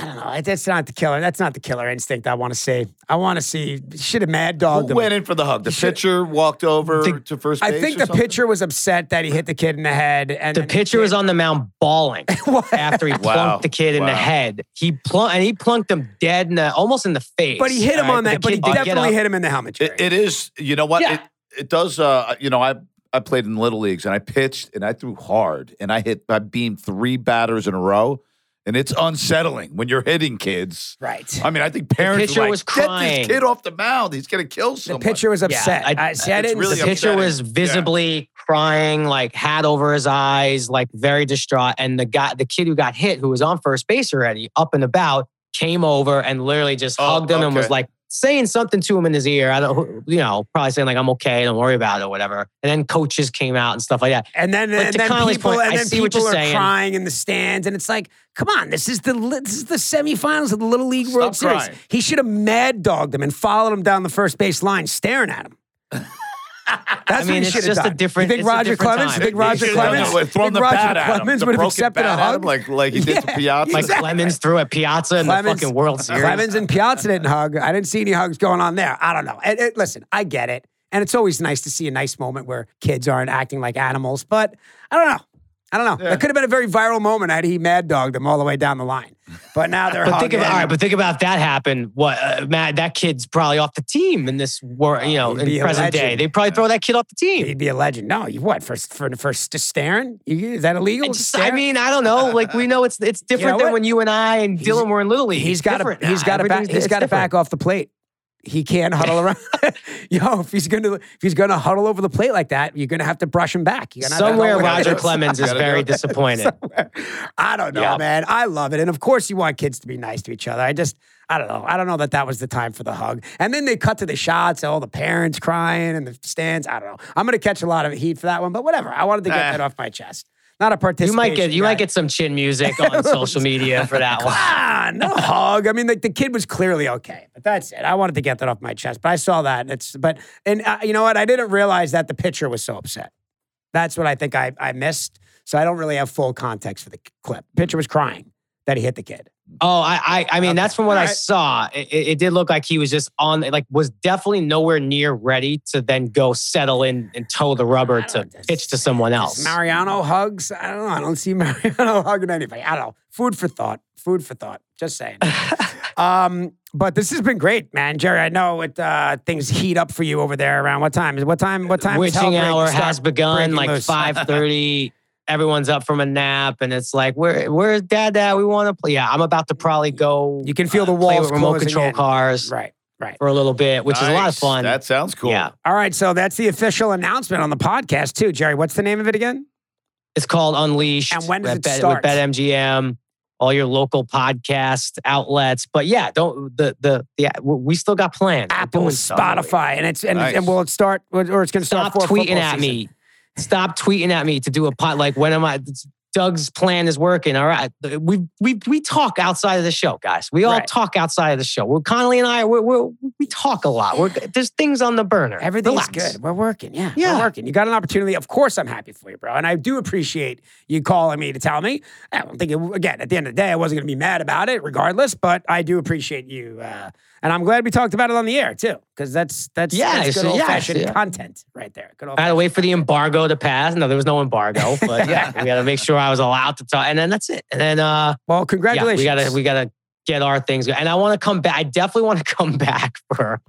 Speaker 4: I don't know. That's not the killer. That's not the killer instinct. I want to see. I want to see. Should have mad dogged
Speaker 2: Who
Speaker 4: him.
Speaker 2: went in for the hug? The
Speaker 4: should-
Speaker 2: pitcher walked over
Speaker 5: The-
Speaker 2: to first base.
Speaker 4: I think
Speaker 2: or
Speaker 4: the
Speaker 2: something?
Speaker 4: pitcher was upset that he hit the kid in the head, and
Speaker 5: The
Speaker 4: then
Speaker 5: pitcher
Speaker 4: kid-
Speaker 5: was on the mound bawling after he plunked
Speaker 2: Wow.
Speaker 5: the kid in the
Speaker 2: Wow.
Speaker 5: head. He plunk and he plunked him dead in the almost in the face.
Speaker 4: But he hit him
Speaker 5: All right,
Speaker 4: on
Speaker 5: the
Speaker 4: that. But he
Speaker 5: kid did get
Speaker 4: definitely
Speaker 5: up.
Speaker 4: hit him in the helmet. Jerry.
Speaker 2: It, it is. You know what?
Speaker 5: Yeah.
Speaker 2: It, it does. Uh, you know, I I played in little leagues and I pitched and I threw hard and I hit. I beamed three batters in a row, and it's unsettling when you're hitting kids.
Speaker 4: Right.
Speaker 2: I mean, I think parents
Speaker 5: pitcher
Speaker 2: are like,
Speaker 5: was
Speaker 2: get
Speaker 5: crying."
Speaker 2: this kid off the mound. He's gonna kill
Speaker 4: The
Speaker 2: someone.
Speaker 4: pitcher was upset. I,
Speaker 5: I-
Speaker 4: see, I
Speaker 2: it's
Speaker 4: didn't.
Speaker 2: really
Speaker 5: the pitcher
Speaker 2: upsetting.
Speaker 5: was visibly crying, like hat over his eyes, like very distraught. And the guy, the kid who got hit, who was on first base already, up and about, came over and literally just
Speaker 2: Oh,
Speaker 5: hugged him and was
Speaker 2: okay.
Speaker 5: like saying something to him in his ear. I don't, you know, probably saying like I'm okay, don't worry about it, or whatever. And then coaches came out and stuff like that.
Speaker 4: And then,
Speaker 5: But
Speaker 4: and
Speaker 5: to
Speaker 4: then
Speaker 5: Connolly's
Speaker 4: people,
Speaker 5: point,
Speaker 4: and
Speaker 5: I
Speaker 4: then
Speaker 5: see what
Speaker 4: people
Speaker 5: you're
Speaker 4: are
Speaker 5: saying.
Speaker 4: crying in the stands, and it's like, come on, this is the li- this is the semifinals of the Little League
Speaker 2: Stop
Speaker 4: World Series.
Speaker 2: crying.
Speaker 4: He should have mad dogged him and followed him down the first base line, staring at him. That's
Speaker 5: mean,
Speaker 4: what he
Speaker 5: it's
Speaker 4: should have
Speaker 5: just a
Speaker 4: done.
Speaker 5: different-
Speaker 4: You think
Speaker 5: it's a
Speaker 4: Roger
Speaker 5: different
Speaker 4: Clemens?
Speaker 5: time.
Speaker 4: You think
Speaker 5: They
Speaker 4: Roger
Speaker 5: should've
Speaker 2: Should've done
Speaker 4: Clemens?
Speaker 2: that. Thrown
Speaker 4: think
Speaker 2: the
Speaker 4: Roger
Speaker 2: bat at him,
Speaker 4: Clemens
Speaker 2: the
Speaker 4: would have
Speaker 2: broken
Speaker 4: accepted a
Speaker 2: bat at him,
Speaker 4: hug?
Speaker 2: like like he did to
Speaker 4: Yeah,
Speaker 2: Piazza.
Speaker 5: Like
Speaker 4: Exactly.
Speaker 5: Clemens threw at Piazza in
Speaker 4: Clemens-
Speaker 5: the fucking World Series.
Speaker 4: Clemens and Piazza didn't hug. I didn't see any hugs going on there. I don't know. And- and listen, I get it. And it's always nice to see a nice moment where kids aren't acting like animals, but I don't know. I don't know. That could have been a very viral moment had he mad dogged them all the way down the line. But now they're
Speaker 5: But
Speaker 4: hugging.
Speaker 5: think about all right. But think about that happened. What uh, Matt? That kid's probably off the team in this war. You know,
Speaker 4: He'd be
Speaker 5: in
Speaker 4: a
Speaker 5: present day,
Speaker 4: legend.
Speaker 5: they probably throw that kid off the team.
Speaker 4: He'd be a legend. No, you what? For for for just staring? You, is that illegal?
Speaker 5: I,
Speaker 4: to
Speaker 5: just-
Speaker 4: stare?
Speaker 5: I mean, I don't know. Like we know it's it's different
Speaker 4: know
Speaker 5: than
Speaker 4: what?
Speaker 5: when you and I and
Speaker 4: He's-
Speaker 5: Dylan were in Little League.
Speaker 4: he's got to he's got to back he's got to
Speaker 5: to
Speaker 4: back off the plate. He can't huddle around. Yo, if he's gonna if he's gonna huddle over the plate like that, you're gonna have to brush him back. You're gonna have to
Speaker 5: Somewhere
Speaker 4: know where it
Speaker 5: Roger
Speaker 4: is.
Speaker 5: Clemens is
Speaker 2: Gotta do
Speaker 5: very
Speaker 2: it.
Speaker 5: disappointed.
Speaker 4: I don't know,
Speaker 5: Yeah.
Speaker 4: man. I love it. And of course, you want kids to be nice to each other. I just, I don't know. I don't know that that was the time for the hug. And then they cut to the shots, all the parents crying and the stands. I don't know. I'm going to catch a lot of heat for that one, but whatever. I wanted to get
Speaker 5: Eh.
Speaker 2: Nah.
Speaker 4: that off my chest. Not a participation.
Speaker 5: You might get you might
Speaker 4: guy.
Speaker 5: get some chin music on social media for that one.
Speaker 4: Ah, no hug. I mean, like the kid was clearly okay, but that's it. I wanted to get that off my chest, but I saw that. and It's but and uh, you know what? I didn't realize that the pitcher was so upset. That's what I think I I missed. So I don't really have full context for the clip. Pitcher was crying that he hit the kid.
Speaker 5: Oh, I I, I mean that's from what I
Speaker 4: Alright.
Speaker 5: saw. It, it it did look like he was just on like was definitely nowhere near ready to then go settle in and toe the rubber
Speaker 4: I
Speaker 5: to
Speaker 4: don't-
Speaker 5: pitch to someone else.
Speaker 4: Mariano hugs. I don't know. I don't see Mariano hugging anybody. I don't know. Food for thought. Food for thought. Just saying. um, but this has been great, man, Jerry. I know it. Uh, things heat up for you over there. Around what time? What time? What time? does
Speaker 5: Witching
Speaker 4: Hellbreak
Speaker 5: hour
Speaker 4: start
Speaker 5: has begun,
Speaker 4: breaking
Speaker 5: like
Speaker 4: loose?
Speaker 5: five thirty. Everyone's up from a nap, and it's like, where, where's Dad? At? We want to play. Yeah, I'm about to probably go. uh,
Speaker 4: You can feel the
Speaker 5: play
Speaker 4: walls
Speaker 5: with remote
Speaker 4: closing
Speaker 5: control
Speaker 4: in.
Speaker 5: cars
Speaker 4: Right, right.
Speaker 5: for a little bit, which is a lot of
Speaker 2: Nice.
Speaker 5: fun.
Speaker 2: That sounds cool.
Speaker 5: Yeah,
Speaker 4: All right, so that's the official announcement on the podcast too, Jerry. What's the name of it again?
Speaker 5: it's called Unleashed.
Speaker 4: And when does
Speaker 5: with
Speaker 4: it
Speaker 5: Bet-
Speaker 4: start?
Speaker 5: With BetMGM, all your local podcast outlets. But yeah, don't the the the we still got plans. We're
Speaker 4: Apple,
Speaker 5: doing something.
Speaker 4: Spotify, and it's and,
Speaker 2: Nice.
Speaker 4: and will it start or it's going to start?
Speaker 5: Stop
Speaker 4: for football
Speaker 5: tweeting at
Speaker 4: season?
Speaker 5: me. Stop tweeting at me to do a pot. Like when am I? Doug's plan is working. All right, we we we talk outside of the show, guys. We all
Speaker 4: Right.
Speaker 5: talk outside of the show. We're Connolly and I. We're, we're, we talk a lot. We're, there's things on the burner.
Speaker 4: Everything's
Speaker 5: Relax.
Speaker 4: good. We're working. Yeah,
Speaker 5: Yeah.
Speaker 4: We're working. You got an opportunity. Of course, I'm happy for you, bro. And I do appreciate you calling me to tell me. I don't think, it, again, at the end of the day, I wasn't going to be mad about it regardless, but I do appreciate you. Uh, and I'm glad we talked about it on the air too, because that's, that's,
Speaker 5: Yeah,
Speaker 4: that's
Speaker 5: it's-
Speaker 4: good
Speaker 5: yeah,
Speaker 4: old
Speaker 5: it's-
Speaker 4: fashioned
Speaker 5: yeah.
Speaker 4: content right there. Good old
Speaker 5: I had to wait for the embargo to pass. No, there was no embargo, but yeah, we got to make sure I was allowed to talk. And then that's it. And then uh,
Speaker 4: Well,
Speaker 5: yeah,
Speaker 4: congratulations.
Speaker 5: we gotta we gotta get our things. And I want to come back. I definitely want to come back for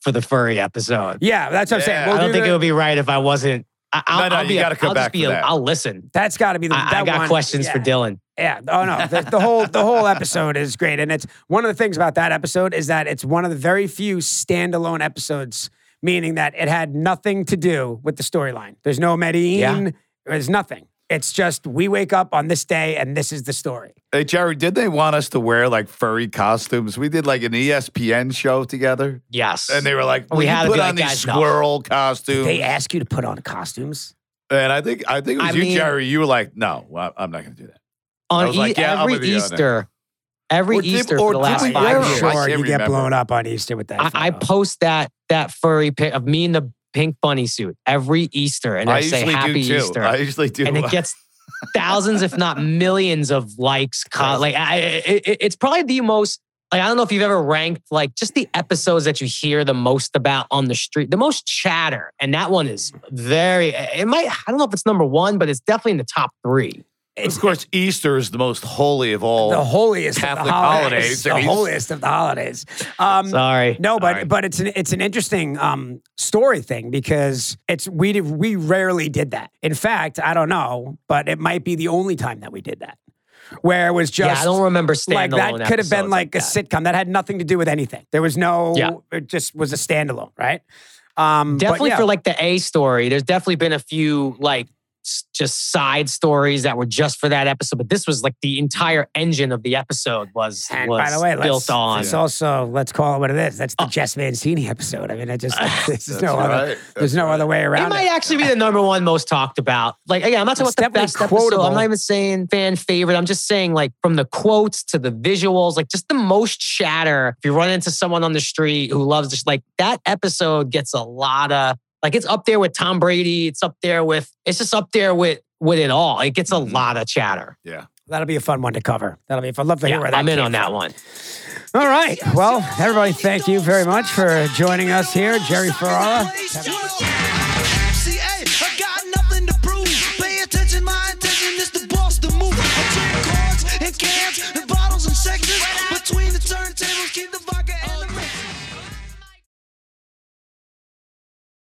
Speaker 5: for the furry episode.
Speaker 4: Yeah, that's what I'm saying.
Speaker 2: Yeah.
Speaker 4: We'll
Speaker 5: I don't
Speaker 4: do
Speaker 5: think
Speaker 4: the-
Speaker 5: it would be right if I wasn't. I, I'll,
Speaker 2: uh, No, no,
Speaker 5: I'll
Speaker 2: you
Speaker 5: be.
Speaker 2: gotta
Speaker 5: got
Speaker 2: come
Speaker 5: I'll
Speaker 2: back
Speaker 5: just be.
Speaker 2: for
Speaker 5: a-
Speaker 2: that.
Speaker 5: I'll listen.
Speaker 4: that's got to be the.
Speaker 5: I, I
Speaker 4: that
Speaker 5: got
Speaker 4: one-
Speaker 5: questions for
Speaker 4: yeah.
Speaker 5: Dylan.
Speaker 4: Yeah. Oh no, the, the whole the whole episode is great, and it's one of the things about that episode is that it's one of the very few standalone episodes, meaning that it had nothing to do with the storyline. There's no Medellin.
Speaker 5: Yeah.
Speaker 4: There's nothing. It's just we wake up on this day, and this is the story.
Speaker 2: Hey Jerry, did they want us to wear like furry costumes? We did like an E ESPN show together,
Speaker 5: Yes.
Speaker 2: and they were like,
Speaker 5: We
Speaker 2: "Will you
Speaker 5: had to
Speaker 2: put
Speaker 5: be
Speaker 2: on
Speaker 5: like,
Speaker 2: these
Speaker 5: "Guys, no."
Speaker 2: squirrel costumes."
Speaker 4: They ask you to put on costumes.
Speaker 2: and I think I think it was
Speaker 5: I
Speaker 2: you,
Speaker 5: mean-
Speaker 2: Jerry. You were like, "No, I- I'm not going to do that." I
Speaker 5: on
Speaker 2: was
Speaker 5: e-
Speaker 2: like, yeah, I'm
Speaker 5: every
Speaker 2: gonna be on it.
Speaker 5: Easter. Every
Speaker 2: Or did-
Speaker 5: Easter
Speaker 2: or
Speaker 5: for the
Speaker 2: did
Speaker 5: last
Speaker 2: we
Speaker 5: five
Speaker 2: wear
Speaker 4: I'm
Speaker 2: it?
Speaker 5: years.
Speaker 4: sure
Speaker 2: I can't
Speaker 4: you get
Speaker 2: remember.
Speaker 4: blown up on Easter with that.
Speaker 5: I, I
Speaker 4: photo.
Speaker 5: post that that furry pic of me in the pink bunny suit every Easter, and I,
Speaker 2: I
Speaker 5: say
Speaker 2: usually
Speaker 5: Happy
Speaker 2: do too.
Speaker 5: Easter,
Speaker 2: I usually do. uh,
Speaker 5: and it gets thousands, if not millions, of likes. Com- like I, it, it- it's probably the most. Like I don't know if you've ever ranked like just the episodes that you hear the most about on the street, the most chatter, and that one is very. It might I don't know if it's number one, but it's definitely in the top three.
Speaker 2: of course, Easter is the most holy of all.
Speaker 4: the holiest of
Speaker 2: Catholic
Speaker 4: the holidays.
Speaker 2: holidays. I
Speaker 4: The
Speaker 2: mean-
Speaker 4: holiest of the holidays. Um,
Speaker 5: Sorry.
Speaker 4: No, but
Speaker 2: Sorry.
Speaker 4: but it's an it's an interesting um, story thing because it's we did, we rarely did that. In fact, I don't know, but it might be the only time that we did that. where it was just
Speaker 5: yeah, I don't remember standalone.
Speaker 4: like that could have
Speaker 5: episodes
Speaker 4: been like a
Speaker 5: that.
Speaker 4: sitcom that had nothing to do with anything. There was no,
Speaker 5: Yeah.
Speaker 4: it just was a standalone, right? Um, but
Speaker 5: definitely
Speaker 4: yeah,
Speaker 5: for like the A story. There's definitely been a few like s- just side stories that were just for that episode, but this was like the entire engine of the episode was,
Speaker 4: And
Speaker 5: was
Speaker 4: by the way,
Speaker 5: built
Speaker 4: let's,
Speaker 5: on. Uh.
Speaker 4: It's also let's call it what it is. That's the Jess Mancini episode. I mean, I just this is no other.
Speaker 2: right.
Speaker 4: There's no other way
Speaker 5: It
Speaker 4: around.
Speaker 5: might
Speaker 4: it.
Speaker 5: actually be the number one most talked about. Like again, I'm not talking
Speaker 4: It's
Speaker 5: about the
Speaker 4: definitely
Speaker 5: best episode.
Speaker 4: quotable.
Speaker 5: I'm not even saying fan favorite. I'm just saying like from the quotes to the visuals, like just the most chatter. If you run into someone on the street who loves this, like that episode gets a lot of like it's up there with Tom Brady. It's up there with it's just up there with with it all. It gets a
Speaker 4: Mm-hmm.
Speaker 2: Mhm.
Speaker 5: lot of chatter.
Speaker 4: That'll be a fun one to cover. That'll be. I'd love to hear
Speaker 5: Yeah,
Speaker 4: where that
Speaker 5: I'm in
Speaker 4: came
Speaker 5: on that one.
Speaker 4: All right. Well, everybody, thank you very much for joining us here. Jerry Ferrara,
Speaker 3: Kevin.